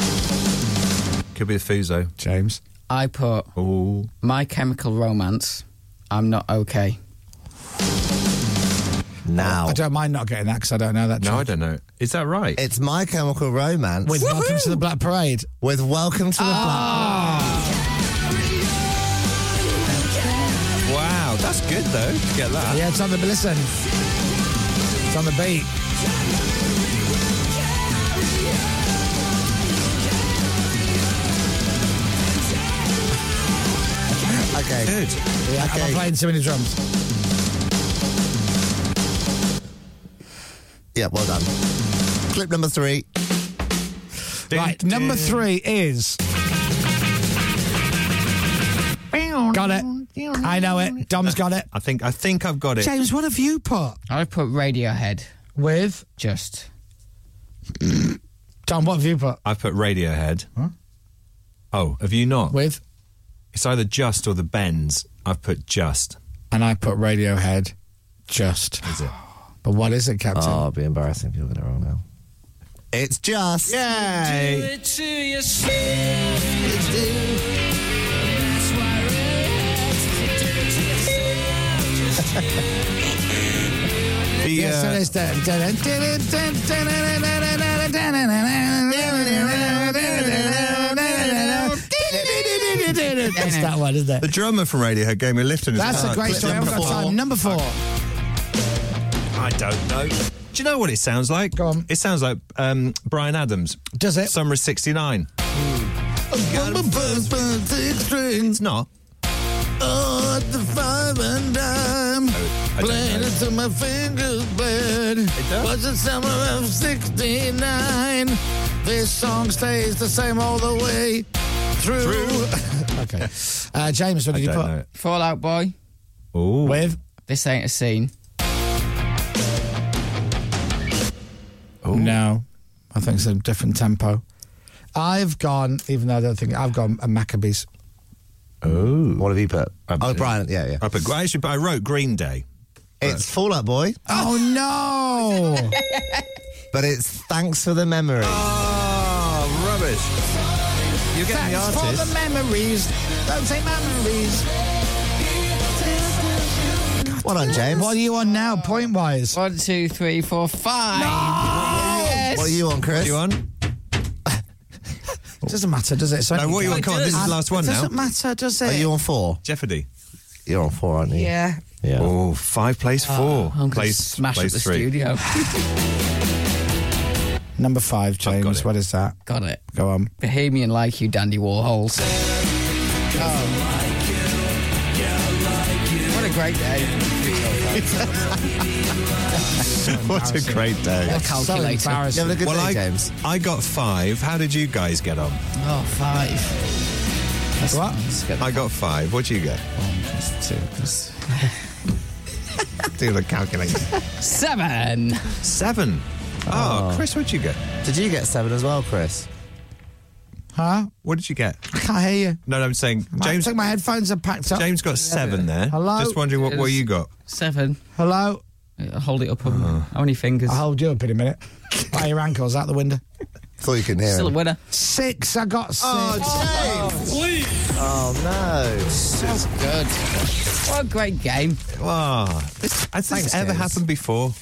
S8: Could be the Fuso.
S5: James.
S9: I put My Chemical Romance. I'm not okay.
S21: Now.
S5: I don't mind not getting that because I don't know that.
S8: I don't know. Is that right?
S21: It's My Chemical Romance.
S5: With Welcome to the Black Parade. Ah.
S21: With Welcome to the
S8: Wow, that's good though. to Get that.
S5: Yeah, it's on the but listen. It's on the beat.
S21: Black. Okay.
S8: Good.
S5: Yeah, am I playing too many drums?
S21: Yeah, well done. Clip number three.
S5: right, number three is. Got it. I know it. Dom's got it.
S8: Uh, I think I think I've got it.
S5: James, what have you put?
S9: I put Radiohead.
S5: With?
S9: Just.
S5: Dom, what have you put?
S8: I've put Radiohead. Oh, have you not?
S5: With?
S8: It's either Just or the Bends. I've put Just.
S5: And I put Radiohead just. Is
S8: it?
S5: But what is it, Captain?
S21: Oh, it'd be embarrassing if you got it wrong now. It's just.
S18: Do
S21: Yay!
S18: it to yourself. That's why it's- do it to yourself. Just do it.
S8: The,
S5: Yes,
S18: uh,
S5: it is. Dun, dun, dun, dun, dun, dun, dun, dun, dun, dun, dun, dun, dun, dun, dun, dun, dun, dun, dun, dun. That's that one, isn't it?
S8: The drummer from Radiohead gave me a lift in his
S5: That's
S8: car.
S5: a great story. I've got time. Number four.
S8: I don't know. Do you know what it sounds like? Go on. It sounds like um, Brian Adams.
S5: Does it?
S8: Summer of 69.
S5: It's
S8: not.
S5: Oh, the five and dime.
S8: I don't
S5: Playing
S8: know.
S5: it till my fingers bled. Was the summer of 69. This song stays the same all the way through. okay. Uh, James, what did you put?
S9: Fallout Boy.
S8: Ooh.
S5: With?
S9: This ain't a scene.
S5: No. I think it's a different tempo. I've gone, even though I don't think I've gone a Maccabees.
S8: Oh.
S21: What have you put? Oh, Brian. Yeah, yeah.
S8: I, put, I, actually, I wrote Green Day.
S21: It's Fall Out Boy,
S5: Oh no!
S21: but it's Thanks for the Memory.
S8: Oh, rubbish. You're getting
S5: Thanks
S8: the
S5: for
S8: artist.
S5: the memories. Don't say memories.
S21: What on, James?
S5: What are you on now, point wise?
S9: One, two, three, four, five.
S21: What are you on, Chris?
S8: You on?
S5: It doesn't matter, does it? So
S8: No, what are you on? Come on, this is the last one
S5: it
S8: now.
S5: doesn't matter, does it?
S21: Are you on four?
S8: Jeopardy.
S21: You're on four, aren't you?
S5: Yeah.
S21: Yeah.
S8: Oh, five plays four.
S9: Ah, I'm gonna
S8: plays
S9: smash
S8: plays
S9: up the
S8: three.
S9: studio.
S5: Number five, James. What is that?
S9: Got it.
S5: Go on.
S9: Bohemian like you, Dandy Warhols.
S5: Oh.
S9: What a great day.
S8: what a great day.
S9: What a So calculator. embarrassing. You have a good
S8: well,
S9: day,
S8: I,
S9: James.
S8: I got five. How did you guys get on?
S9: Oh, five.
S8: what? I got five. What do you get? Do the calculator.
S9: Seven.
S8: Seven. Oh, Chris, what'd you get?
S21: Did you get seven as well, Chris?
S5: Huh?
S8: What did you get?
S5: I can't hear you.
S8: No, no, I'm saying
S5: James,
S8: James.
S5: I think my headphones are packed up.
S8: James got seven there.
S5: Hello?
S8: Just wondering what, what you got. Uh.
S9: Seven. Uh,
S5: Hello?
S9: hold it up. How many fingers?
S5: I'll hold you up in a minute. By your ankles out the window.
S21: Thought you couldn't hear
S9: Still a
S21: him.
S9: winner.
S5: Six. I got six.
S21: Oh,
S5: James.
S21: Oh, no.
S9: That's
S12: Oh,
S9: good. What a great game.
S8: Wow. This, ah, has
S9: Thanks,
S8: this ever
S9: James.
S8: happened before?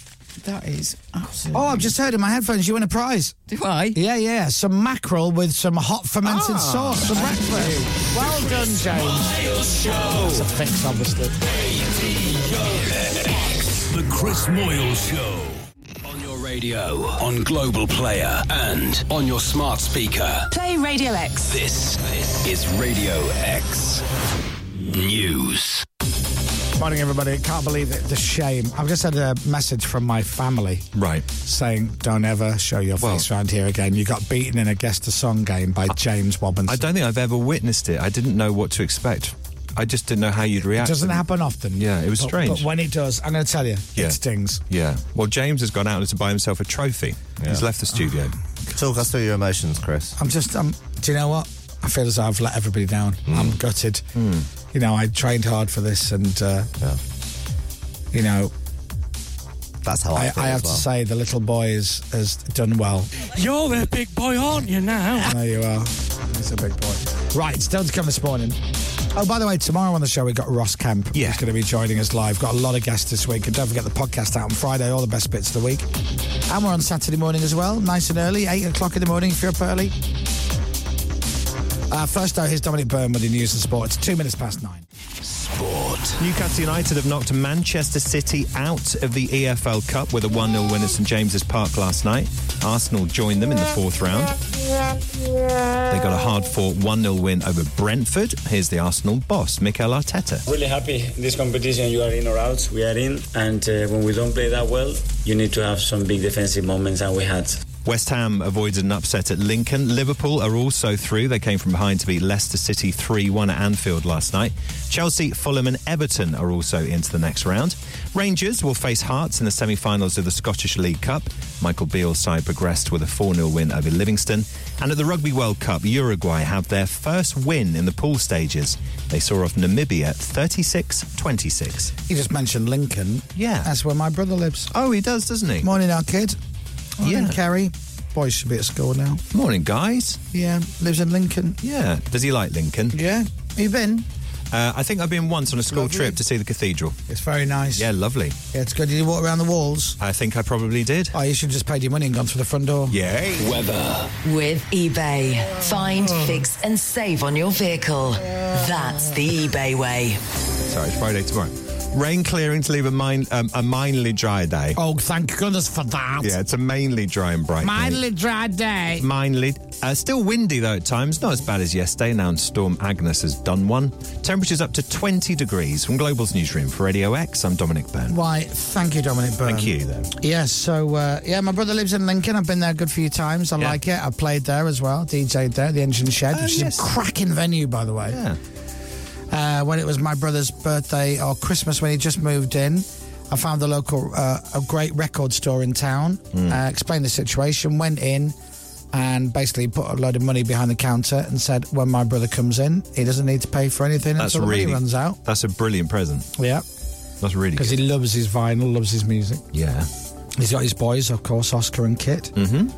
S9: That is absolutely.
S5: Oh, I've just heard in my headphones you win a prize.
S9: Do I?
S5: Yeah, yeah. Some mackerel with some hot fermented
S26: Ah.
S5: sauce for breakfast. Well done, James. That's a fix, obviously.
S10: The Chris Moyle Show. On your radio, on Global Player, and on your smart speaker.
S27: Play Radio X.
S10: This is Radio X News.
S5: Morning, everybody. I can't believe it. The shame. I've just had a message from my family.
S8: Right.
S5: Saying, don't ever show your face around here again. You got beaten in a guest a song game by James Robinson.
S8: I don't think I've ever witnessed it. I didn't know what to expect. I just didn't know how you'd react.
S5: it doesn't happen often.
S8: Yeah, it was
S5: But-
S8: strange.
S5: But when it does, I'm going to tell you,
S8: Yeah.
S5: it stings.
S8: Yeah. Well, James has gone out to buy himself a trophy. He's left the studio.
S21: Talk us through your emotions, Chris.
S5: I'm just, I'm, do you know what? I feel as though I've let everybody down.
S21: Hmm.
S5: I'm gutted. You know, I trained hard for this and, uh, you know,
S21: that's how
S5: I,
S21: I feel
S5: have
S21: as well.
S5: to say the little boy is, has done well.
S28: You're a big boy, aren't you now?
S5: there you are. That's a big point. Right, still to come this morning. Oh, by the way, tomorrow on the show we've got Ross Kemp. Yeah. He's going to be joining us live. Got a lot of guests this week. And don't forget the podcast out on Friday, all the best bits of the week. And we're on Saturday morning as well, nice and early, 8 o'clock in the morning if you're up early. Uh, first, though, here's Dominic Byrne with the news and sport. It's two minutes past nine.
S8: Newcastle United have knocked Manchester City out of the EFL Cup with a 1 0 win at St James's Park last night. Arsenal joined them in the fourth round. They got a hard fought 1 0 win over Brentford. Here's the Arsenal boss, Mikel Arteta.
S18: Really happy in this competition. You are in or out. We are in, and uh, when we don't play that well, you need to have some big defensive moments, and we had.
S8: West Ham avoided an upset at Lincoln. Liverpool are also through. They came from behind to beat Leicester City 3 1 at Anfield last night. Chelsea, Fulham, and Everton are also into the next round. Rangers will face Hearts in the semi finals of the Scottish League Cup. Michael Beale's side progressed with a 4 0 win over Livingston. And at the Rugby World Cup, Uruguay have their first win in the pool stages. They saw off Namibia 36 26.
S5: You just mentioned Lincoln.
S8: Yeah.
S5: That's where my brother lives.
S8: Oh, he does, doesn't he?
S5: Morning, our kid. Morning,
S8: Yeah.
S5: Kerry. Boys should be at school now.
S8: Morning, guys.
S5: Yeah, lives in Lincoln.
S8: Yeah. Does he like Lincoln?
S5: Yeah. You been?
S8: Uh, I think I've been once on a school trip to see the cathedral.
S5: It's very nice.
S8: Yeah, lovely.
S5: Yeah, it's good. Did you walk around the walls?
S8: I think I probably did.
S5: Oh, you should have just paid your money and gone through the front door.
S8: Yay. Weather.
S2: With eBay. Find, fix, and save on your vehicle. That's the eBay way.
S8: Sorry, it's Friday tomorrow. Rain clearing to leave a, min- um, a mainly dry day.
S5: Oh, thank goodness for that.
S8: Yeah, it's a mainly dry and bright. day.
S5: Mildly dry day.
S8: Mainly. Uh, still windy though at times, not as bad as yesterday. Now Storm Agnes has done one. Temperatures up to 20 degrees. From Global's newsroom for Radio X, I'm Dominic Byrne.
S5: Why, thank you, Dominic Byrne.
S8: Thank you, though.
S5: Yeah, so, uh, yeah, my brother lives in Lincoln. I've been there a good few times. I like it. I played there as well, DJ'd there at the Engine Shed,
S26: Oh,
S5: which is
S26: yes.
S5: a cracking venue, by the way.
S8: Yeah.
S5: Uh, when it was my brother's birthday or Christmas when he just moved in, I found the local, uh, a great record store in town,
S8: Mm.
S5: uh, explained the situation, went in. And basically put a load of money behind the counter and said, when my brother comes in, he doesn't need to pay for anything
S8: That's
S5: until the
S8: really-
S5: money runs out.
S8: That's a brilliant present.
S5: Yeah.
S8: That's really
S5: Because
S8: good.
S5: he loves his vinyl, loves his music.
S8: Yeah.
S5: He's got his boys, of course, Oscar and Kit.
S8: Mm-hmm.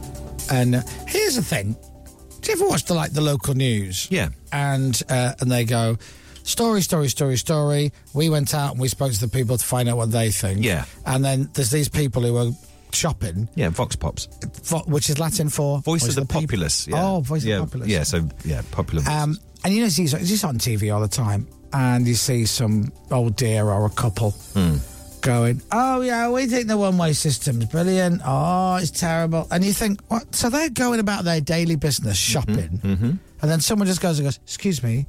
S5: And uh, here's the thing: Do you ever watch the like the local news?
S8: Yeah.
S5: And uh, and they go, story, story, story, story. We went out and we spoke to the people to find out what they think.
S8: Yeah.
S5: And then there's these people who are shopping,
S8: Yeah, Vox Pops.
S5: vo- which is Latin for
S8: Voice, of the, Populace. Yeah.
S5: Oh, voice of the
S8: yeah,
S5: populace.
S8: Yeah, so, yeah, popular.
S5: Um, and you know, he's just on TV all the time, and you see some old dear or a couple
S18: Hmm.
S5: going, "Oh yeah, we think the one-way system's brilliant. Oh, it's terrible." And you think, "What?" So they're going about their daily business, shopping,
S26: Mm-hmm.
S5: and then someone just goes and goes, "Excuse me,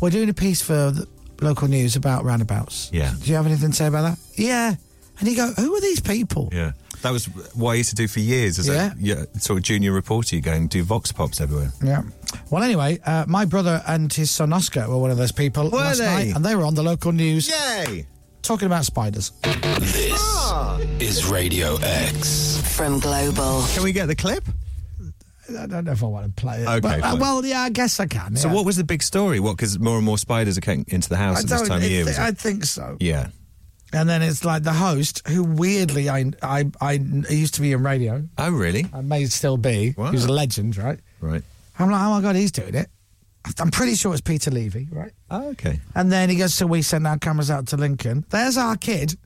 S5: we're doing a piece for the, local news about roundabouts.
S8: Yeah.
S5: Do you have anything to say about that? Yeah. And you go, who are these people?
S8: Yeah. That was what I used to do for years as
S5: Yeah.
S8: a yeah, sort of junior reporter. You go and do vox pops everywhere.
S5: Yeah. Well, anyway, uh, my brother and his son Oscar were one of those people
S8: Were
S5: last
S8: they?
S5: night, and they were on the local news.
S8: Yay!
S5: Talking about spiders.
S10: This is Radio X.
S29: From Global.
S8: Can we get the clip?
S5: I don't know if I want to play it.
S8: Okay,
S5: But, uh,
S8: fine.
S5: well, yeah, I guess I can.
S8: So
S5: yeah.
S8: what was the big story? What? Because more and more spiders are coming into the house
S5: I
S8: at this
S5: don't-
S8: time of
S5: it-
S8: year. Was
S5: I
S8: it?
S5: think so.
S8: Yeah.
S5: And then it's like the host, who weirdly I I I I used to be in radio.
S8: Oh, really?
S5: I may still be.
S8: Wow.
S5: He was a legend, right?
S8: Right.
S5: I'm like, oh my god, he's doing it. I'm pretty sure it's Peter Levy, right?
S8: Oh, okay.
S5: And then he goes, so we send our cameras out to Lincoln. There's our kid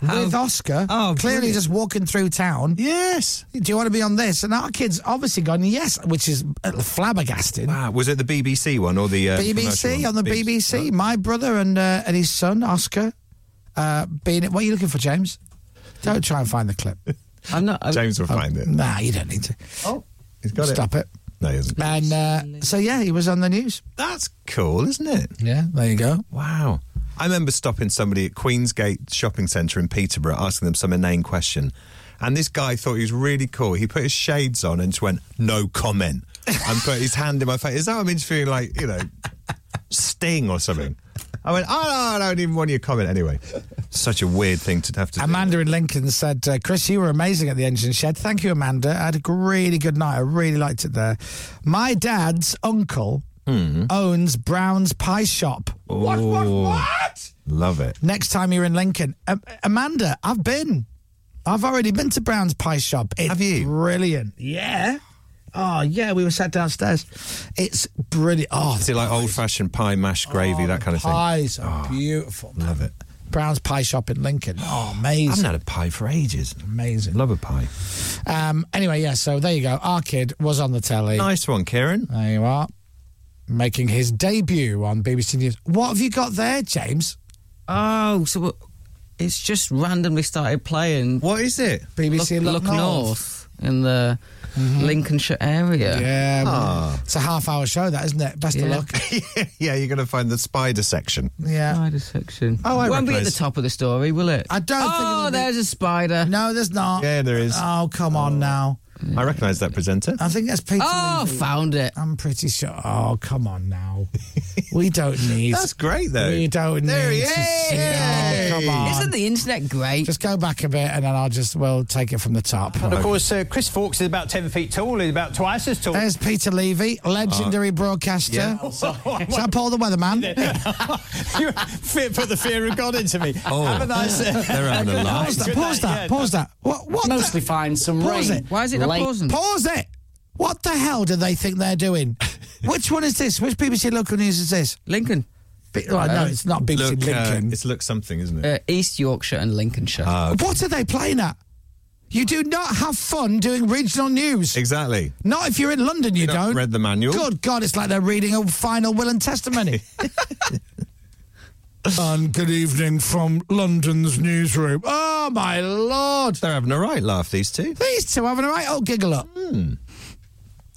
S5: with Oscar,
S30: Oh,
S5: clearly
S30: brilliant.
S5: just walking through town.
S8: Yes.
S5: Do you want to be on this? And our kid's obviously gone, yes, which is uh, flabbergasted.
S8: Wow. Was it the BBC one or the uh, commercial
S5: BBC
S8: one?
S5: on the
S8: Big-
S5: BBC. My brother and uh, and his son Oscar uh, being. What are you looking for, James? Don't try and find the clip.
S9: I'm not.
S8: James will find it.
S5: Nah, Oh, you don't need to. Oh,
S8: He's got it.
S5: stop it.
S8: No, he hasn't.
S5: And uh, so yeah, he was on the news.
S8: That's cool, isn't it?
S5: Yeah, there you go.
S8: Wow. I remember stopping somebody at Queensgate Shopping Centre in Peterborough, asking them some inane question. And this guy thought he was really cool. He put his shades on and just went, no comment. And put his hand in my face. Is that I'm interviewing, like, you know, Sting or something? I went, oh, no, I don't even want your comment anyway. Such a weird thing to have to do.
S5: Amanda in Lincoln said, uh, Chris, you were amazing at the engine shed. Thank you, Amanda. I had a g- really good night. I really liked it there. My dad's uncle
S8: Hmm.
S5: owns Brown's Pie Shop. What, what,
S8: Oh.
S5: what?
S8: Love it.
S5: Next time you're in Lincoln, um, Amanda, I've been. I've already been to Brown's Pie Shop. It's Have you? Brilliant. Yeah. Oh, yeah. We were sat downstairs. It's brilliant. Oh,
S8: Is it like old fashioned pie, mashed gravy, that kind of
S5: pies are beautiful.
S8: thing? Love it.
S5: Brown's Pie Shop in Lincoln. Oh,
S8: I
S5: amazing.
S8: haven't had a pie for ages.
S5: Amazing.
S8: Love a pie.
S5: Um, anyway, yeah, so there you go. Our kid was on the telly.
S8: Nice one, Kieran.
S5: There you are. Making his debut on BBC News. What have you got there, James?
S9: Oh, so what- it's just randomly started playing.
S8: What is it?
S5: BBC
S9: Look,
S5: Look
S9: Look North. in the Lincolnshire area.
S5: Mm-hmm. Yeah. well,
S8: Ah.
S5: It's a half hour show, that, isn't it? Best of
S9: Yeah.
S5: luck.
S8: yeah, you're going to find the spider section.
S5: Yeah.
S9: Spider section.
S5: Oh, I
S9: won't be at the
S8: recognise-
S9: top of the story, will it?
S5: I don't think.
S9: Oh,
S5: it'll be-
S9: there's a spider.
S5: No, there's not.
S8: Yeah, there is.
S5: Oh, come on now.
S8: I recognise that presenter.
S5: I think that's Peter.
S9: Oh,
S5: Levy.
S9: found it.
S5: I'm pretty sure. Oh, come on now. we don't need.
S8: That's great, though.
S5: We don't
S8: There
S5: need
S8: he
S5: to
S8: is.
S5: see. Oh, come on.
S9: Isn't the internet great?
S5: Just go back a bit, and then I'll just we'll take it from the top.
S18: And of course, uh, Chris Fawkes is about 10 feet tall. He's about twice as tall. Oh.
S5: There's Peter Levy, legendary broadcaster.
S18: Yeah.
S5: Is that Paul the Weatherman?
S18: you fear, put the fear of God into me.
S8: Oh,
S18: Have a nice uh,
S8: they're having a
S5: pause
S8: laugh.
S5: that. Pause that.
S18: Yeah.
S5: Pause that. What? What?
S18: Mostly fine, some
S5: the, pause
S18: rain.
S5: it.
S9: Why is it not
S18: Late.
S9: pausing?
S5: Pause it. What the hell do they think they're doing? Which one is this? Which BBC local news is this?
S9: Lincoln.
S5: Bi- oh, no, it's not BBC
S8: Look, uh,
S5: Lincoln.
S8: it's look something, isn't it? Ah,
S9: Uh, East Yorkshire and Lincolnshire.
S5: what are they playing at? You do not have fun doing regional news.
S8: exactly.
S5: Not if you're in London, you,
S8: not
S5: don't.
S8: read the manual.
S5: Good God, it's like they're reading a final will and testimony. and good evening from London's newsroom. Oh, my Lord.
S8: They're having a right laugh, these two.
S5: These two having a right old giggle up.
S8: hmm.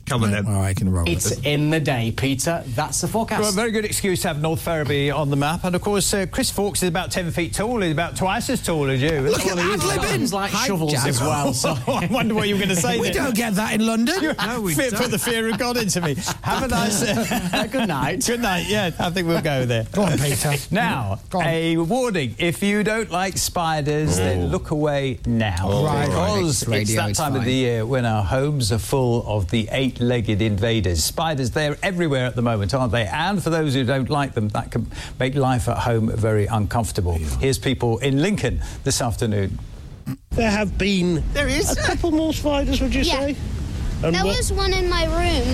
S8: Come on, then.
S5: All right, I can roll with
S18: It's
S5: it.
S18: in the day, Peter. That's the forecast. Well, a very good excuse to have North Ferriby on the map. And of course, uh, Chris Fawkes is about 10 feet tall. He's about twice as tall as you.
S5: Look at
S18: Well, he's
S5: ad-libbing.
S18: got hands like
S5: Hi,
S18: shovels
S5: Jack.
S18: as well. So I wonder what you were going to say
S5: We
S18: then.
S5: don't get that in London.
S8: No, we
S18: Fear-
S8: don't.
S18: Put the fear of God into me. Have a nice uh,
S9: Good night.
S18: Good night. Yeah, I think we'll go there.
S5: Go on, Peter.
S18: Now,
S5: Go on.
S18: a warning. If you don't like spiders, then look away now.
S8: Oh,
S5: Right.
S18: Because
S9: Oh, Right.
S18: it's
S9: Radio
S18: that
S9: is
S18: time of
S9: fine.
S18: the year when our homes are full of the eight legged invaders. Spiders, they're everywhere at the moment, aren't they? And for those who don't like them, that can make life at home very uncomfortable. Here's people in Lincoln this afternoon.
S1: There have been
S8: There he is.
S1: a couple more spiders, would you
S31: Yeah.
S1: say? And
S31: There
S1: what,
S31: was one in my room.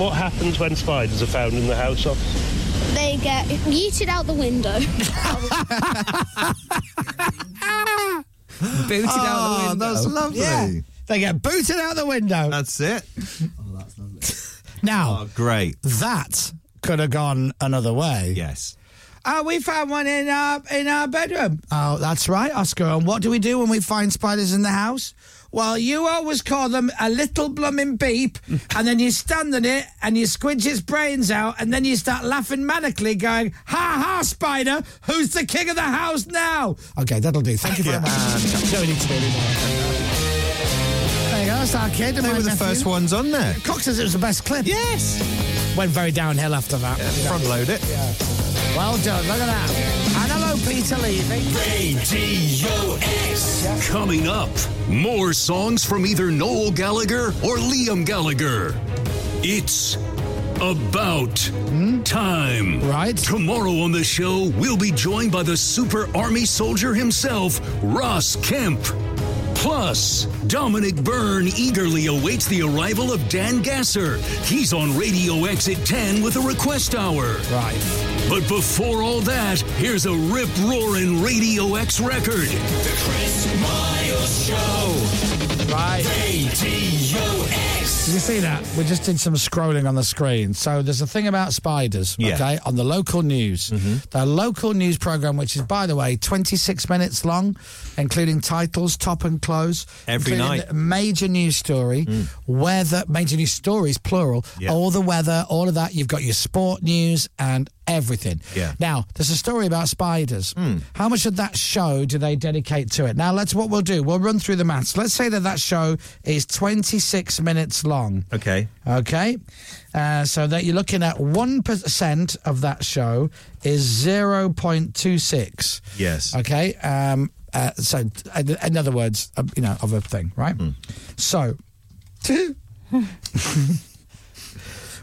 S1: what happens when spiders are found in the house? Or,
S31: They get yeeted out the window.
S9: Booted out the
S8: Oh,
S9: window.
S8: that's lovely.
S5: Yeah. Ah, They get booted out the window.
S8: That's it.
S5: now,
S8: Oh, great.
S5: that could have gone another way.
S8: Yes.
S5: Oh, we found one in our in our bedroom. Oh, that's right, Oscar. And what do we do when we find spiders in the house? Well, you always call them a little blooming beep, and then you stand on it and you squidge its brains out, and then you start laughing manically, going, "Ha ha, spider! Who's the king of the house now?" Okay, that'll do. Thank you very much. Don't need to do There you go. That's our kid.
S8: They were the first ones on there.
S5: Cox says it was the best clip. Yes. Went very downhill after that.
S8: Front load it.
S5: Well done. Look at that. And hello, Peter Levy.
S1: Radio X. Coming up, more songs from either Noel Gallagher or Liam Gallagher. It's about time. Hmm? Right. Tomorrow on the show, we'll be joined by the Super Army soldier himself, Ross Kemp. Plus, Dominic Byrne eagerly awaits the arrival of Dan Gasser. He's on Radio X at 10 with a request hour. Right. But before all that, here's a rip roaring Radio X record.
S18: Chris Miles Show.
S5: Right.
S18: Radio X.
S5: Did you see that? We just did some scrolling on the screen. So there's a thing about spiders,
S18: Yeah.
S5: okay, on the local news.
S8: Mm-hmm.
S5: The local news program, which is, by the way, 26 minutes long, including titles, top and close.
S8: Every
S5: including
S8: night. Mm.
S5: the Major news story, weather, major news stories, plural, all the weather, all of that. You've got your sport news and everything.
S18: Yeah.
S5: Now, there's a story about spiders. How much of that show do they dedicate to it? Now, let's what we'll do. We'll run through the maths. Let's say that that show is 26 minutes long.
S8: Okay.
S5: Okay, uh, so that you're looking at one percent of that show is zero point two six.
S8: Yes.
S5: Okay. Um, uh, so, uh, in other words, uh, you know, of a thing, right? So,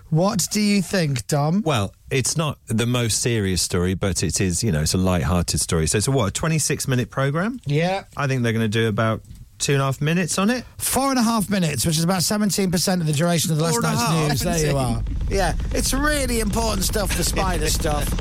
S5: what do you think, Dom?
S8: Well, it's not the most serious story, but it is, you know, it's a light-hearted story. So it's a what, a 26-minute program?
S5: Yeah.
S8: I think they're going to do about two and a half minutes on it.
S5: Four and a half minutes, which is about 17% of the duration of the last
S8: Four and a half,
S5: night's news. There you are. Yeah, it's really important stuff, the spider stuff.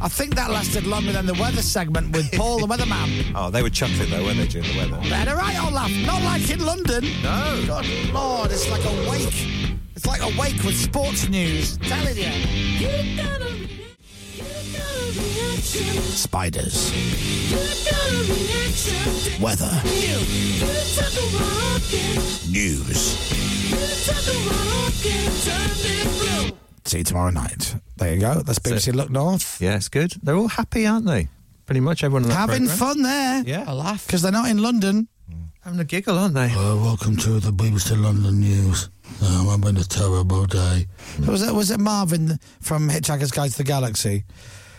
S5: I think that lasted longer than the weather segment with Paul the Weatherman.
S8: Oh, they would chuck it though, weren't they, during the weather?
S5: Better right or laugh. Not like in London. No. God Lord, it's like a wake. It's like a wake with sports news. Telling you. Spiders. Weather. News. See you tomorrow night. There you go. That's BBC Look North.
S8: Yeah, it's good. They're all happy, aren't they? Pretty much everyone on that
S5: Having
S8: programme.
S5: fun there.
S8: Yeah.
S5: A laugh. Because they're not in London.
S8: Having a giggle, aren't they?
S5: Uh,
S32: welcome to the BBC London News. Um,
S5: Oh,
S32: I'm having a terrible day.
S5: Was it, was it Marvin from Hitchhiker's Guide to the Galaxy?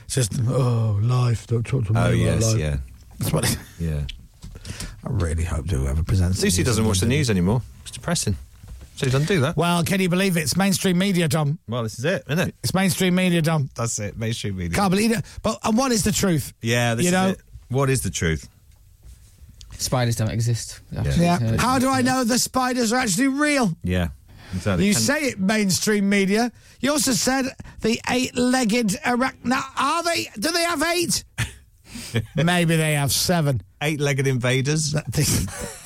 S5: Just, oh, life. Don't talk to me
S8: Oh,
S5: about
S8: yes,
S5: life.
S8: yeah.
S5: That's what
S8: Yeah.
S5: I really hope to whoever presents
S8: Lucy doesn't watch the news anymore. It's depressing. So she doesn't do that.
S5: Well, can you believe it? It's mainstream media, Dom.
S8: Well, this is it, isn't it?
S5: It's mainstream media, Dom.
S8: That's it, mainstream media.
S5: Can't believe it. But and what is the truth?
S8: Yeah, this
S5: You
S8: is
S5: know-
S8: it. What is the truth?
S9: Spiders don't exist.
S5: Yeah. How do I know the spiders are actually real?
S8: Yeah. Exactly.
S5: You
S8: Can-
S5: say it, mainstream media. You also said the eight-legged arachna. Are they? Do they have eight? Maybe they have seven.
S8: Eight-legged invaders.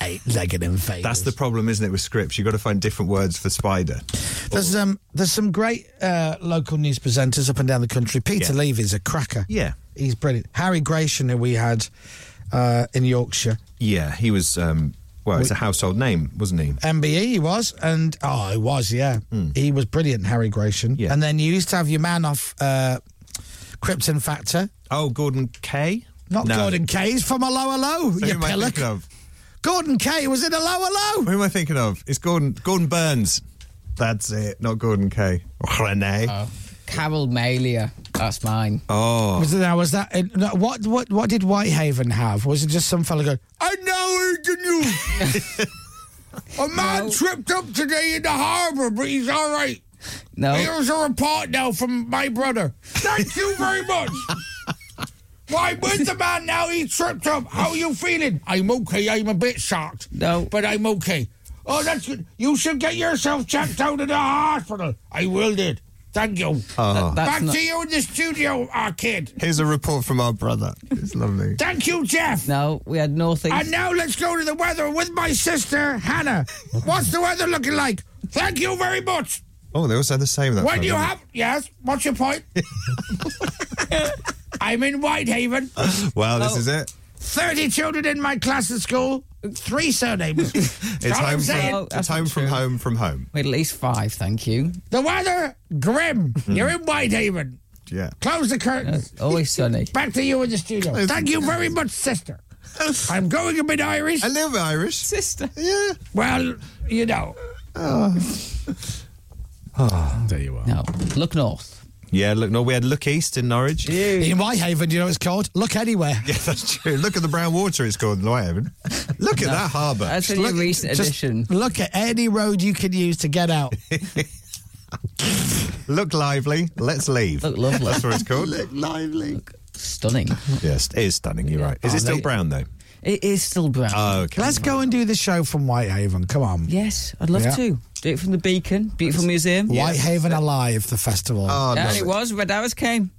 S5: Eight-legged invaders.
S8: That's the problem, isn't it, with scripts? You've got to find different words for spider.
S5: There's um, there's some great uh, local news presenters up and down the country. Peter
S8: Yeah.
S5: Levy's a cracker.
S8: Yeah.
S5: he's brilliant. Harry Gratian, who we had uh, in Yorkshire,
S8: Yeah, he was. Um, well, it's a household name, wasn't he?
S5: MBE E, he was, and oh, he was, yeah,
S8: Hmm.
S5: he was brilliant, Harry Gratian. Yeah. And then you used to have your man off uh, Krypton Factor.
S8: Oh, Gordon Kay.
S5: Not
S8: No.
S5: Gordon Kay. He's from a lower low.
S8: So
S5: you
S8: who am I
S5: pillock.
S8: thinking of?
S5: Gordon Kay was in a lower low.
S8: Who am I thinking of? It's Gordon Gordon Burns. That's it. Not Gordon Kay. Rene. Oh.
S9: Carol Malia. That's mine.
S5: Was it, now was that in, no, what what what did Whitehaven have? Was it just some fella going? I know it's the news. A
S8: Oh.
S5: man tripped up today in the harbour, but he's all right.
S9: No.
S5: Here's a report now from my brother. Thank you very much. Why, with the man now? He tripped up. How you feeling? I'm okay. I'm a bit shocked. No. But I'm okay. Oh, that's good. You should get yourself checked out at the hospital. I will, did. Thank you.
S9: Uh-huh.
S8: Oh. That- that's
S5: Back
S8: not-
S5: to you in the studio, our kid.
S8: Here's a report from our brother. It's lovely.
S5: Thank you, Jeff.
S9: No, we had nothing.
S5: And now let's go to the weather with my sister, Hannah. What's the weather looking like? Thank you very much.
S8: Oh, they also had the same. That
S5: when
S8: time,
S5: you
S8: didn't
S5: have. Yes, what's your point? I'm in Whitehaven.
S8: they? Well, this is it.
S9: Oh.
S5: 30 children in my class at school. three surnames.
S12: It's home,
S9: Oh,
S12: from, it's home from home from home.
S9: At least five, thank you.
S5: The weather grim.
S12: Hmm.
S5: You're in Whitehaven.
S12: Yeah.
S5: Close the curtains.
S9: Always sunny.
S5: Back to you in the studio. Thank you very much, sister. I'm going a bit Irish.
S12: A little Irish,
S9: sister.
S12: Yeah. Oh.
S5: Well, you know.
S9: Oh,
S12: There you are.
S9: No, look north.
S12: Yeah, look. No, we had look east in Norwich.
S5: In Whitehaven, you know what it's called? Look anywhere.
S12: Yeah, that's true. Look at the brown water it's called in Whitehaven. Look at that harbour.
S9: That's a
S12: Look-
S9: new recent
S12: just
S9: addition.
S5: Look at any road you can use to get out.
S12: Look lively. Let's leave. Look
S9: lovely.
S12: That's what it's called.
S21: lively.
S9: Stunning.
S12: yes, it is stunning. You're right. Is
S5: Oh,
S12: it still
S5: they-
S12: brown though?
S9: It is still brown.
S12: Oh, okay.
S5: Let's go and do the show from Whitehaven. Come on.
S9: Yes, I'd love
S5: Yeah.
S9: to. Do it from the Beacon, beautiful museum.
S5: Whitehaven Alive, the festival.
S12: Oh,
S9: and
S12: lovely.
S9: it was. Red Hours came.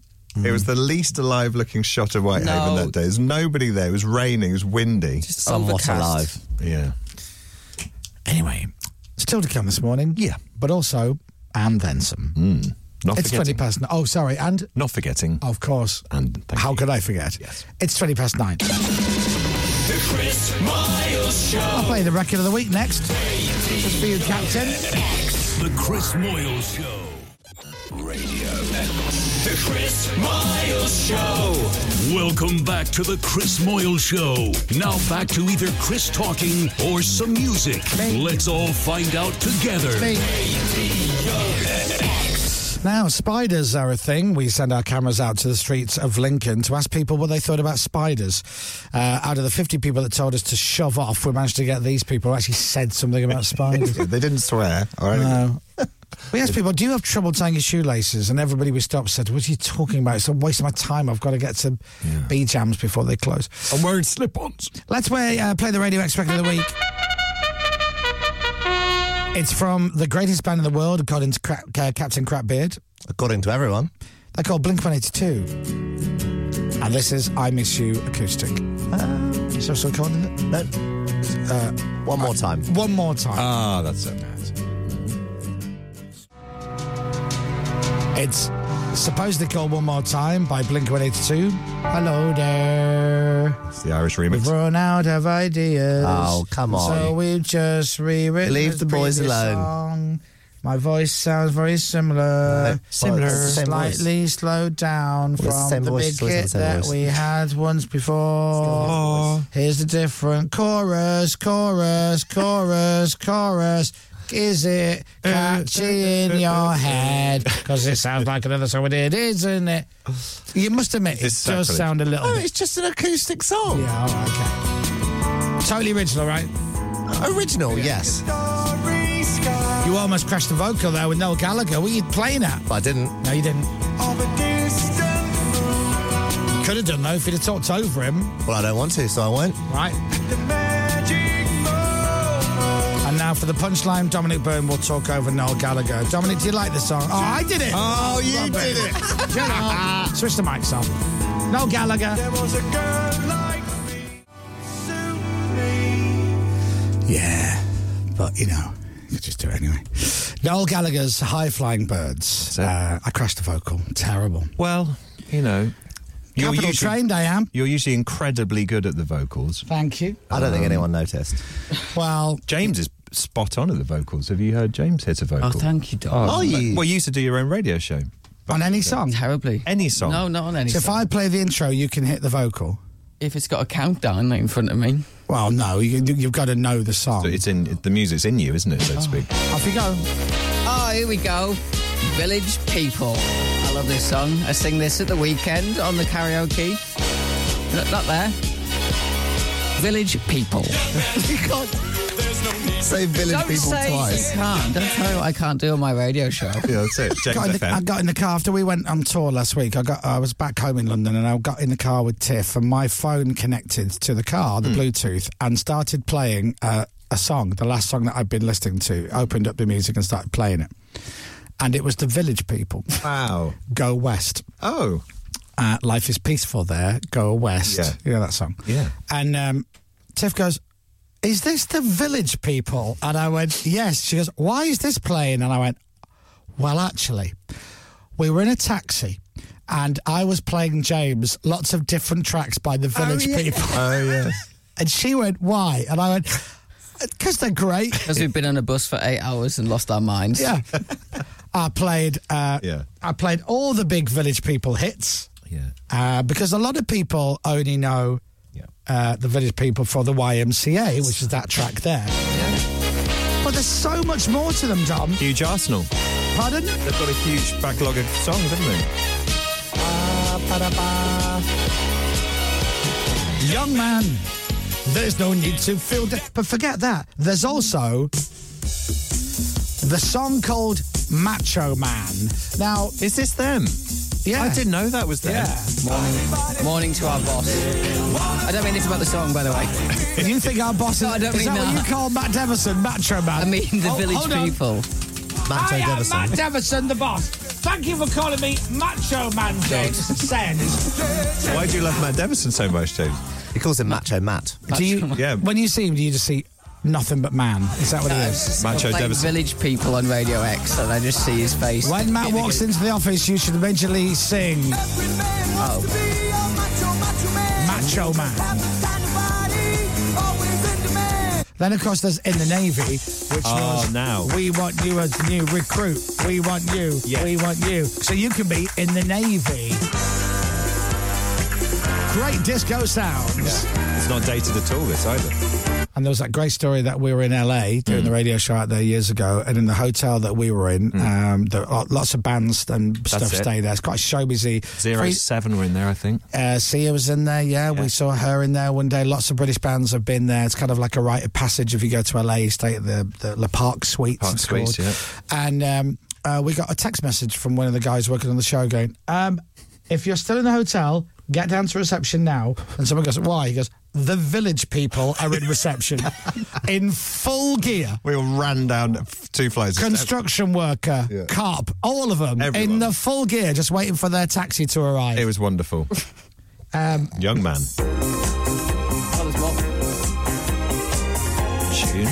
S12: It was the least alive looking shot of Whitehaven
S9: No. Oh,
S12: that day. There's nobody there. It was raining. It was windy.
S9: Somewhat overcast. alive.
S12: Yeah.
S5: Anyway, still to come this morning. Yeah. But also, and then some.
S12: Hmm. Not
S5: it's 20
S12: forgetting.
S5: past nine. Oh, sorry. And,
S12: Not forgetting.
S5: of course,
S12: And thank
S5: how
S12: you.
S5: could I forget?
S12: Yes.
S5: It's 20 past nine.
S10: The Chris Miles
S5: I'll
S10: Show.
S5: play the record of the week next. Just for you, Captain.
S10: The Chris Miles Show. Radio. The Chris Miles Show.
S1: Welcome back to the Chris Moyle Show. Now back to either Chris talking or some music. Let's all find out together.
S5: Now, spiders are a thing. We send our cameras out to the streets of Lincoln to ask people what they thought about spiders. Uh, out of the 50 people that told us to shove off, we managed to get these people who actually said something about spiders.
S12: they didn't swear or anything.
S5: No. We asked people, do you have trouble tying your shoelaces? And everybody we stopped said, what are you talking about? It's a waste of my time. I've got to get to bee jams before they close.
S12: I'm wearing slip ons.
S5: Let's play, uh, play the Radio X record of the week. It's from the greatest band in the world, according to Crap, uh, Captain Crapbeard.
S21: According to everyone.
S5: They're called Blink 182. And this is I Miss You acoustic. Uh, so, so come on, isn't
S21: Ah. No,
S5: it? Uh,
S21: one more time.
S5: one more time.
S12: Ah, that's so nice.
S5: it's supposedly called One More Time by Blink 182. Hello there.
S12: It's the Irish
S5: We've
S12: remix.
S5: run out of ideas.
S21: Oh, come on.
S5: So we've just rewritten.
S21: Leave
S5: this
S21: the boys
S5: previous
S21: alone.
S5: Song. My voice sounds very similar.
S21: No, Similar. well, it's the same
S5: Slightly slowed
S21: Well,
S5: down
S21: it's the
S5: from
S21: same
S5: the
S21: voice,
S5: big
S21: so it's not
S5: hit
S21: the same
S5: that
S21: voice.
S5: we had once
S21: voice.
S5: before. Here's the different chorus, chorus, chorus, chorus. Is it catchy in your head? Because it sounds like another song we did, isn't it? You must admit, it
S12: This is
S5: does
S12: sacrilege.
S5: sound a little bit.
S21: Oh, just an acoustic song.
S5: Yeah, all right, okay. Totally original, right?
S21: Original, yes. But
S5: You almost crashed the vocal there with Noel Gallagher. Were you playing that?
S21: I didn't.
S5: No, you didn't. Could have done though if you'd have talked over him,
S21: Well, I don't want to, so I won't.
S5: right? And now for the punchline, Dominic Byrne will talk over Noel Gallagher. Dominic, do you like the song? Oh, I did it.
S21: Oh, you did it.
S5: Shut up. Switch the mics off. Noel Gallagher. Yeah, but you know, you just do it anyway. Noel Gallagher's High Flying Birds.
S12: it?
S5: Uh, I crashed the vocal. Terrible.
S12: Well, you know. You're
S5: Capital
S12: usually,
S5: trained I am.
S12: you're usually incredibly good at the vocals.
S5: Thank you. Um,
S21: I don't think anyone noticed.
S5: Well,
S12: James is spot on at the vocals. Have you heard James hit a vocal?
S9: Oh, thank you, Dom.
S21: Are you?
S12: Well, you used to do your own radio show.
S5: on any song.
S9: Terribly.
S12: Any song.
S9: No, not on any
S5: So if
S9: song.
S5: I play the intro, you can hit the vocal.
S9: If it's got a countdown in front of me.
S5: Well, no, you, you've got to know the song.
S12: So it's in the music's in you, isn't it?
S5: Oh.
S12: So to speak.
S5: Off you go.
S9: Oh, here we go. Village People. I love this song. I sing this at the weekend on the karaoke. Not, not there. Village People.
S21: you can't say village
S9: Don't
S21: people
S9: say
S21: twice.
S9: you can't. Don't tell me what I can't do on my radio show.
S12: Yeah, that's it. James
S5: Got in the,
S12: FM.
S5: I got in the car after we went on tour last week. I got I was back home in London and I got in the car with Tiff and my phone connected to the car,
S12: Hmm.
S5: the Bluetooth, and started playing uh, a song, the last song that I'd been listening to. Opened up the music and started playing it, and it was the Village People.
S12: Wow.
S5: Go west.
S12: Oh.
S5: uh, Life is Peaceful there, Go West.
S12: Yeah.
S5: You know that song?
S12: Yeah.
S5: And um, Tiff goes, Is this the village people? And I went, Yes. She goes, Why is this playing? And I went, Well, actually, we were in a taxi and I was playing James lots of different tracks by the village people.
S12: Oh yes.
S5: And she went, why? And I went, because they're great.
S9: Because we've been on a bus for eight hours and lost our minds.
S5: Yeah. I played. Uh,
S9: Yeah.
S5: I played all the big Village People hits.
S12: Yeah.
S5: Uh, because a lot of people only know uh, the Village People for the YMCA, which is that track there. But there's so much more to them, Dom.
S12: Huge Arsenal.
S5: Pardon?
S12: They've got a huge backlog of songs, haven't they?
S5: Young man, there's no need to feel. De- but forget that. There's also the song called Macho Man. Now,
S12: is this them?
S5: Yeah,
S9: I didn't
S12: know Oh, that was them.
S9: Morning, morning to our boss. I don't mean this about the song, by the way.
S5: you think our boss is?
S9: I don't
S5: is
S9: mean
S5: that what
S9: that.
S5: you call Matt Deverson, Macho Man?
S9: I mean the
S5: Oh,
S9: village
S5: hold on.
S9: people.
S5: I am Matt Deverson, the boss. Thank you for calling me Macho Man, James. Sayers.
S12: Why do you love Matt Deverson so much, James?
S21: He calls him Macho Matt.
S5: Do you?
S12: Yeah.
S5: When you see him, do you just see nothing but man? Is that what it is?
S9: Macho Village people on Radio X, and I just see his face.
S5: When Matt walks into the office, you should eventually sing.
S9: Oh.
S5: Macho man. Then, of course, there's In the Navy, which
S12: Oh,
S5: was
S12: now.
S5: We want you as new recruit. We want you. We want you. So you can be in the Navy. Great disco sounds.
S12: It's not dated at all, this either.
S5: And there was that great story that we were in LA
S12: Mm.
S5: doing the radio show out there years ago, and in the hotel that we were in, um, there lo- lots of bands and stuff
S12: it.
S5: stay there. It's quite show busy.
S12: Zero seven were in there, I think.
S5: Uh, Sia was in there, yeah. We saw her in there one day. Lots of British bands have been there. It's kind of like a rite of passage if you go to LA, you stay at the, the Le Parc Suites.
S12: Park
S5: it's
S12: Suites,
S5: called. And um, uh, we got a text message from one of the guys working on the show going, um, if you're still in the hotel, get down to reception now. And someone goes, why? He goes, the village people are in reception in full gear.
S12: We all ran down f- two flights. of steps.
S5: Construction worker,
S12: Yeah.
S5: cop, all of them in
S12: Everyone.
S5: the full gear, just waiting for their taxi to arrive.
S12: It was wonderful.
S5: Um,
S12: Young man. Tune.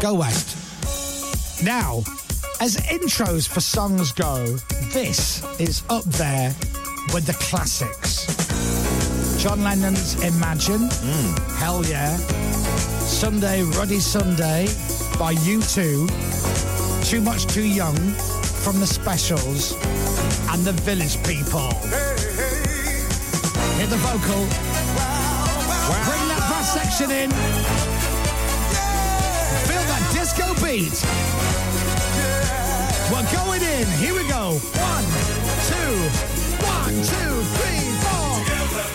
S5: Go West. Now, as intros for songs go, this is up there with the classics. John Lennon's Imagine, Hell Yeah, Sunday, Ruddy Sunday by U2, Too Much Too Young from the Specials, and The Village People. Hear the vocal. Bring that brass section in. Feel that disco beat. We're going in. Here we go. One, two, one, two, three, four. Together,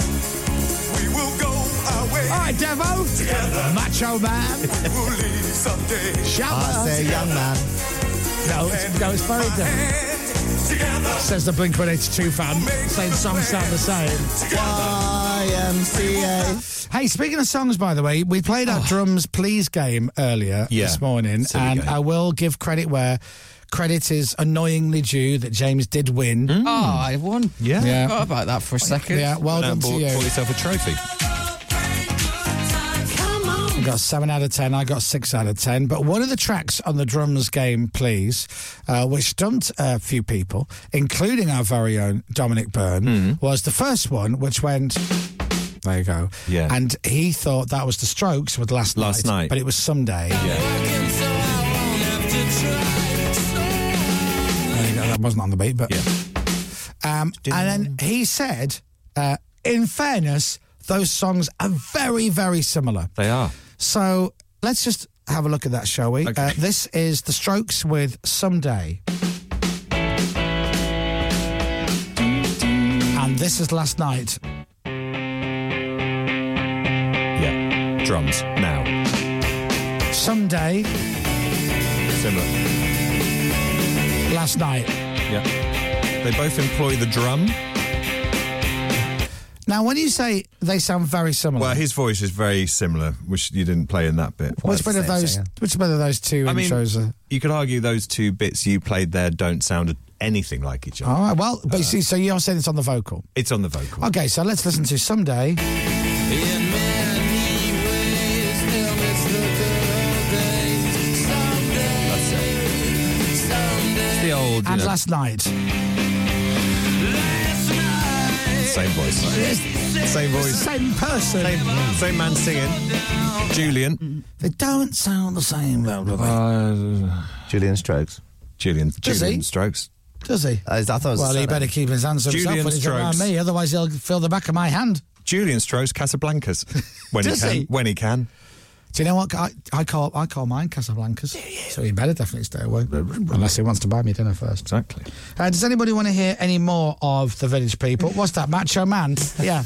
S5: we will go our way. All right, Devo. Together, Macho Man. we'll leave someday. Shout
S21: I
S5: out.
S21: say young man.
S5: No, it's, no, it's very different. Says the Blink 182 fan, saying songs sound the same. YMCA. Hey, speaking of songs, by the way, we played our drums please game earlier
S12: Yeah.
S5: this morning,
S12: Silly
S5: and
S12: game.
S5: I will give credit where credit is annoyingly due that James did win.
S9: Oh, I won.
S5: Yeah. Yeah.
S9: Forgot about that for a second.
S5: Yeah, well done to
S12: bought,
S5: you.
S12: bought yourself a trophy.
S5: I got seven out of ten. I got six out of ten. But one of the tracks on the drums game, please, uh, which stumped a few people, including our very own Dominic Byrne,
S12: Mm-hmm.
S5: was the first one, which went. There you go.
S12: Yeah.
S5: And he thought that was the Strokes with last night.
S12: Last Night.
S5: But it was someday. There you go. That wasn't on the beat, but. Um, and then he said, uh, in fairness, those songs are very, very similar.
S12: They are.
S5: So let's just have a look at that, shall we? Uh, this is The Strokes with Someday. And this is last night.
S12: Yeah. Drums now.
S5: Someday,
S12: Similar.
S5: last night.
S12: Yeah. They both employ the drum.
S5: Now, when you say they sound very similar,
S12: Well, his voice is very similar, which you didn't play in that bit.
S5: which one of those? Which one of those two
S12: I mean,
S5: intros are?
S12: you could argue those two bits you played there don't sound anything like each other.
S5: All right. Well,
S12: uh,
S5: but you see, so you're saying it's on the vocal.
S12: It's on the vocal.
S5: Okay, so let's listen to someday.
S12: That's it. It's the old. you
S5: and
S12: know,
S5: last night.
S12: same voice. Same voice.
S5: Same person.
S12: Same, same man singing. Julian.
S5: They don't sound the same, though, do they?
S21: Julian Strokes.
S12: Julian.
S5: Does he?
S12: Julian Strokes.
S5: Does he?
S21: Uh, I thought it was
S5: well,
S21: the
S5: he
S21: surname.
S5: better keep his hands to himself
S12: Julian
S5: when he's around
S12: Strokes.
S5: me, otherwise he'll fill the back of my hand.
S12: Julian Strokes Casablancas. When
S5: Does
S12: he can.
S5: he?
S12: When he can.
S5: Do you know what? I, I call I call mine Casablancas. So he better definitely stay away. Unless he wants to buy me dinner first.
S12: Exactly.
S5: Uh, does anybody want to hear any more of the Village People? What's that, Macho Man? Yeah.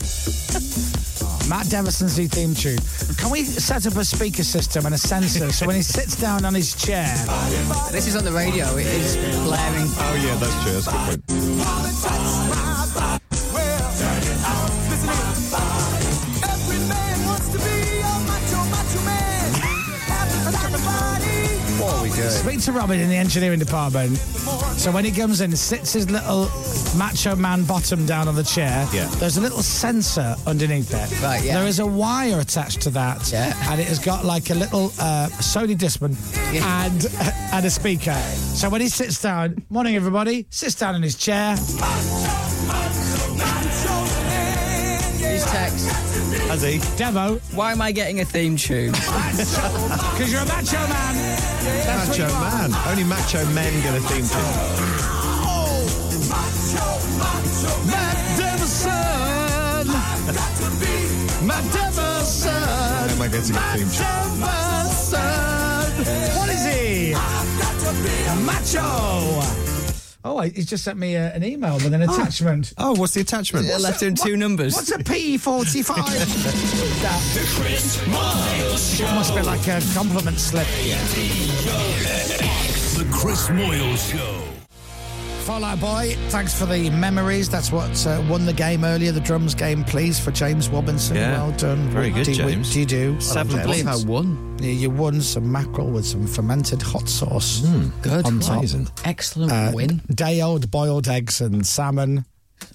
S5: Matt Devison's new theme tune. Can we set up a speaker system and a sensor so when he sits down on his chair?
S9: This is on the radio. It is blaring.
S12: Oh, yeah, that's true. That's a good point.
S21: What are we doing?
S5: Speak to Robin in the engineering department. So when he comes in, sits his little macho man bottom down on the chair.
S21: Yeah.
S5: There's a little sensor underneath it.
S9: Right, yeah.
S5: There is a wire attached to that.
S9: Yeah.
S5: And it has got like a little uh, Sony Discman and and a speaker. So when he sits down, morning everybody, sits down in his chair.
S9: These texts.
S12: Has he?
S5: Devo,
S9: Why am I getting a theme tune?
S5: because you're a macho man. Oh. That's what
S12: Macho
S5: you are.
S12: man. Only macho men get a theme tune.
S5: Matt Deverson. Matt Deverson.
S12: Am I getting a theme tune?
S5: What is he? Macho. Oh, he's just sent me uh, an email with an attachment.
S12: Oh, what's the attachment?
S9: I Ah. left in two numbers.
S5: What's a P45? that
S10: Chris Miles Show.
S5: must be like a compliment slip.
S10: The Chris Moyle Show.
S5: Fallout Boy, thanks for the memories. That's what uh, won the game earlier, the drums game, please, for James Robinson.
S8: Yeah.
S5: Well done.
S8: Very
S5: What
S8: good,
S5: do you-
S8: James.
S5: do you do?
S8: Seven
S5: Well done,
S8: points.
S5: James.
S9: I won.
S5: Yeah, You won some mackerel with some fermented hot sauce
S9: Good.
S5: on top.
S8: Hmm. Amazing.
S9: Excellent
S5: Uh,
S9: win.
S5: Day old boiled eggs and salmon.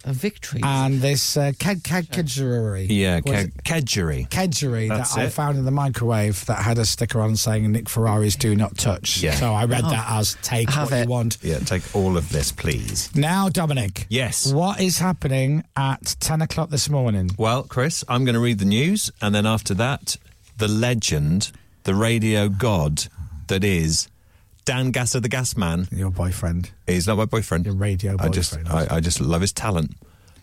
S9: A victory.
S5: and this uh, keg keg kedgery.
S8: Yeah,
S5: Was
S8: ke-
S5: it
S8: kedgeree.
S5: kedgery that
S8: That's
S5: I
S8: it.
S5: found in the microwave that had a sticker on saying Nick Ferrari's "Do Not Touch."
S8: Yeah.
S5: So I read
S9: Oh.
S5: that as take
S21: Oh. Have
S5: what
S21: it.
S5: you want.
S12: Yeah, take all of this, please.
S5: Now, Dominic.
S8: Yes.
S5: What is happening at ten o'clock this morning?
S8: Well, Chris, I'm going to read the news, and then after that, the legend, the radio god that is Dan Gasser, the gas man.
S5: Your boyfriend.
S8: He's not my boyfriend.
S5: Your radio
S8: I just,
S5: boyfriend.
S8: I, I just love his talent.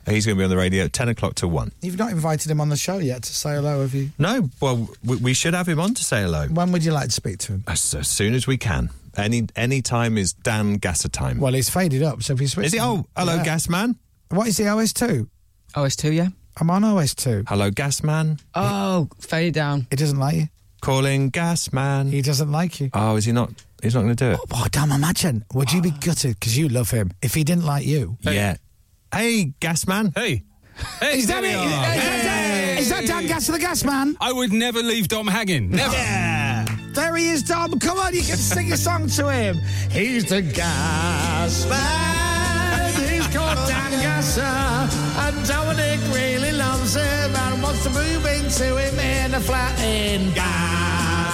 S8: He's going to be on the radio at 10 o'clock to 1.
S5: You've not invited him on the show yet to say hello, have you?
S8: No, well, we, we should have him on to say hello.
S5: When would you like to speak to him?
S8: As, as soon as we can. Any any time is Dan Gasser time.
S5: Well, he's faded up, so if you switch,
S8: is he?
S5: him-
S8: Oh, hello,
S5: Yeah.
S8: gas man.
S5: What is the OS two?
S9: OS2, yeah?
S5: I'm on OS two.
S8: Hello, gas man.
S9: Oh, faded down.
S5: He doesn't like you.
S8: Calling gas man.
S5: He doesn't like you.
S8: Oh, is he not? He's not going to do it.
S5: Oh, damn, imagine. Would you be gutted because you love him if he didn't like you?
S8: Yeah. Hey, gas man. Oh. Hey.
S5: Is that it? Is that- Is that Dan Gas to the Gas Man?
S10: I would never leave Dom hanging. Never.
S5: There he is, Dom. Come on, you can sing a song to him. He's the Gas Man. He's called Dan Gasser. And Dominic really loves him and wants to move into him in a flat in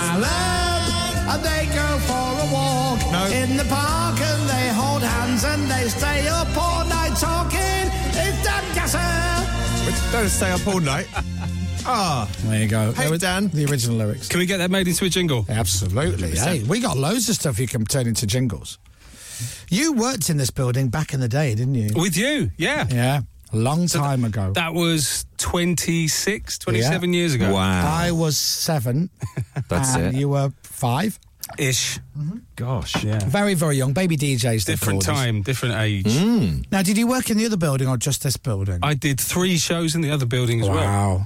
S5: Gallup. And they go for a walk in the park and they hold hands and they stay up all night talking. It's Dan Gasser.
S12: Don't stay up all night. Ah,
S5: There you go.
S12: Hey, Dan.
S5: The original lyrics.
S10: Can we get that made into a jingle?
S5: Absolutely. Hey, we got loads of stuff you can turn into jingles. You worked in this building back in the day, didn't you?
S10: With you, yeah.
S5: Yeah, a long time ago.
S10: That was 26, 27 years ago.
S8: Wow.
S5: I was seven.
S8: That's
S5: and
S8: it.
S5: You were five. Mm-hmm.
S10: Ish.
S8: Gosh. Yeah.
S5: Very, very young. Baby DJs. they
S10: Different
S5: called us.
S10: time, different age.
S8: Mm. Hmm.
S5: Now, did you work in the other building or just this building?
S10: I did three shows in the other building as well.
S5: wow.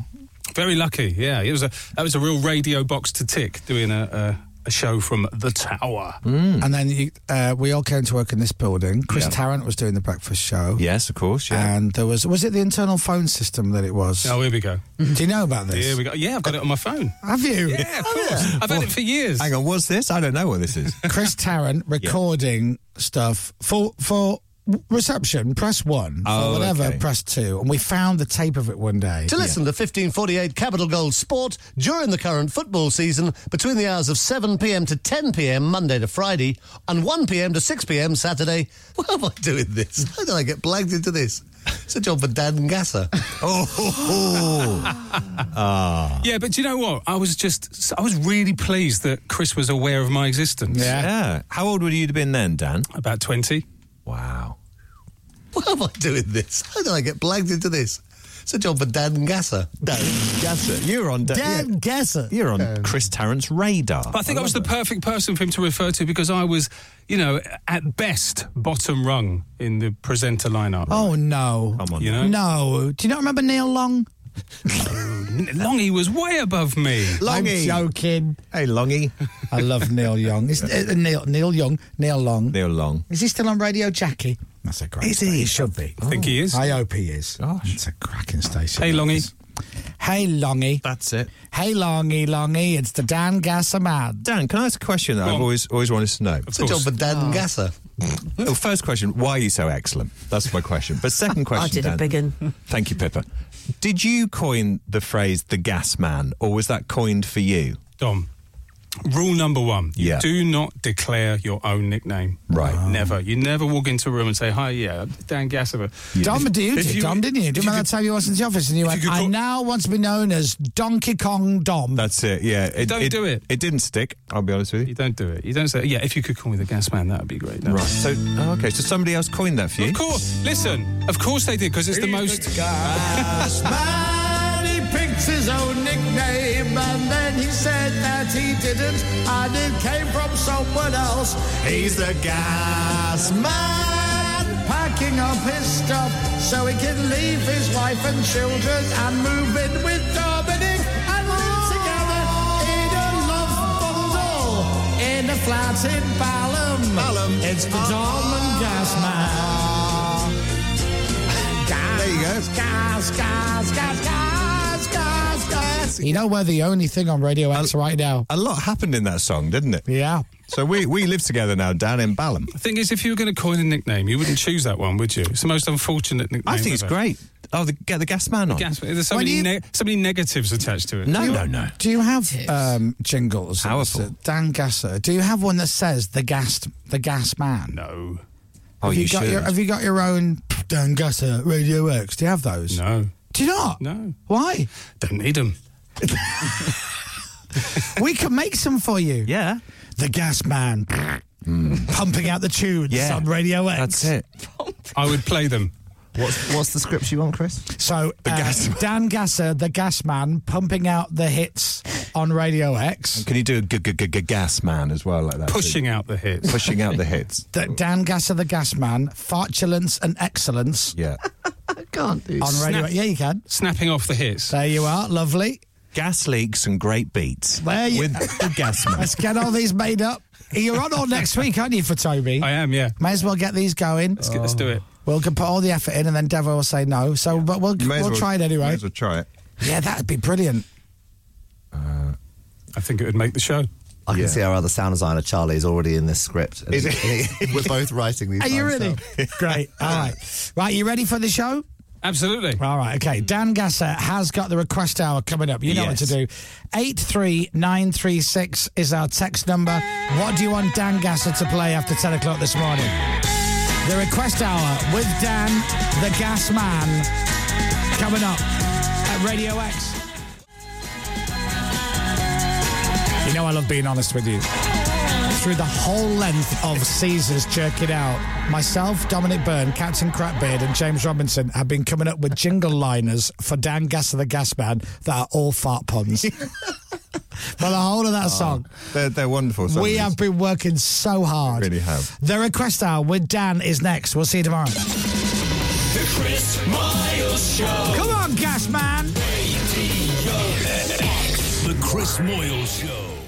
S10: Very lucky, yeah. It was a that was a real radio box to tick doing a a, a show from the tower.
S8: Hmm.
S5: And then you, uh, we all came to work in this building. Chris Tarrant was doing the breakfast show.
S8: Yes, of course. Yeah.
S5: And there was, was it the internal phone system that it was?
S10: Oh, here we go.
S5: Do you know about this? Ah,
S10: Here we go. Yeah, I've got it on my phone.
S5: Have you?
S10: Yeah, of course. I've had it for years.
S8: Hang on. What's this? I don't know what this is.
S5: Chris Tarrant recording stuff for for reception. Press one for
S8: Oh,
S5: whatever.
S8: okay.
S5: Press two, and we found the tape of it one day.
S14: To listen to 1548 Capital Gold Sport during the current football season between the hours of 7pm to 10pm Monday to Friday and 1pm to 6pm Saturday. Why am I doing this? How did I get blagged into this?
S33: It's a job for Dan Gasser.
S4: Oh. Yeah, but do you know what? I was just, I was really pleased that Chris was aware of my existence.
S8: Yeah.
S4: How old would you have been then, Dan? About 20.
S8: Wow.
S33: Why am I doing this? How did I get blagged into this? It's a job for Dan Gasser. Dan
S8: Gasser. You're on Dan. Um,
S33: Dan Gasser.
S8: You're on Chris Tarrant's radar.
S4: But I think I, was the
S8: love
S4: perfect person for him to refer to because I was, you know, at best bottom rung in the presenter lineup.
S5: Oh no! Come
S4: on. You know?
S5: No. Do you not remember Neil Long?
S4: Longy was way above me.
S5: I'm joking.
S8: Hey, Longy.
S5: I love Neil Young. Is, uh, Neil, Neil Young. Neil Long.
S8: Neil Long.
S5: Is he still on Radio Jackie? That's a great. Is he? He should be.
S4: I think he is.
S5: I hope he is. It's a cracking station.
S4: Hey, Longy.
S5: Hey, Longy.
S8: That's it.
S5: Hey, Longy, Longy. It's the Dan Gasser Mad.
S8: Dan, can I ask a question that
S5: Go
S8: I've
S5: on.
S8: always always wanted to know?
S5: It's a job for Dan Oh. Gasser.
S8: well, first question: Why are you so excellent? That's my question. But second question:
S34: I did
S8: Dan,
S34: a big one.
S8: Thank you, Pippa. Did you coin the phrase "the gas man," or was that coined for you?
S4: Dom. Rule number one: you
S8: Yeah.
S4: Do not declare your own nickname. Right.
S5: Oh.
S4: Never. You never walk into a room and say, "Hi, yeah, Dan Gasser."
S5: Dom, do you,
S4: If
S5: did, Dom, didn't you? Do you remember that time you was in the office and you went, I now want to be known as Donkey Kong Dom?
S8: That's it. Yeah. It,
S4: don't do it.
S8: It didn't stick. I'll be honest with you.
S4: You don't do it. You don't say, "Yeah, if you could call me the Gas Man, that would be great."
S8: Right. So, oh, okay. So somebody else coined that for you.
S4: Of course. Listen. Of course they did because it's the most.
S18: Man, he picked his own nickname and then he said that he didn't and it came from someone else. He's the gas man, packing up his stuff so he can leave his wife and children and move in with Dominic and live together in a love bundle in a flat in Balham. It's the Dom and Gas Man. There you go. Gas, gas, gas, gas, gas, gas.
S5: You know, we're the only thing on Radio X right now.
S8: A lot happened in that song, didn't it?
S5: Yeah.
S8: So we we live together now down in Balham.
S4: The thing is, if you were going to coin a nickname, you wouldn't choose that one, would you? It's the most unfortunate nickname.
S8: I think it's
S4: ever.
S8: great. Oh, the, get the gas man on.
S4: Gas- there's so
S5: When
S4: many,
S5: you-
S4: neg so many negatives attached to it.
S5: Do you have um, jingles?
S4: Powerful.
S5: It's, uh, Dan Gasser. Do you have one that says the gas the gas man?
S4: No.
S8: Oh,
S5: have you,
S8: you
S5: got Your,
S8: should.
S5: have you got your own Dan Gasser Radio X? Do you have those?
S4: No.
S5: Do you not?
S4: No.
S5: Why?
S4: Don't need them.
S5: we can make some for you.
S8: Yeah. Mm.
S5: The gas man pumping out the tunes
S4: Yeah.
S5: on Radio X.
S8: That's it.
S4: I would play them.
S21: What's, what's the script you want, Chris?
S5: So uh, Dan Gasser, the gas man, pumping out the hits on Radio X.
S8: Can you do a g- g- g- g- gas man as well like that?
S4: Pushing out the hits.
S8: Pushing out the hits.
S5: That Dan Gasser, the gas man, fartulence and excellence.
S8: Yeah.
S5: I can't do on Radio.
S4: Snap-
S5: Yeah, you can.
S4: Snapping off the hits.
S5: There you are. Lovely.
S8: Gas leaks and great beats.
S5: There you-
S8: With the gas man.
S5: Let's get all these made up. You're on all next week, aren't you, for Toby? I
S4: am, yeah.
S5: May as well get these going. Let's,
S4: get- let's do it.
S5: We'll can put all the effort in, and then Devo will say no. So, but we'll
S8: You may as
S5: we'll try it anyway.
S8: May as well try it.
S5: Yeah, that'd be brilliant.
S4: Uh, I think it would make the show.
S21: I can
S4: Yeah.
S21: see our other sound designer, Charlie, is already in this script.
S5: Is
S21: We're both writing these.
S5: Are you
S21: by
S5: ready?
S21: ourselves.
S5: Great. All right. Right, you ready for the show?
S4: Absolutely.
S5: All right, okay. Dan Gasser has got the request hour coming up. You know what to do. 83936 is our text number. What do you want Dan Gasser to play after 10 o'clock this morning? The request hour with Dan, the gas man, coming up at Radio X. You know, I love being honest with you. Through the whole length of Caesars Jerk It Out, myself, Dominic Byrne, Captain Crapbeard, and James Robinson have been coming up with jingle liners for Dan Gasser the Gas Man that are all fart puns. for the whole of that song.
S8: They're, they're wonderful. Oh, some
S5: we
S8: of
S5: have been working so hard.
S8: Really have.
S5: The request hour with Dan is next. We'll see you tomorrow.
S18: The Chris Miles Show.
S5: Come on, gas man.
S1: The Chris Moyle Show.